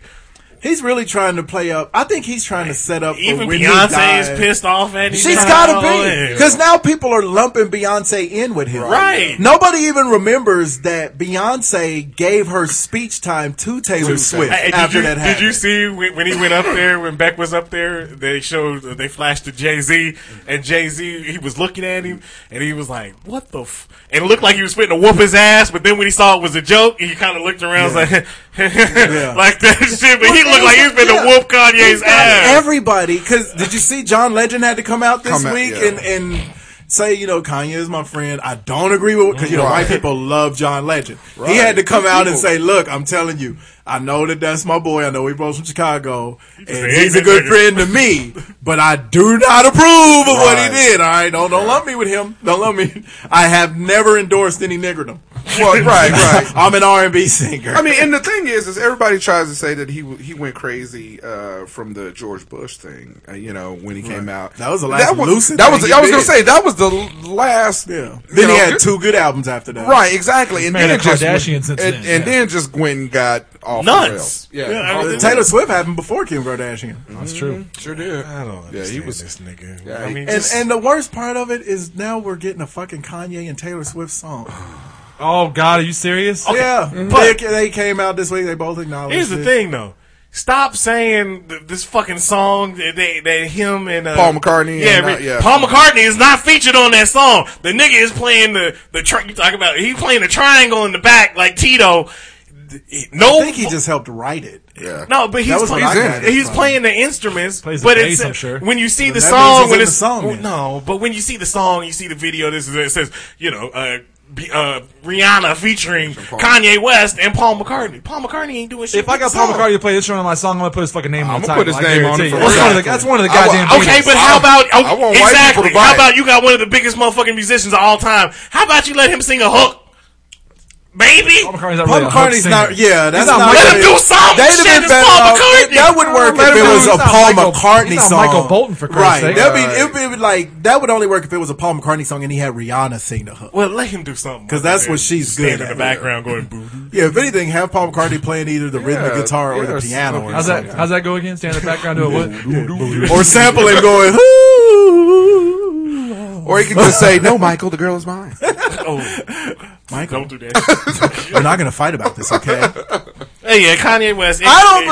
I: he's really trying to play up. I think he's trying to set up for
G: even
I: when he
G: Beyonce
I: dies.
G: is pissed off at him?
I: She's got to be because now people are lumping Beyonce in with him.
G: Right.
I: Nobody even remembers that Beyonce gave her speach time to Taylor Swift
G: Hey,
I: after
G: did, you,
I: that
G: did
I: happened.
G: you see when, when he went up there when Beck was up there? They showed they flashed to Jay Z and Jay Z he was looking at him and he was like, "What the?" F-? And it looked like he was fitting to whoop his ass, but then when he saw it was a joke, he kind of looked around was like, [laughs] like that shit. But he looked like he was fitting to
I: Yeah.
G: whoop Kanye's ass.
I: Everybody, because did you see John Legend had to come out this
M: Come out,
I: week
M: yeah.
I: and and say you know Kanye is my friend. I don't agree with because you know white people love John Legend. He had to come
M: Good
I: out and
M: people.
I: say, look, I'm telling you. I know that that's my boy. I know we both from Chicago, and
G: said,
I: he's
G: "Hey,
I: a good
G: nigga."
I: friend to me. But I do not approve of what he
M: Right.
I: did. All right, don't don't lump me with him. Don't lump me. I have never endorsed any niggerdom.
H: Well, right, right.
I: I'm an R&B singer.
H: I mean, and the thing is, is everybody tries to say that he w- he went crazy uh, from the George Bush thing. Uh, you know, when he came out,
I: That was the last
H: that was,
I: lucid
H: That
I: thing
H: was
I: he
H: I was
I: did.
H: gonna say that was the l- last.
I: yeah.
H: you
I: Then he
H: know,
I: had two good albums after that.
H: Right, exactly, and
F: Man,
H: then
F: the
H: just
F: Kardashians
H: and,
F: since
H: and,
F: then, yeah.
H: then just went and got off the
G: Nuts.
H: rails. Yeah, Oh,
G: Yeah, I
I: Uh,
G: mean,
I: Taylor Swift happened before Kim Kardashian.
F: That's true.
H: sure did.
G: I don't understand
H: Yeah, he was-
G: this nigga.
H: Yeah,
G: I
H: he-
G: mean,
I: And,
G: just-
I: and the worst part of it is now we're getting a fucking Kanye and Taylor Swift song.
F: Oh God, are you serious?
I: Yeah, they, they came out this week. They both acknowledged.
G: here's the
I: it.
G: thing, though. Stop saying th- this fucking song that, they, that him and uh,
H: Paul McCartney
G: Yeah,
H: and not-
G: re-
H: yeah.
G: Paul McCartney is not featured on that song. The nigga is playing the the tri- you talk about. He playing the triangle in the back like Tito. Th- No,
I: I think he just helped write it.
H: yeah.
G: No, but he's
I: That was
G: playing,
I: what
G: he's,
I: I got it from.
G: playing the instruments.
F: Plays the
G: but
F: bass,
G: it's,
F: I'm sure.
G: When you see
I: that
G: the
I: means
G: song,
I: he's
G: when
I: in
G: it's oh,
I: the song then.
G: no, but when you see the song, you see the video. This is it says you know. Uh, be- uh, Rihanna featuring Kanye West and Paul Mcartney. Paul McCartney ain't doing shit.
F: If I
G: with
F: got
G: the
F: Paul
G: song.
F: McCartney to play this one on my song, I'm gonna put his fucking name on
H: I'ma
F: the title.
H: put his
F: I
H: name on
F: guarantee
H: it
F: you.
H: for
F: That's
H: real.
F: one of the, that's one of the
H: I wa-
F: goddamn.
H: I wa-
G: Okay,
F: Beatles.
G: but how about oh,
H: I want white people
G: exactly?
H: to buy
G: How
H: it.
G: about you got one of the biggest motherfucking musicians of all time? How about you let him sing a hook, baby?
F: Paul McCartney's not
I: Paul
F: really a hook
I: McCartney's
F: singer.
I: not. Yeah, that's
F: not
I: not.
F: Michael-
G: Let him do some
I: They'd have
G: shit.
I: been
G: It's
I: better
G: Paul
I: off-
G: McCartney.
I: That would work
F: Let
I: if
F: him
I: it
F: do-
I: was
F: he's
I: a
F: not
I: Paul
F: Michael-
I: McCartney
F: he's not
I: song.
F: Michael Bolton, for Christ's
I: right.
F: sake.
I: That'd be, it'd be- it'd be like that would only work if it was a Paul McCartney song and he had Rihanna sing the hook.
G: Well, let him do something
I: 'Cause that's what she's
G: Stand
I: good
G: in
I: at.
G: the
I: [laughs]
G: background going boo.
I: Yeah, if anything, have Paul McCartney playing either the rhythmic
H: Yeah,
I: guitar or the
H: yes.
I: piano, or,
F: How's that? How's that go again? Stand in the background doing what?
I: or sample him going. Ooh.
H: [laughs] Or he could just say, "No, Michael, the girl is mine."
I: Michael,
G: Oh. Don't do that.
I: [laughs] [laughs] we're not gonna fight about this, okay?
G: hey, yeah, Kanye West.
I: I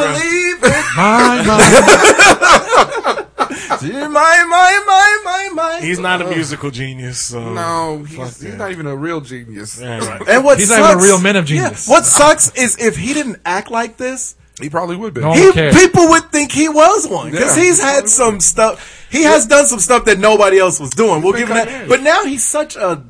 I: don't believe it.
F: My,
I: my,
F: my.
I: my, my, my, my.
G: He's not a musical genius. So.
H: No, he's, he's not even a real genius.
G: Yeah, right.
I: And what
F: He's not
I: sucks,
F: even a real man of genius.
I: what sucks is if he didn't act like this,
H: [laughs] He probably would be.
F: No one
I: he,
F: cares.
I: people would think he was one because
H: Yeah.
I: he's had some stuff. He has done some stuff that nobody else was doing. We'll give him that. But now he's such a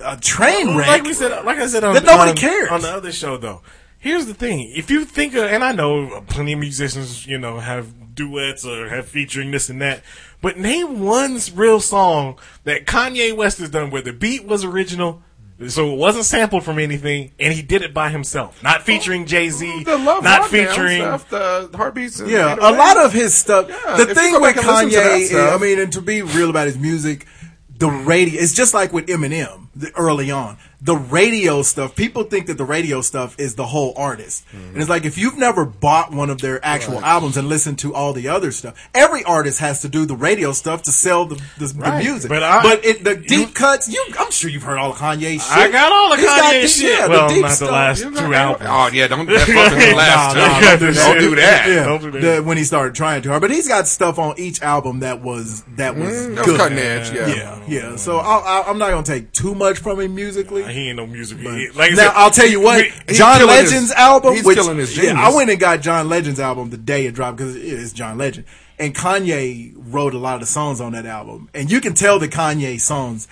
I: a train wreck.
G: Like we said, like I said, on,
I: That nobody
G: on-
I: cares.
G: on the other show though. Here's the thing: if you think, of, and I know plenty of musicians, you know, have duets or have featuring this and that, but name one real song that Kanye West has done where the beat was original. So it wasn't sampled from anything, and he did it by himself, not featuring Jay Z,
H: The love
G: not
H: Rock Band
G: featuring
H: stuff, the heartbeats. And,
I: yeah,
H: you know,
I: a lot of his stuff.
H: Yeah, if
I: the
H: you
I: thing
H: go
I: with
H: back and listen to that
I: Kanye, is, I
H: stuff-
I: mean, and to be real about his music, the radio. It's just like with Eminem the, early on. The radio stuff. People think that the radio stuff is the whole artist,
H: Mm-hmm.
I: and it's like if you've never bought one of their actual albums and listened to all the other stuff. Every artist has to do the radio stuff to sell the the, the music.
G: But I-
I: it, the deep cuts. You, I'm sure you've heard all the Kanye shit.
G: I got all the
I: He's got
G: Kanye
I: deep-
G: shit.
I: yeah, the
G: well,
I: deep
G: not
I: stuff.
G: the last
I: You're
G: two albums.
H: Oh yeah,
I: [laughs]
H: don't that fucking the last
I: Nah, nah,
H: time.
I: don't
H: don't,
I: do
H: do
I: that.
H: that.
I: Yeah,
G: Don't do that.
I: the- when he started trying to hard, but he's got stuff on each album that was that was
H: Mm-hmm. That was
I: good.
H: cutting edge. Yeah.
I: Yeah, yeah. So I'll, I'll, I'm not gonna take too much from him musically.
G: He ain't no music.
I: But-
G: he- Like I
I: now
G: said,
I: I'll tell you what,
G: we-
H: he's
I: John
H: killing his-
I: Legend's album.
H: he's
I: which-
H: killing his
I: yeah, I
H: genius.
I: went and got John Legend's album the day it dropped because it's John Legend, and Kanye wrote a lot of the songs on that album, and you can tell the Kanye songs.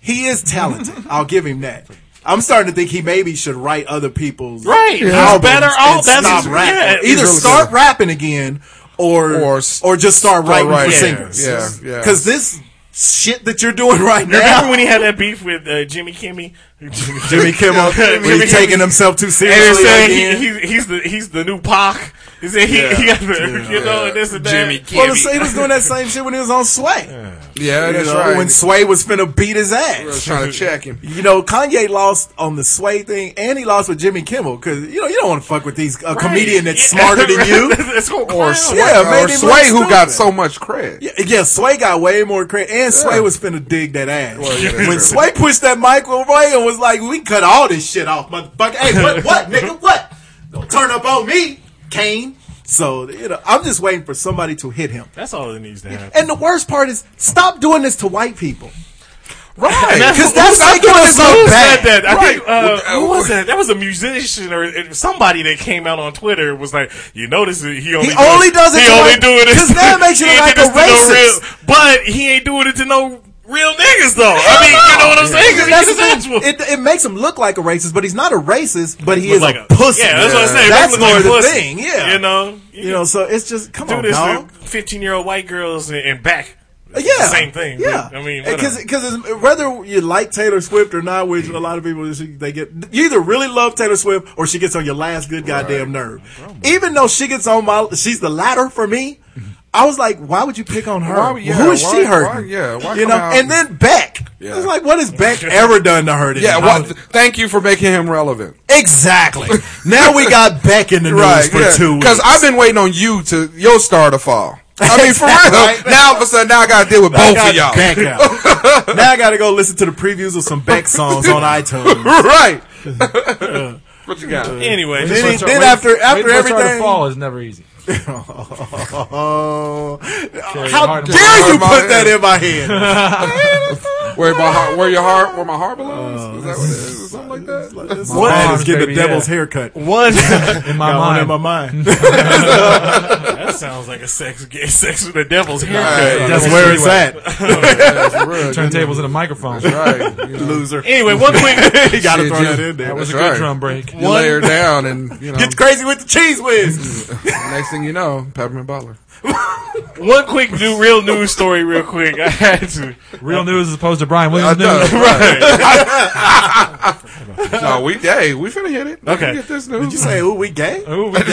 I: He is talented. I'll give him that. I'm starting to think he maybe should write other people's
G: Right. He's
I: albums
G: better
I: and
G: off- that's
I: stop
G: his-
I: rapping.
G: yeah.
I: Either
H: He's really
I: start rapping again, or
H: Or
I: or,
H: s-
I: just start, writing,
H: writing.
I: for
H: Yeah,
I: singers.
H: yeah, yeah.
I: Because this shit that you're doing right
G: Remember
I: now,
G: when he had that beef with uh, Jimmy Kimmy?
I: [laughs]
G: Jimmy, [laughs]
I: Jimmy Kimmel,
G: Jimmy
I: when he's
G: Kimmel.
I: taking himself too
G: And they're
I: seriously again.
G: saying he, he, he's the he's the new Pac. He said he, he got the you know and this and that.
N: Jimmy
I: Well, the
N: Kimmy.
I: same was [laughs] doing that same shit when he was on Sway.
H: Yeah,
I: You
H: that's
I: know,
H: right.
I: When Sway was finna beat his
H: I was
I: ass.
H: trying to check him.
I: You know, Kanye lost on the Sway thing, and he lost with Jimmy Kimmel because you know you don't want to fuck with these a comedian that's smarter than
G: [laughs]
I: [laughs] you.
G: it's called
H: Or
G: clown.
H: Sway,
I: Yeah, made
H: or
I: him look
H: Sway who got
I: stupid.
H: so much cred.
I: Yeah, yeah, Sway got way more credit, and Sway was finna dig that ass.
H: yeah, that's
I: when
H: true.
I: Sway pushed that mic away and was like, "We cut all this shit off, motherfucker." Hey, what, what, [laughs] nigga, what? Don't turn up on me, Kane. So you know, I'm just waiting for somebody to hit him.
G: That's all that needs to happen.
I: And the worst part is, stop doing this to white people.
H: Right.
I: Because that's making us
G: Who
I: look
G: said
I: bad.
G: that? I
H: Right.
G: think uh,
H: Well,
G: who was that? That was a musician or uh, somebody that came out on Twitter was like, you notice that he only
I: He only does it
G: he
I: to
G: only
I: like-
G: do it
I: 'cause
G: [laughs]
I: that makes you
G: he ain't
I: look
G: do
I: like a
G: this to no
I: racist.
G: real- but he ain't doing it to no real niggas though. I mean, you know what
I: [laughs]
G: I'm saying? 'Cause
I: That's
G: he's
I: the thing.
G: natural.
I: It, it makes him look like a racist, but he's not a racist. But he
G: Look
I: is
G: like
I: a, pussy.
G: Yeah, that's what I'm saying.
I: That's
G: Look like
I: more the
G: pussy.
I: thing. Yeah,
G: you know,
I: you know. So it's just come
G: do
I: on,
G: this
I: dog. Uh,
G: to 15 year old white girls and, and back. It's
I: yeah,
G: the same thing.
I: Yeah,
G: but, I mean,
I: because
G: whatever.
I: whether you like Taylor Swift or not, which a lot of people she- they get, you either really love Taylor Swift or she gets on your last good goddamn
G: Oh,
I: nerve. Even though she gets on my, she's the latter for me. I was like, why would you pick on her?
H: Why would- yeah,
I: Who is
H: why-
I: she
H: why-
I: hurting?
H: yeah, why
I: you
H: come
I: know.
H: out
I: And then Beck.
H: Yeah.
I: It's like, what has
G: [laughs]
I: Beck ever done to hurt?
H: Yeah,
I: anyone?
H: well, th- thank you for making him relevant. [laughs]
I: Exactly. now we got Beck in the news for two weeks.
H: Because I've been waiting on you to your star to fall. I
I: [laughs]
H: mean, for real. Now all of a sudden, now I got to deal with
I: I
H: both of
I: got
H: y'all.
I: Beck out. [laughs] now I got to go listen to the previews of some Beck songs
H: [laughs]
I: on iTunes.
H: [laughs] right. what you got?
G: anyway,
I: Then,
G: just-
I: he- then after after
F: Waiting for a star to
I: everything,
F: fall is never easy.
I: oh, how
F: hard to-
I: dare you
H: hard
I: put
H: mode
I: that
H: is.
I: in my [laughs] head?
H: Where my heart, where your heart, where my heart belongs? Is that what it is? Or Something like that.
I: This man is getting the
F: baby,
I: devil's
F: yeah.
I: haircut.
G: one
F: In my
I: Got one
F: mind,
I: in my mind.
G: that sounds like a sex [laughs] gay sex with the devil's
H: All
G: haircut.
H: right.
I: That's
F: Devil's
I: where it's
F: freeway.
I: at. Uh,
H: [laughs] That's real.
F: turntables and a microphone.
H: Right. You know,
I: Loser.
G: Anyway, one quick.
I: [laughs] You gotta
H: Shit,
I: throw
H: you-
I: that um, in there.
F: That was a
H: That's
F: good
H: right.
F: drum break.
H: you layer down, and you know,
I: Get crazy with the cheese whiz.
H: next thing you know, Peppermint Butler.
G: one quick new real news story, real quick. [laughs] I had to.
F: Real news as opposed to Brian
H: I
F: Williams
H: know,
F: news.
H: right. [laughs] no, we hey, we finna hit it. We
G: Okay.
H: finna Get this news.
I: Did you say, ooh, we gay?
F: Ooh, we did.
I: Hey,
H: [laughs]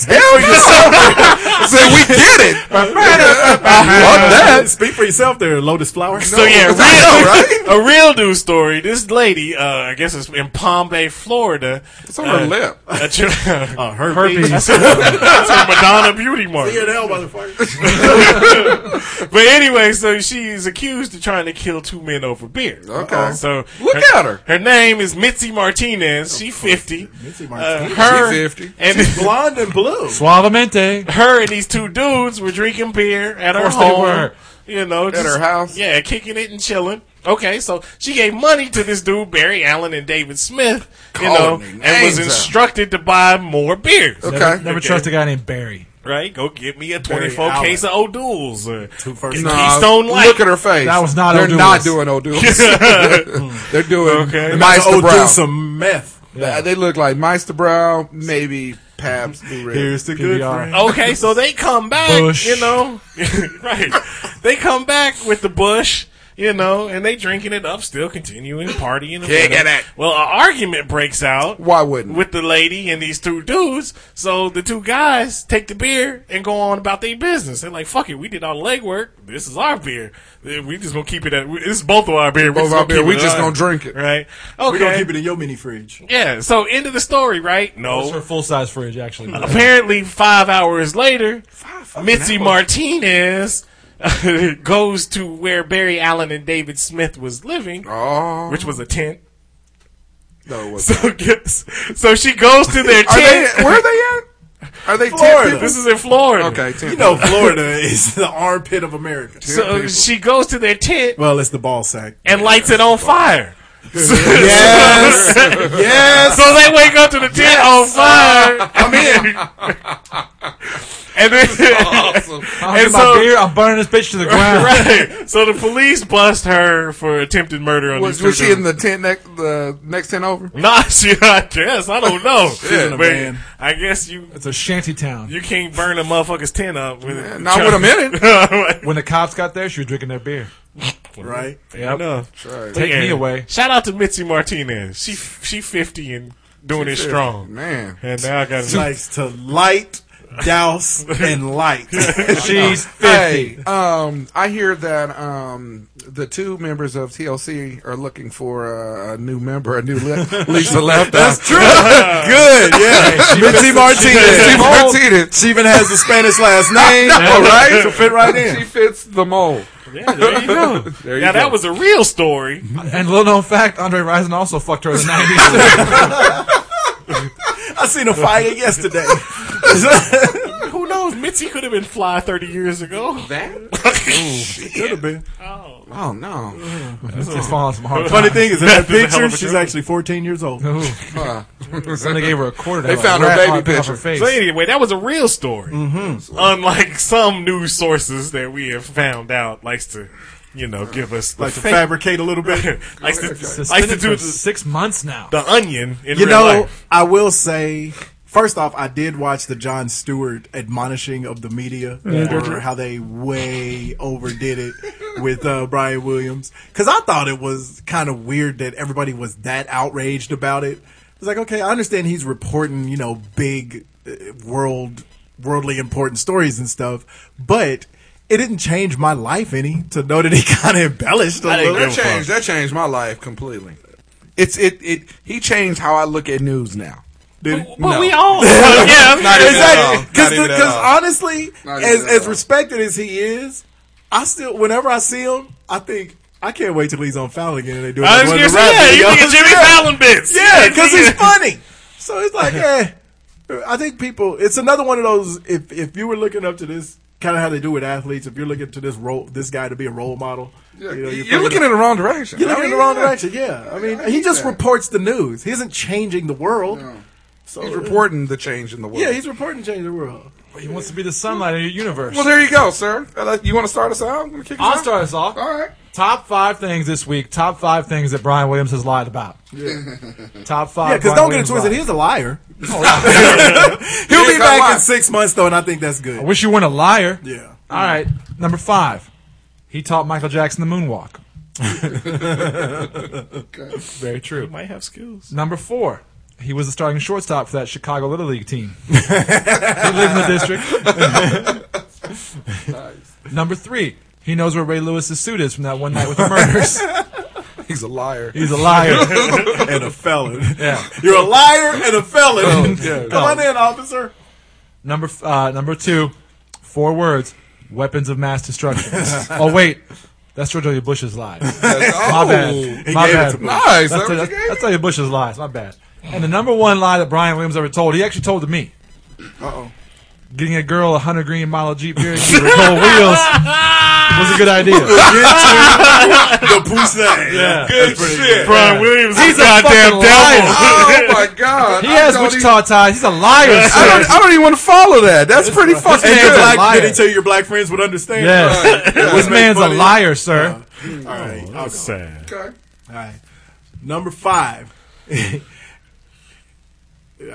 H: Hell yeah! [laughs] Say we get it. Fuck that.
I: Speak for yourself there, Lotus Flower.
G: So
I: [laughs]
G: yeah, real,
H: I
G: a real news story. This lady, uh, I guess it's in Palm Bay, Florida.
H: It's on her lip.
G: A ch-
I: [laughs] Uh,
G: [laughs]
I: herpes.
F: Herpes.
G: That's a Madonna
I: [laughs]
G: beauty mark.
I: Get hell, motherfucker.
G: But anyway, so she's accused of trying to kill two men over beer. Uh,
H: Okay.
G: So
H: Look at her.
G: Her name is Mitzi Martinez. She fifty.
I: Mitzi
G: Uh,
I: Martinez.
G: her
H: She 50.
G: and
I: Blonde and blue.
F: Suavemente.
G: [laughs] her and these two dudes were drinking beer at her
F: course they
G: home.
F: were.
G: You know, at
H: her house.
G: Yeah, kicking it and chilling. Okay, so she gave money to this dude Barry Allen and David Smith. you know,
H: Calling me
G: and was
H: names out.
G: instructed to buy more beers.
H: Okay.
F: Never trust a guy named Barry.
G: Right? Go get me a
I: Barry
G: twenty-four
I: Allen.
G: case of O'Doul's or
I: first-
G: get
H: Nah,
G: Keystone Light.
H: Look at her face.
F: That was not
H: They're
F: O'Doul's.
H: not
G: [laughs]
H: doing O'Doul's. [laughs] They're doing
G: Okay.
H: Meister
I: Oh,
H: Brown.
I: do some meth.
H: They- They look like Meister Brown, maybe Pabst Blue Ribbon.
I: Here's the good
F: PBR.
I: friend.
G: Okay, so they come back,
F: Bush.
G: you
H: [laughs]
G: know, right? They come back with the bush, you know, and they drinking it up, still continuing partying.
H: Kicking
G: whatever.
H: it.
G: Well, an argument breaks out
H: Why wouldn't?
G: with the lady and these two dudes. So the two guys take the beer and go on about their business. They're like, "Fuck it, we did our legwork. This is our beer. We just gonna keep it at. This is both of our beer.
H: Both our beer.
G: keep
H: We
G: it
H: just
G: at
H: gonna
G: ours."
H: drink it.
G: right? Okay.
I: We're gonna keep it in your mini fridge.
G: yeah. So end of the story, right? No,
F: It's her full size fridge, actually.
G: apparently five hours later, Mitzi Martinez [laughs] goes to where Barry Allen and David Smith was living,
H: Oh,
G: which was a tent. [laughs]
H: no, it wasn't.
G: So, guess, so she goes to their
H: [laughs] Are they,
G: tent.
H: where are they at? Are they
I: Florida.
H: ten people?
G: this is in Florida.
H: Okay, ten
I: You [laughs] know, Florida is the armpit of America.
G: So
H: people. [laughs]
G: she goes to their tent
I: Well, it's the ball sack.
G: and lights it on
H: [laughs]
G: fire.
I: Yes. [laughs] yes.
G: [laughs] So they wake up to the tent on fire. I'm in. [laughs] and
H: [laughs]
G: then,
H: people.
F: I'm drinking
G: [laughs] and
F: my
G: so-
F: beer. I'm burning this bitch to the ground.
G: right. [laughs] So the police bust her for attempted murder on
H: Was,
G: these
H: was
G: two
H: she
G: dudes.
H: in the tent next the next tent over?
G: Nah, [laughs] she, I guess I don't know.
H: in
I: a
G: But
I: van.
G: I guess you
F: It's a shanty town.
G: you can't burn a motherfucker's tent up with it.
H: Not with
G: [laughs]
H: a minute.
F: When the cops got there, she was drinking their beer.
I: Right.
F: Yep.
G: no.
H: Right.
F: Take me away.
G: Shout out to Mitzi Martinez. She she fifty and doing it strong.
H: Man,
G: And now I got to
I: Likes to light, douse, and light.
F: She's 50.
H: Hey, um, I hear that um, the two members of TLC are looking for uh, a new member, a new li- Lisa Left. [laughs] That's true.
I: Good. [laughs] Yeah. Mitzi
H: She
I: Martinez.
H: Martinez.
I: She even has the Spanish last name.
H: All [laughs] right,
I: To fit right in.
H: She fits the mold.
G: yeah, there you go.
H: [laughs] There you
G: now
H: go.
G: that was a real story.
F: And little known fact, Andre Rison also fucked her in the 90s.
I: I seen a fire yesterday. [laughs]
G: Who knows? Mitzi could have been fly thirty years ago.
I: Could have been.
H: oh no,
F: it's falling some hard
I: Funny thing is, in that
G: That's a hell
I: picture,
G: of a
I: she's
G: joke.
I: actually 14 years old.
H: Uh,
F: Then they gave her a quarter. to
H: They
F: have
H: found
F: a
H: her
F: rat
H: baby
F: mark off
H: picture.
F: Her face.
G: So anyway, that was a real story.
I: Mm-hmm.
G: Unlike some news sources that we have found out likes to, you know, give us the
I: Like to
G: fake-
I: fabricate a little bit.
G: [laughs] likes to, likes to
F: Suspended
G: do
F: for
G: the,
F: six months now.
G: the onion in
I: You
G: real
I: know,
G: life.
I: I will say First off, I did watch the John Stewart admonishing of the media for how they way overdid it with uh, Brian Williams because I thought it was kind of weird that everybody was that outraged about it. It's like, okay, I understand he's reporting, you know, big uh, world worldly important stories and stuff, but it didn't change my life any to know that he [laughs] kind of embellished a little.
H: that changed. That changed my life completely. It's it it. He changed how I look at news now.
I: Did he?
H: No.
G: all. [laughs]
I: [laughs]
G: yeah,
H: Not even at all.
I: exactly.
H: Not
I: Because
H: even at all.
I: honestly,
M: Not
I: as
M: even at
I: as
M: all.
I: respected as he is, I still whenever I see him, I think I can't wait till he's on Fallon again and they do
G: I
I: another one
G: was gonna
I: of the
G: say, yeah,
I: rap
G: you think
I: videos.
G: of
I: [laughs]
G: Jimmy Fallon bits.
I: Yeah, because
G: [laughs]
I: he's [laughs] funny. So it's like, eh. I think people. It's another one of those. If if you were looking up to this, kind of how they do with athletes. If you're looking to this role, this guy to be a role model, you know,
M: You're,
I: you're
M: looking
I: thinking-
M: in the wrong direction.
I: you're looking
M: I
I: in the
M: mean,
I: wrong
M: yeah.
I: direction. Yeah, I mean, he just reports the news. He isn't changing the world. So
H: He's reporting the change in the world.
I: Yeah, he's reporting change the world.
F: He wants to be the sunlight of your universe.
M: Well, there you go, sir. I like- You want to start us out? I'm gonna kick us
F: I'll
M: out.
F: start us off.
M: All right.
F: Top five things this week. Top five things that Brian Williams has lied about. Top five.
I: Yeah, because don't
F: Brian
I: get it
F: Williams
I: twisted.
F: lies.
I: He's a liar. He'll
M: Here's
I: be
M: a
I: back
M: lie.
I: in six months though, and I think that's
F: I
I: good.
F: wish you weren't a liar.
I: Yeah.
F: All right. Number five. He taught Michael Jackson the moonwalk. Very true.
G: might have skills.
F: Number four, he was the starting shortstop for that Chicago Little League team. [laughs] he lives in the district. Number three, he knows where Ray Lewis's suit is from that one night with
G: [laughs]
F: the murders.
H: He's a liar.
F: He's a liar.
I: and a felon.
F: Yeah.
I: You're a liar and a felon. [laughs] Come on in, officer.
F: Number f- uh, number two, four words: weapons of mass destruction. [laughs] oh wait, that's George W. Bush's
I: [laughs]
F: lies. My bad.
I: Oh, He
F: My
I: gave it
F: bad.
I: to Bush.
H: Nice.
F: That's, that's,
H: That was your game?
F: that's W. Bush's lies. My bad. And the number one lie that Brian Williams ever told, he actually told to me. Uh oh. Getting a girl a hundred green model Jeep Cherokee with gold wheels was a good
I: [laughs]
F: idea.
I: The Poussin.
F: Yeah.
H: Good shit.
G: Brian Williams is
F: He's a
G: goddamn
F: fucking liar.
G: devil.
M: [laughs] Oh my God!
F: He
M: I
F: has
M: don't e- even-
F: Wichita ties. He's a liar.
H: I
F: sir.
H: don't, I don't even want to follow that. That's pretty fucking
I: And your
H: good.
F: black-
I: black,
F: liar.
I: did he tell you your black friends would understand?
F: Yes. This
I: Make
F: man's a
I: fun of you.
F: liar,
I: All
F: sir.
I: right. I'll go.
G: Sad.
F: [laughs]
M: Okay.
I: All right. Number five. [laughs] I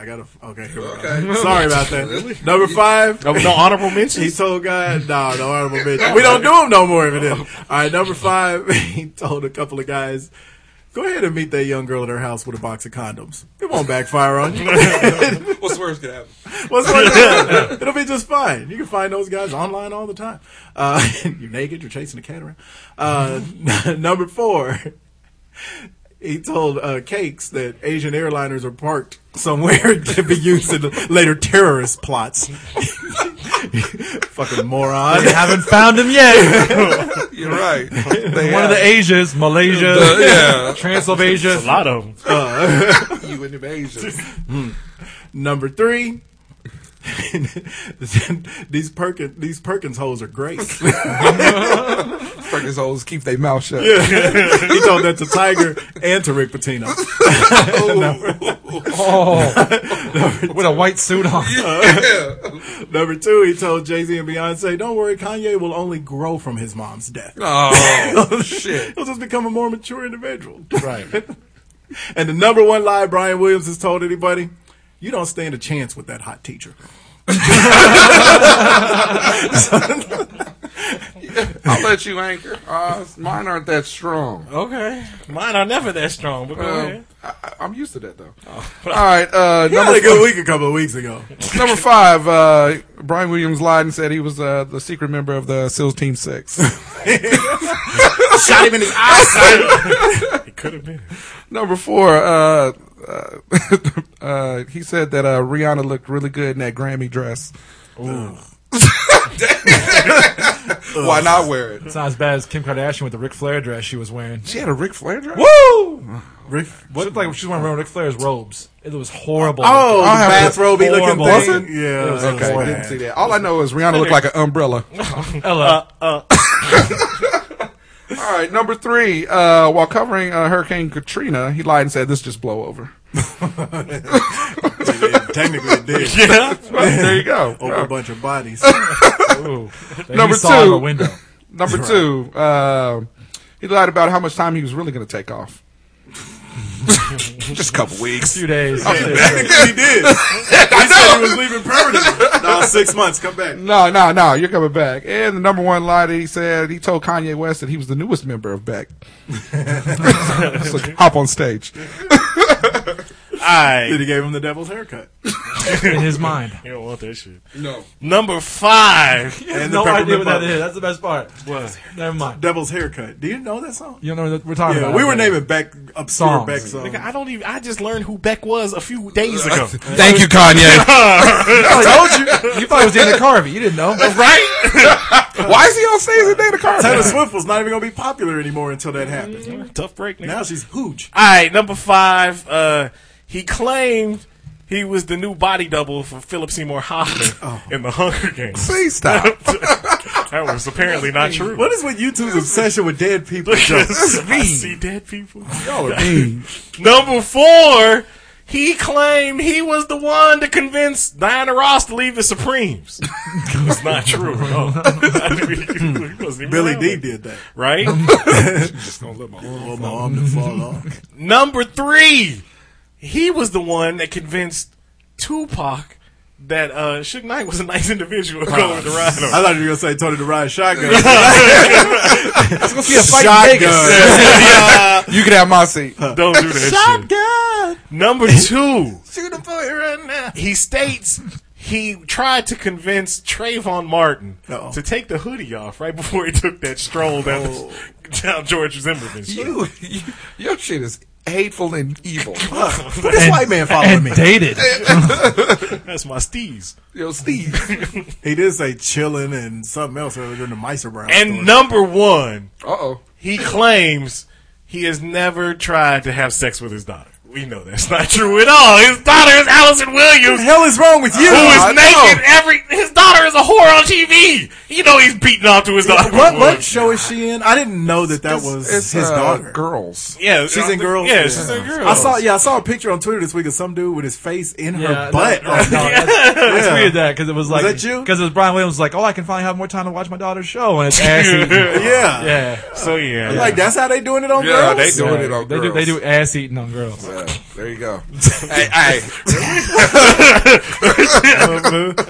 I: gotta. Okay. Here we go. [laughs] Sorry about that.
M: Really?
I: Number five.
G: Oh, No honorable mention.
I: He told God, no, no honorable mention. We don't do them no more. If it is. All right, number five, [laughs] he told a couple of guys, go ahead and meet that young girl at her house with a box of condoms. It won't backfire on you.
H: What's worse could happen?
I: What's going on? It'll be just fine. You can find those guys online all the time. Uh, [laughs] you're naked. You're chasing a cat around. Uh, [laughs] number four, he told uh, Cakes that Asian airliners are parked somewhere [laughs] to be used in later terrorist plots. [laughs] Fucking moron.
F: They haven't found him
I: [laughs]
F: yet. [laughs]
H: You're right. They
F: One of the Asias, Malaysia,
H: yeah.
G: A
F: [laughs] Transylvania.
G: lot of them.
H: you in the
F: [laughs]
H: Asians.
I: Number three. [laughs] these Perkins these Perkins hoes are great. [laughs] he
H: Fuckers hoes keep their mouth shut.
I: told that to Tiger and to Rick Pitino. [laughs]
F: Oh, [laughs] with a white suit on.
I: Number two, he told Jay Z and Beyonce, "Don't worry, Kanye will only grow from his mom's death.
F: [laughs]
H: Oh shit.
I: He'll just become a more mature individual." Right. [laughs] and the number one lie Brian Williams has told anybody: "You don't stand a chance with that hot teacher."
M: I'll let you anchor. Uh, mine aren't that strong.
F: Oh.
G: Okay. Mine are never that strong, but go
M: Uh,
G: ahead.
M: I, I- I'm used to that though.
F: Oh.
M: All right,
F: [laughs]
M: uh,
I: That was
M: number
I: a good week a couple of weeks ago.
M: number five. Uh, Brian Williams lied and said he was uh, the secret member of the SEALs Team Six.
F: [laughs]
I: Shot him in his eyes.
G: [laughs] It could have been.
M: Number four, uh, uh, [laughs] uh, he said that uh, Rihanna looked really good in that Grammy dress. [laughs]
H: Why not wear it?
F: It's not as bad as Kim Kardashian with the Ric Flair dress she was wearing.
M: She had a Ric Flair dress.
F: Woo! Rick, what like she's wearing Ric Flair's robes? It was horrible.
I: Oh,
M: I'll have to-
I: bathrobe looking
F: Horrible.
I: thing.
F: Was
I: Yeah. Oh,
M: Okay, I didn't see that. All I know is Rihanna looked like an
F: [laughs]
M: umbrella.
F: Ella,
M: All right, number three. Uh, while covering uh, Hurricane Katrina, he lied and said this just blow over.
I: [laughs] Technically, it did.
G: Yeah.
M: Well, there you go.
I: Over a
M: Uh,
I: bunch of bodies.
F: Ooh. That you
M: Number
F: Oh, saw in
M: two.
F: the window.
H: um,
M: number two, uh, he lied about how much time he was really going to take off.
H: Just a couple weeks.
F: Few days. [laughs]
I: Technically, he did. He said he was leaving permanently. No, six months. Come back.
H: [laughs] No, no, no, you're coming back. And the number one lie that he said, he told Kanye West that he was the newest member of Beck. so hop on stage.
I: Then
G: I
I: he gave him the devil's haircut
F: in his [laughs] mind.
G: you don't want that shit.
H: No.
G: Number [laughs] five.
I: and the
F: no idea
I: peppermint
F: what that
I: bun.
F: is. That's the best part. What? Never mind.
I: Devil's haircut. Do you know that song?
F: You know what we're talking
I: Yeah,
F: about.
I: we were naming Beck obscure
F: Songs.
I: Beck songs.
G: I don't even. I just learned who Beck was a few days ago.
H: Thank you, [laughs] Kanye.
F: I told you. You thought it was Dana Carvey. You didn't know.
H: Why is he on stage with Dana
I: Taylor
H: Carvey?
I: Swift was not even going to be popular anymore until that happened.
G: [laughs] Tough break. Nigga.
I: Now she's huge.
G: All right, number five. Uh, he claimed he was the new body double for Philip Seymour Hoffman in the Hunger Games.
H: Please stop.
G: That was apparently not true.
I: What is with YouTube's obsession with dead
G: [laughs]
I: people? Joe?
G: I see dead people. [laughs] number four. He claimed he was the one to convince Diana Ross to leave the [laughs] Supremes. it's not true. at all. [laughs] I mean, he wasn't even
I: Billy
G: around
I: D
G: then,
I: did that.
G: right?
I: Oh, my arm to fall off.
G: [laughs] Number three, he was the one that convinced Tupac that uh, Suge Knight was a nice individual going to
I: I
G: ride him.
I: thought you were going to say Tony the Ride Shotgun.
F: Yeah, fight in Vegas.
I: Shotgun.
F: [laughs]
H: You can have my seat.
G: Don't do that shit. Number two,
H: Shoot a boy right now.
G: he states he tried to convince Trayvon Martin
I: Uh-oh.
G: to take the hoodie off right before he took that stroll down, the, [laughs] down George Zimmerman Street.
H: You, you, your shit is hateful and evil.
I: Who this [laughs] white man following me?
F: And dated.
G: That's my steez.
H: Yo, Steve.
I: He did say chilling and something else earlier during the Meiser Brown. story.
G: And number one,
H: Uh oh.
G: he claims he has never tried to have sex with his daughter. We know that's not true at all. His daughter is Allison
I: What the
G: Williams,
I: hell is wrong with you?
G: who is
H: I know.
G: naked every. His daughter is a whore on TV. You know he's beating off to his daughter.
I: what what show is she in? I didn't know that that was
H: It's
I: his
H: uh,
I: daughter.
H: Girls.
G: Yeah,
I: She's in Girls.
G: Yeah, she's in girls.
I: I saw yeah, I saw a picture on Twitter this week of some dude with his face in her
F: Yeah, oh,
I: butt.
F: no, no,
I: [laughs]
F: no, that's, that's weird that because it was like
I: that you?
F: because it was Brian Williams like oh I can finally have more time to watch my daughter's show and it's
G: [laughs]
F: ass eating.
I: yeah.
F: yeah
G: So yeah,
I: Like that's how they doing it on
H: Yeah,
I: girls?
H: they doing
F: Yeah,
H: it on
F: they do
H: girls.
F: they do ass eating on girls
H: Yeah, there you go. [laughs] hey, hey,
I: [laughs]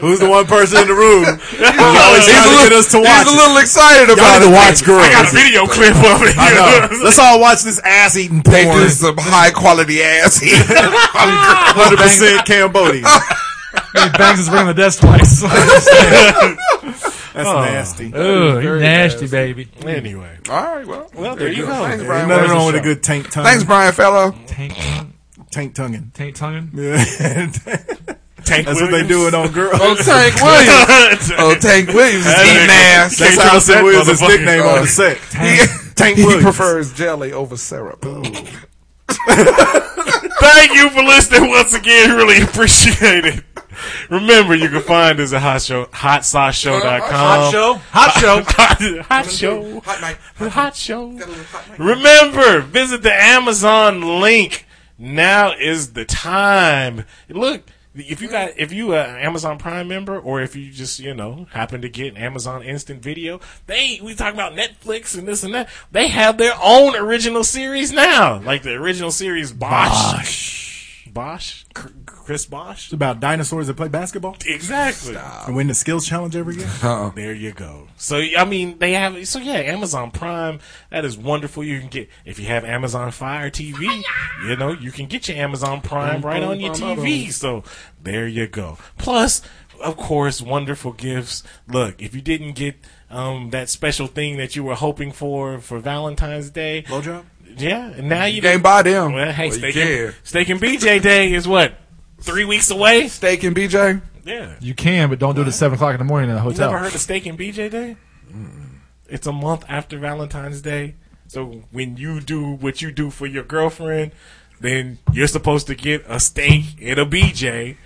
I: Who's the one person in the room?
G: [laughs]
I: who's always trying to get us to watch.
H: he's a little excited about
I: need
H: it.
I: to watch
H: baby.
I: girls.
G: I got a video clip of it.
I: I know.
G: [laughs]
I: Let's all watch this ass eating
H: They do
I: porn.
H: some high quality ass.
I: [laughs]
H: here.
I: Hundred percent Cambodian.
F: he bangs his ring on the desk twice [laughs]
I: That's nasty.
F: Ugh, you nasty baby
G: Anyway,
H: All right, well,
G: well there you
H: Thanks,
G: go.
H: Brian.
I: Nothing
H: Wilson.
I: wrong with a good tank tongue.
H: Thanks, Brian, fellow.
F: tank tongue-
I: Tank tonguing. [laughs]
F: tank tonguing
G: Tank
I: That's what they doing on girls.
H: Oh, Tank Williams.
I: [laughs]
H: Oh, Tank Williams is eating ass.
I: That's
G: Tank
I: Allison
G: Wilson,
I: Williams'
G: motherfucker.
I: nickname on the set.
H: [laughs] He,
I: [laughs] Tank
H: he
I: Williams.
H: prefers jelly over syrup.
G: Thank you for listening once again. Really appreciate it. Remember, you can find us at hot show, hotsauceshow.com.
F: hot show hot show
G: show. [laughs] hot show.
M: Hot night.
G: Hot show.
M: Got a little hot night.
G: Remember, visit the Amazon link. Now is the time. Look, if you got if you an Amazon Prime member, or if you just you know happen to get Amazon Instant Video, they we talk about Netflix and this and that. They have their own original series now, like the original series Bosch, Bosch, Cr- Chris Bosch.
I: It's about dinosaurs that play basketball
G: Exactly.
I: and win the skills challenge every year.
G: There you go. So I mean, they have so yeah, Amazon Prime. That is wonderful. You can get if you have Amazon Fire TV, you know you can get your Amazon Prime right on your TV. So there you go. Plus, of course, wonderful gifts. Look, if you didn't get um, that special thing that you were hoping for for Valentine's Day,
I: Blowjob?
G: yeah, and now you
H: You can't buy them.
G: Well, hey,
H: Well, you
G: steak,
H: can.
G: and, steak and BJ Day is what three weeks away.
H: Steak and BJ.
G: Yeah.
F: you can but don't do it at seven o'clock in the morning in a hotel
G: Never heard of Steak and BJ Day? It's a month after Valentine's Day. So when you do what you do for your girlfriend, then you're supposed to get a steak and a BJ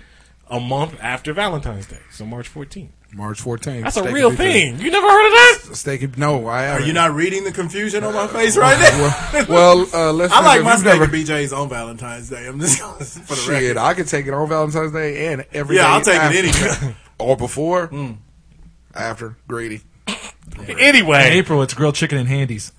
G: a month after Valentine's Day. So March 14th.
H: March 14th.
G: That's
H: Steak
G: a
H: and
G: real
H: BJ.
G: thing. You never heard of that?
H: Steak and no, I.
I: Are
H: haven't.
I: you not reading the confusion on my face right now?
H: [laughs]
I: [laughs]
H: well, uh, listen.
I: I like
H: if
I: my
H: you've
I: steak
H: never-
I: and BJ's on Valentine's Day. I'm just [laughs] for the
H: Shit,
I: record.
H: I could take it on Valentine's Day and every
I: Yeah,
H: day Hmm.
I: I'll take
H: after.
I: it anyway.
H: [laughs] or before, after [laughs] greedy.
G: Anyway.
F: in April it's grilled chicken and handies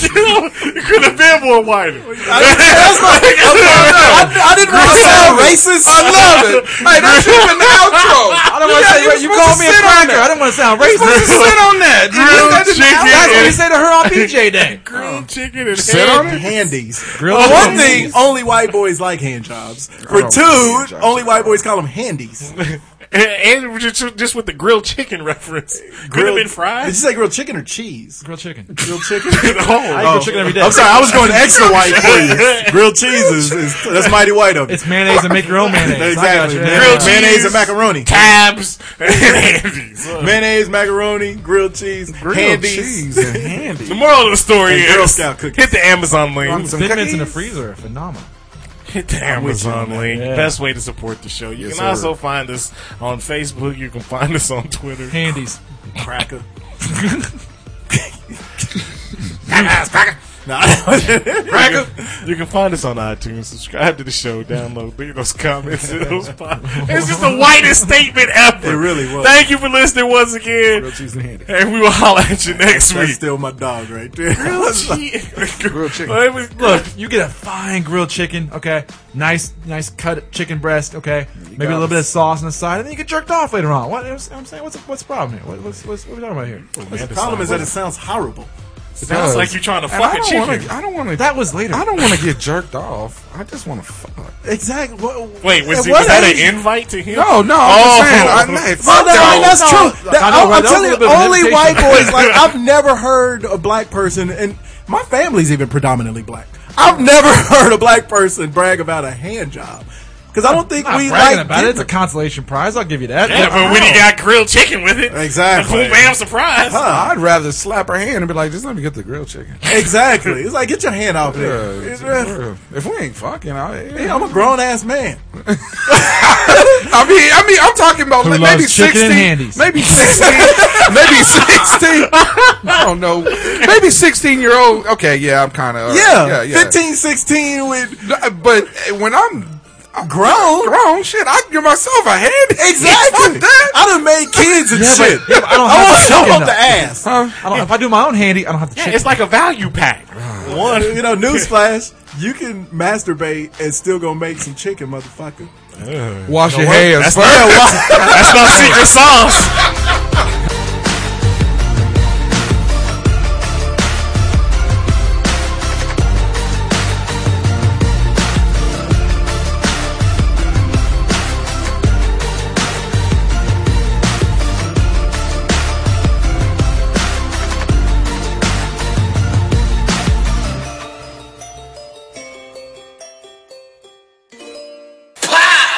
G: it could have been more whiter.
H: That's like, I, I, I didn't want to sound racist. I love it. Hey, that should [laughs] have been the outro.
F: I don't want to say you, you called me a cracker. I don't want to sound racist.
H: Sit on that. You
G: Grilled
H: did that in the
G: chicken
H: outro.
F: That's what you say to her on PJ Day.
G: Grilled chicken and
H: Sit
G: ham.
H: on it.
I: Handies.
F: Grilled
I: For one
F: chicken.
I: thing, only white boys like hand jobs. For
M: don't like hand
I: two,
M: jobs
I: only
M: at
I: white
M: all.
I: boys call them handies.
G: And [laughs] and just, just with the grilled chicken reference. Could have been
I: Did you
G: fried.
H: [laughs]
I: say grilled chicken or cheese?
F: Grilled chicken.
I: Grilled [laughs] chicken.
F: I eat grilled chicken every day.
I: Oh. I'm sorry, I was going extra white for you. Grilled cheese is, is that's mighty white of you.
F: It's mayonnaise and make your own mayonnaise.
I: exactly.
F: I got you. Yeah.
G: Grilled
I: mayonnaise
G: cheese.
I: and macaroni.
G: Tabs and
H: [laughs]
G: handies.
I: Mayonnaise, macaroni, grilled cheese, handies.
H: cheese and handy.
G: The moral of the story
I: And Girl
G: is
I: Scout cookies.
G: hit the Amazon link.
H: Want some
F: Thin mints in the
H: cookies?
F: freezer are phenomenal.
G: Hit the Amazon link.
F: Yeah.
G: Best way to support the show. You
H: Yes,
G: can
H: sir.
G: also find us on Facebook. You can find us on
I: [laughs]
G: Twitter.
F: Handies.
G: [laughs]
I: Cracker.
G: You can find us on iTunes. Subscribe to the show. Download. Leave those comments. and those pop- It's just the whitest statement ever.
I: It really was.
G: Thank you for listening once again.
H: Grilled cheese and handy.
G: And we will holler at you next
I: That's
G: week.
I: still my dog right there. [laughs]
G: Grilled
M: chicken.
F: Look, you get a fine grilled chicken, okay? Nice, nice cut chicken breast, okay? Maybe a
H: got
F: little
H: it.
F: bit of sauce on the side, and then you get jerked off later on. What you know what I'm saying? What's what's the problem here? What, what's, what's what are we talking about here?
I: The problem is that it sounds horrible.
G: Sounds like you're trying to
H: And I
G: fuck a
H: don't
G: chicken.
H: wanna- I don't want to.
F: That was later.
H: I don't want to get jerked off. I just want to fuck.
I: Exactly. What,
G: Wait, was,
H: At
G: it, was
H: what
G: that
H: age-
G: an invite to him?
H: No, no. I'm
G: Oh.
H: just saying. I, man,
I: Well,
H: fuck
I: no,
H: y'all.
I: that's
F: no.
I: true. That-
F: I know,
I: I'm, I'm
F: right? That was a
I: telling you,
F: little bit of
I: only
F: hesitation.
I: white boys. Like I've never heard a black person, and my family's even predominantly black. I've never [laughs] heard a black person brag about a hand job because I don't think
F: I'm not
I: we
F: bragging
I: like
F: about it. It's a
I: getting
F: consolation prize. I'll give you that.
G: Yeah, but when he got grilled chicken with it,
I: them. exactly.
G: boom, bam, surprise.
H: I'd rather slap her hand and be like, just let me get the grilled chicken.
I: [laughs] Exactly. It's like get your hand off
H: Yeah,
I: there. It's- uh,
H: if we ain't fucking, I,
I: hey, I'm a grown ass man.
H: I mean, I mean, I'm talking about
F: Who
H: like
F: loves
H: maybe
F: chicken and
H: sixteen,
F: handies?
H: maybe sixteen, [laughs] maybe sixteen. I don't know, maybe sixteen year old. Okay, yeah, I'm kind of
I: Yeah,
H: yeah, yeah.
I: fifteen, sixteen 15, 16 with
H: No, But uh, when I'm
I: grown.
H: grown, shit, I can give myself a hand.
I: Exactly.
H: [laughs] Fuck that.
I: I done made kids and
F: Yeah, but-
I: shit.
F: yeah, but I
I: [laughs]
F: don't have
I: want
F: the
I: to show
F: chicken,
I: off
F: though.
I: the ass.
F: I don't, if I do my own handy, I don't have to
G: Yeah,
F: check.
G: it's like a value pack.
I: One, you know, newsflash: you can masturbate and still gonna make some chicken, motherfucker.
H: Wash your hands.
G: That's not secret sauce.